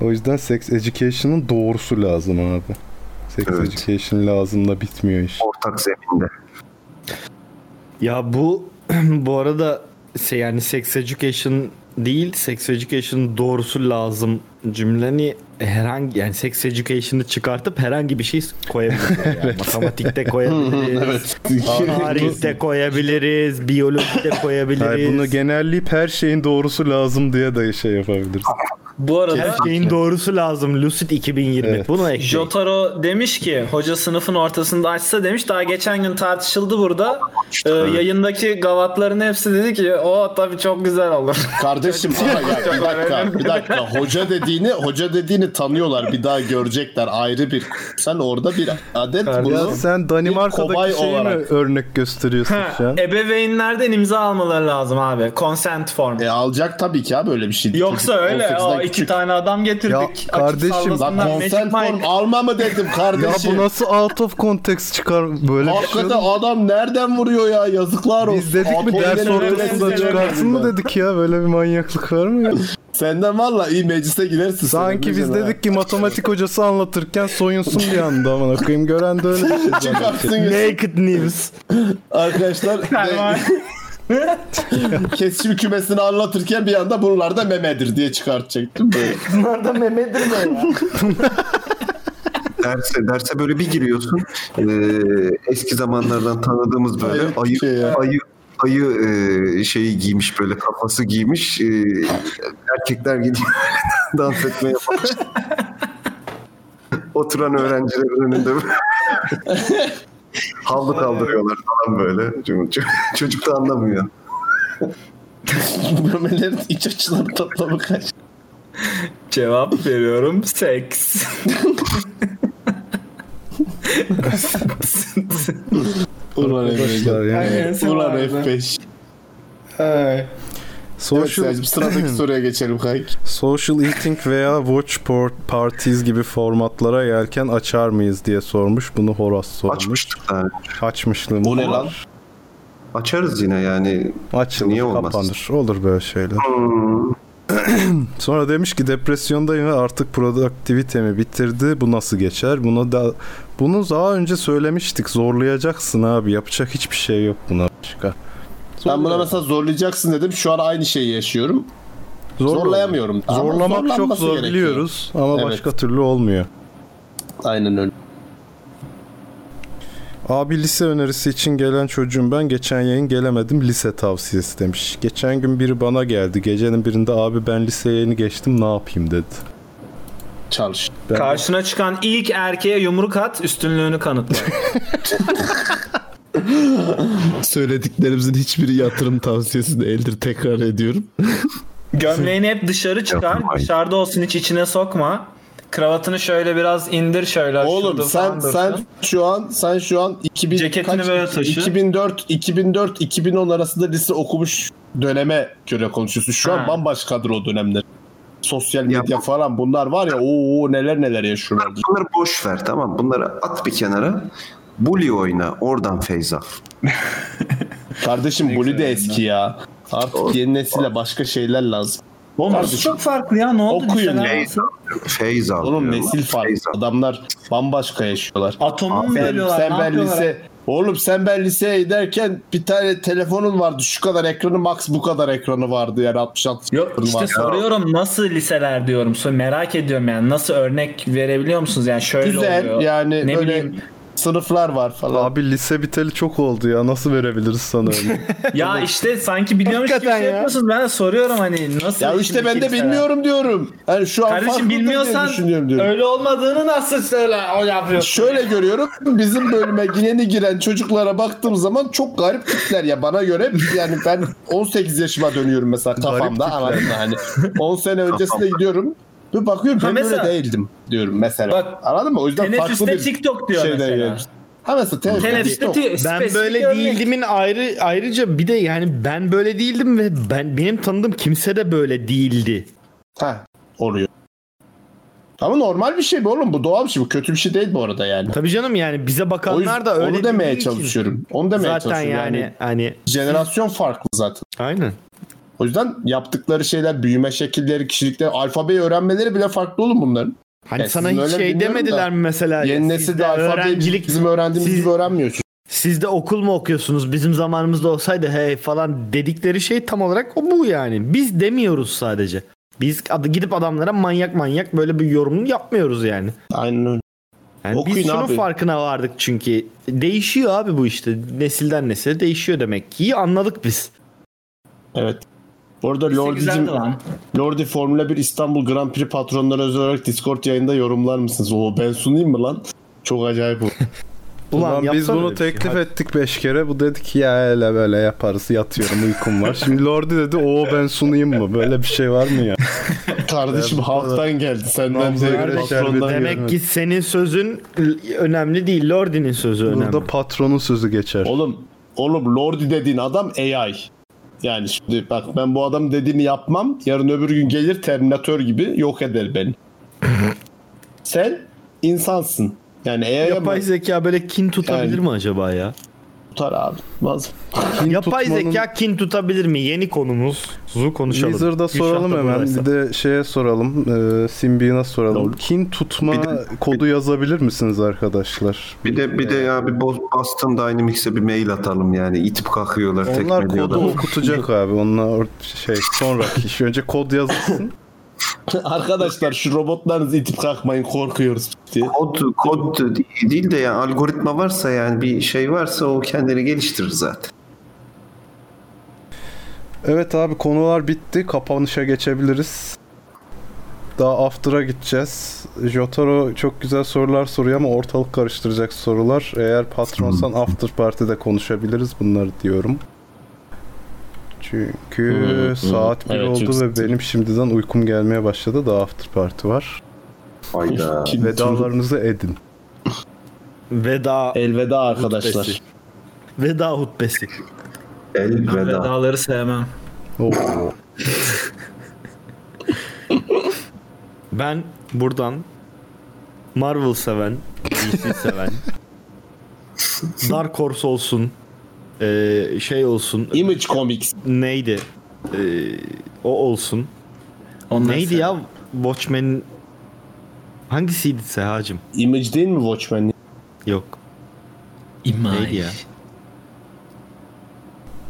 Speaker 1: o yüzden sex education'ın doğrusu lazım abi. Sex education lazımla bitmiyor iş.
Speaker 6: Ortak zeminde.
Speaker 9: Ya bu bu arada şey yani sex education değil sex education doğrusu lazım cümleni herhangi yani sex education'ı çıkartıp herhangi bir şey koyabiliriz. Yani. Matematikte koyabiliriz.
Speaker 1: Evet.
Speaker 9: Tarihte koyabiliriz. Biyolojide koyabiliriz.
Speaker 1: Hayır, bunu genelleyip her şeyin doğrusu lazım diye de şey yapabiliriz.
Speaker 5: Bu arada
Speaker 9: her şeyin doğrusu lazım. Lucid 2020. Bunu ekleyin.
Speaker 5: Jotaro demiş ki hoca sınıfın ortasında açsa demiş daha geçen gün tartışıldı burada. Ee, yayındaki gavatların hepsi dedi ki o tabii çok güzel olur.
Speaker 3: Kardeşim ama ya, bir dakika, bir dakika. Hoca dediğini, hoca dediğini tanıyorlar. Bir daha görecekler ayrı bir. Sen orada bir adet
Speaker 1: Ya
Speaker 3: bunu
Speaker 1: sen
Speaker 3: kobay
Speaker 1: Danimarka'daki şeyi mi e,
Speaker 3: olarak.
Speaker 1: örnek gösteriyorsun şu an?
Speaker 5: Ebeveynlerden imza almaları lazım abi. Consent form.
Speaker 3: E alacak tabii ki abi öyle bir şey.
Speaker 5: Yoksa
Speaker 3: Çocuk
Speaker 5: öyle.
Speaker 3: 18'den
Speaker 5: Aa, iki tane adam getirdik. Açıp
Speaker 1: kardeşim,
Speaker 5: sallasınlar,
Speaker 1: bak
Speaker 5: Magic
Speaker 3: consent
Speaker 5: Mike.
Speaker 3: form alma mı dedim
Speaker 1: Ya
Speaker 3: kardeşim.
Speaker 1: bu nasıl out of context çıkar böyle bir şey olur
Speaker 3: Hakikaten
Speaker 1: mu?
Speaker 3: adam nereden vuruyor ya yazıklar olsun.
Speaker 1: Biz dedik mi
Speaker 3: Atom
Speaker 1: ders
Speaker 3: elleri
Speaker 1: ortasında
Speaker 3: öyle
Speaker 1: çıkarsın mı
Speaker 3: ben.
Speaker 1: dedik ya böyle bir manyaklık var mı ya?
Speaker 3: Senden valla iyi meclise girersin.
Speaker 1: Sanki biz
Speaker 3: Sen de
Speaker 1: dedik ki matematik hocası anlatırken soyunsun bir anda amına koyayım gören de öyle bir şey
Speaker 3: Çıkarsın
Speaker 1: zannedecek.
Speaker 3: ya.
Speaker 9: Naked news.
Speaker 3: Arkadaşlar de- kesişim kümesini anlatırken bir anda bunlar da memedir diye çıkartacaktım. Böyle.
Speaker 21: Bunlar da memedir mi ya?
Speaker 6: derse, derse böyle bir giriyorsun. Ee, eski zamanlardan tanıdığımız böyle ayı ayı ayı e, şeyi giymiş böyle kafası giymiş. E, erkekler gidiyor dans etmeye başlıyor. Oturan öğrencilerin önünde böyle havlu kaldırıyorlar falan böyle. Çocuk, çocuk da anlamıyor.
Speaker 3: Memelerin iç açıları toplamı kaç?
Speaker 5: Cevap veriyorum. Seks.
Speaker 3: Ulan
Speaker 1: Arkadaşlar
Speaker 3: F5.
Speaker 1: yani.
Speaker 3: Ulan F5. Ay.
Speaker 1: Social-
Speaker 3: Evet, Selcuk, sıradaki soruya geçelim kanki.
Speaker 1: Social eating veya watch por- parties gibi formatlara yelken açar mıyız diye sormuş. Bunu Horas sormuş. Açmıştık Açmışlığım
Speaker 6: O ne
Speaker 1: var.
Speaker 6: lan? Açarız yine yani.
Speaker 1: Açılır,
Speaker 6: Niye olmaz?
Speaker 1: kapanır. Olur böyle şeyler. Sonra demiş ki depresyondayım ve artık produktivitemi bitirdi. Bu nasıl geçer? Buna da bunu daha önce söylemiştik. Zorlayacaksın abi. Yapacak hiçbir şey yok buna başka.
Speaker 3: Ben buna mesela zorlayacaksın dedim. Şu an aynı şeyi yaşıyorum.
Speaker 1: Zorla-
Speaker 3: Zorlayamıyorum. Ama
Speaker 1: Zorlamak çok
Speaker 3: zorlanması
Speaker 1: zor
Speaker 3: gerekiyor.
Speaker 1: biliyoruz ama
Speaker 3: Evet.
Speaker 1: başka türlü olmuyor.
Speaker 3: Aynen öyle.
Speaker 1: Abi lise önerisi için gelen çocuğum ben. Geçen yayın gelemedim. Lise tavsiyesi demiş. Geçen gün biri bana geldi. Gecenin birinde abi ben liseye yeni geçtim ne yapayım dedi.
Speaker 22: Çalış.
Speaker 5: Karşına çıkan ilk erkeğe yumruk at, üstünlüğünü kanıtla.
Speaker 3: Söylediklerimizin hiçbiri yatırım tavsiyesi değildir tekrar ediyorum.
Speaker 5: Gömleğini hep dışarı çıkar, dışarıda olsun hiç içine sokma. Kravatını şöyle biraz indir şöyle.
Speaker 3: Oğlum
Speaker 5: şurada
Speaker 3: sen
Speaker 5: falan dursun.
Speaker 3: sen şu an sen şu an 2000
Speaker 5: Ceketini
Speaker 3: kaç-
Speaker 5: böyle taşı.
Speaker 3: 2004 2004 2010 arasında lise okumuş döneme göre konuşuyorsun. Şu an
Speaker 5: Ha.
Speaker 3: bambaşkadır o dönemler. Sosyal medya falan bunlar var ya o neler neler yaşıyorlar.
Speaker 6: Bunları boş ver tamam mı? bunları at bir kenara. Bully oyna oradan feyz al.
Speaker 3: Kardeşim Bully de eski ya. Artık yeni nesile başka şeyler lazım.
Speaker 5: Oğlum burası çok farklı ya ne oldu?
Speaker 3: Okuyun.
Speaker 5: Mesela-
Speaker 6: Feyz al.
Speaker 3: Oğlum nesil
Speaker 6: şey
Speaker 3: farklı. Adamlar bambaşka yaşıyorlar.
Speaker 5: Atomu mu
Speaker 3: sen,
Speaker 5: veriyorlar,
Speaker 3: Sen
Speaker 5: ne
Speaker 3: ben
Speaker 5: yapıyorlar
Speaker 3: lise... Oğlum sen ben liseye giderken bir tane telefonun vardı. Şu kadar ekranı max bu kadar ekranı vardı yani 66 Yok
Speaker 5: İşte soruyorum nasıl liseler diyorum. So- Merak ediyorum yani nasıl örnek verebiliyor musunuz? Yani şöyle
Speaker 3: Güzel
Speaker 5: oluyor.
Speaker 3: yani
Speaker 5: ne
Speaker 3: böyle
Speaker 5: bileyim.
Speaker 3: sınıflar var falan.
Speaker 1: Abi lise biteli çok oldu ya. Nasıl verebiliriz sana örnek?
Speaker 5: Ya işte sanki biliyormuş gibi
Speaker 3: Hakikaten
Speaker 5: şey
Speaker 3: ya.
Speaker 5: yapıyorsunuz. Ben de soruyorum hani nasıl?
Speaker 3: Ya işte ben de bilmiyorum diyorum. Yani şu an
Speaker 5: Kardeşim
Speaker 3: farklıdır diye
Speaker 5: bilmiyorsan
Speaker 3: düşünüyorum diyorum.
Speaker 5: öyle olmadığını nasıl söyle o yapıyorsun?
Speaker 3: Şöyle görüyorum bizim bölüme yeni giren çocuklara baktığım zaman çok garip tipler ya bana göre yani ben 18 yaşıma dönüyorum mesela kafamda anladın mı hani 10 sene öncesine gidiyorum bir bakıyorum
Speaker 5: Ha
Speaker 3: ben böyle
Speaker 5: mesela.
Speaker 3: değildim diyorum mesela anladın mı o yüzden farklı
Speaker 5: Teneffüste
Speaker 3: bir
Speaker 5: TikTok diyor
Speaker 3: şeyden
Speaker 5: mesela.
Speaker 3: gelmiş. Ha mesela teneffüste
Speaker 9: ben
Speaker 3: TikTok.
Speaker 9: böyle değildimin ayrı ayrıca bir de yani ben böyle değildim ve ben benim tanıdığım kimse de böyle değildi.
Speaker 3: Ha oluyor. Ama normal bir şey bu oğlum bu doğal bir şey bu kötü bir şey değil bu arada yani.
Speaker 9: Tabii canım yani bize bakanlar da öyle
Speaker 3: Onu demeye
Speaker 9: dediği için.
Speaker 3: çalışıyorum. Onu demeye
Speaker 9: Zaten
Speaker 3: çalışıyorum.
Speaker 9: yani, hani
Speaker 3: jenerasyon farklı zaten.
Speaker 9: Aynen.
Speaker 3: O yüzden yaptıkları şeyler, büyüme şekilleri, kişilikleri, alfabeyi öğrenmeleri bile farklı oğlum bunların.
Speaker 9: Hani
Speaker 3: Yani
Speaker 9: sana
Speaker 3: sizin
Speaker 9: hiç
Speaker 3: öyle
Speaker 9: şey
Speaker 3: bilmiyorum
Speaker 9: demediler
Speaker 3: da,
Speaker 9: mi mesela?
Speaker 3: Yeni nesil de alfabeyi
Speaker 9: öğrencilik-
Speaker 3: bizim öğrendiğimiz
Speaker 9: siz-
Speaker 3: gibi öğrenmiyor.
Speaker 9: Siz de okul mu okuyorsunuz? Bizim zamanımızda olsaydı hey falan dedikleri şey tam olarak o bu yani. Biz demiyoruz sadece. Biz ad- gidip adamlara manyak manyak böyle bir yorum yapmıyoruz yani.
Speaker 3: Aynen öyle.
Speaker 9: Yani
Speaker 3: Okuyun
Speaker 9: biz şunun
Speaker 3: abi.
Speaker 9: farkına vardık çünkü. Değişiyor abi bu işte. Nesilden nesile değişiyor demek ki. İyi anladık biz.
Speaker 3: Evet. Bu arada Lordi'cim,
Speaker 9: güzeldi lan.
Speaker 3: Lordi Formula 1 İstanbul Grand Prix patronları özel olarak Discord yayında yorumlar mısınız? Oo ben sunayım mı lan? Çok acayip bu.
Speaker 1: Ulan, biz
Speaker 3: yapsana
Speaker 1: bunu
Speaker 3: öyle bir şey,
Speaker 1: teklif
Speaker 3: hadi.
Speaker 1: ettik 5 kere. Bu dedi ki ya hele böyle yaparız yatıyorum uykum var. Şimdi Lordi dedi o ben sunayım mı? Böyle bir şey var mı ya?
Speaker 3: Kardeşim halktan geldi. Senden
Speaker 1: Ramazan'a göre
Speaker 3: de
Speaker 1: şerbeti
Speaker 9: Demek ki senin sözün l- önemli değil. Lordi'nin sözü önemli.
Speaker 1: Burada patronun sözü geçer.
Speaker 3: Oğlum, oğlum Lordi dediğin adam AI. Yani şimdi bak ben bu adam dediğini yapmam. Yarın öbür gün gelir Terminator gibi yok eder beni. Sen insansın. Yani AI'ya
Speaker 9: Yapay zeka böyle kin tutabilir
Speaker 3: Yani-
Speaker 9: mi acaba ya?
Speaker 3: Tutar abi. Lazım.
Speaker 9: Yapay
Speaker 1: tutmanın-
Speaker 9: zeka kin tutabilir mi? Yeni konumuz. Zu konuşalım.
Speaker 1: Lizard'a
Speaker 9: Gülşah
Speaker 1: soralım
Speaker 9: da
Speaker 1: hemen. Bir
Speaker 9: buradaysa.
Speaker 1: de şeye soralım. E, Symbion'a soralım. Kin tutma kodu yazabilir misiniz arkadaşlar?
Speaker 6: Bir de bir de ya bir Bo- Boston Dynamics'e bir mail atalım yani itip kalkıyorlar
Speaker 1: Onlar kodu
Speaker 6: tekmeliyorlar.
Speaker 1: okutacak abi. Onlar or- şey sonraki iş. Önce kod yazılsın.
Speaker 3: Arkadaşlar şu robotlarınızı itip kalkmayın korkuyoruz diye.
Speaker 6: Kod, kod değil de yani algoritma varsa yani bir şey varsa o kendini geliştirir zaten.
Speaker 1: Evet abi konular bitti. Kapanışa geçebiliriz. Daha after'a gideceğiz. Jotaro çok güzel sorular soruyor ama ortalık karıştıracak sorular. Eğer patronsan after party'de konuşabiliriz bunları diyorum. Çünkü
Speaker 3: Hı, hı.
Speaker 1: saat 1
Speaker 3: Evet,
Speaker 1: oldu
Speaker 3: çok
Speaker 1: ve benim şimdiden uykum gelmeye başladı. Daha after party var.
Speaker 6: Hayda.
Speaker 1: Vedalarınızı edin.
Speaker 9: Veda.
Speaker 3: Elveda arkadaşlar.
Speaker 9: hutbesi. Veda hutbesi.
Speaker 5: Ben vedaları sevmem.
Speaker 9: Ben buradan Marvel seven, DC seven, Dark Horse olsun, ee, şey olsun.
Speaker 3: Image Comics.
Speaker 9: Neydi? Ee, o olsun. neydi ya Watchmen hangisiydi Sehacım?
Speaker 3: Image değil mi Watchmen?
Speaker 9: Yok.
Speaker 5: İmaj.
Speaker 9: Neydi ya?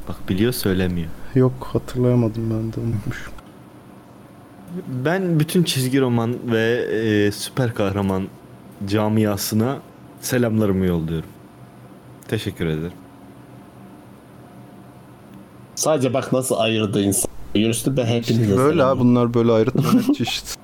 Speaker 9: Bak biliyor söylemiyor.
Speaker 1: Yok hatırlayamadım ben de unutmuşum.
Speaker 9: Ben bütün çizgi roman ve e, süper kahraman camiasına selamlarımı yolluyorum. Teşekkür ederim.
Speaker 3: Sadece bak nasıl ayırdı insan. Yunus'ta ben hepiniz
Speaker 1: Böyle abi bunlar böyle ayrıtmanın çeşit.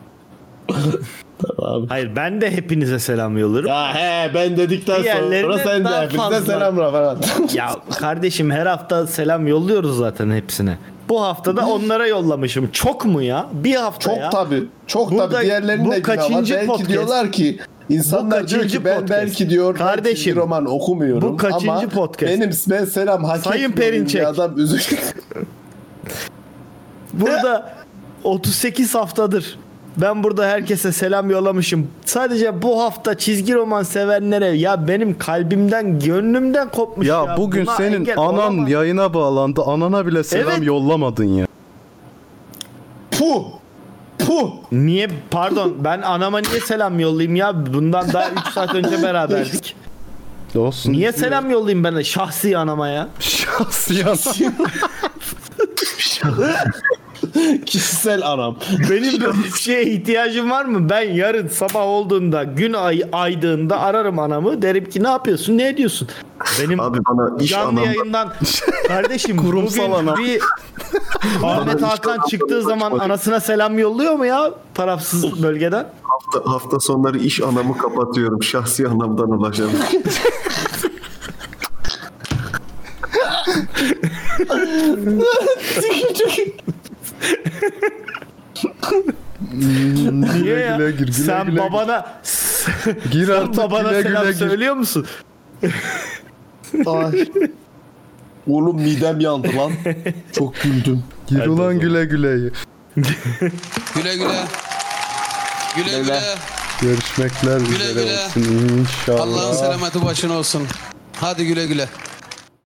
Speaker 9: Hayır ben de hepinize selam yollarım.
Speaker 3: Ya he ben dedikten
Speaker 9: Diğerlerine
Speaker 3: sonra sen de
Speaker 9: daha
Speaker 3: hepinize
Speaker 9: fazla.
Speaker 3: selam Rafael.
Speaker 9: ya kardeşim her hafta selam yolluyoruz zaten hepsine. Bu hafta da onlara yollamışım. Çok mu ya? Bir hafta
Speaker 3: Çok
Speaker 9: ya.
Speaker 3: tabii. Çok tabii. Diğerlerinin de
Speaker 9: bu
Speaker 3: günahı var.
Speaker 9: kaçıncı
Speaker 3: Belki
Speaker 9: podcast?
Speaker 3: diyorlar ki, insanlar
Speaker 9: Bu
Speaker 3: diyor
Speaker 9: kaçıncı
Speaker 3: ki, ben belki diyor, belki
Speaker 9: kardeşim,
Speaker 3: bir roman okumuyorum
Speaker 9: Bu kaçıncı
Speaker 3: ama
Speaker 9: podcast?
Speaker 3: benim ben selam hak
Speaker 9: Sayın
Speaker 3: etmiyorum
Speaker 9: Perinçek.
Speaker 3: diye adam üzülüyor.
Speaker 9: Burada 38 haftadır ben burada herkese selam yollamışım. Sadece bu hafta çizgi roman sevenlere ya benim kalbimden gönlümden kopmuş ya.
Speaker 1: Ya, bugün
Speaker 9: Buna
Speaker 1: senin
Speaker 9: engel
Speaker 1: anan
Speaker 9: olamam.
Speaker 1: yayına bağlandı. Anana bile selam
Speaker 9: Evet.
Speaker 1: yollamadın ya.
Speaker 3: Puh. Puh.
Speaker 9: Niye pardon ben anama niye selam yollayayım ya? Bundan daha 3 saat önce beraberdik.
Speaker 1: Olsun.
Speaker 9: Niye selam yollayayım ben de şahsi anama ya?
Speaker 1: Şahsi anama.
Speaker 3: Kişisel anam.
Speaker 9: Benim böyle bir şeye ihtiyacım var mı? Ben yarın sabah olduğunda, gün ay, aydığında ararım anamı. Derim ki ne yapıyorsun, ne ediyorsun? Benim Abi
Speaker 7: bana iş
Speaker 9: canlı
Speaker 7: anamdan-
Speaker 9: yayından kardeşim
Speaker 7: Kurumsal
Speaker 9: bugün
Speaker 7: anam.
Speaker 9: bir
Speaker 7: Bana
Speaker 9: Ahmet
Speaker 7: iş
Speaker 9: Hakan
Speaker 7: anamdan
Speaker 9: çıktığı zaman
Speaker 7: kaçmadı.
Speaker 9: anasına selam yolluyor mu ya tarafsız bölgeden?
Speaker 7: Hafta, hafta sonları iş anamı kapatıyorum. Şahsi anamdan ulaşalım.
Speaker 9: Niye ya?
Speaker 1: güle gir, güle
Speaker 9: Sen
Speaker 1: güle gir.
Speaker 9: babana
Speaker 1: Gir
Speaker 9: sen
Speaker 1: artık,
Speaker 9: babana
Speaker 1: güle
Speaker 9: selam
Speaker 1: güle gir.
Speaker 9: söylüyor musun?
Speaker 3: Ay. Oğlum midem yandı lan. Çok güldüm.
Speaker 1: Gir ulan güle güle.
Speaker 12: Güle güle. Güle güle.
Speaker 1: Görüşmekler üzere
Speaker 12: güle.
Speaker 1: olsun inşallah.
Speaker 12: Allah'ın selameti başına olsun. Hadi güle güle.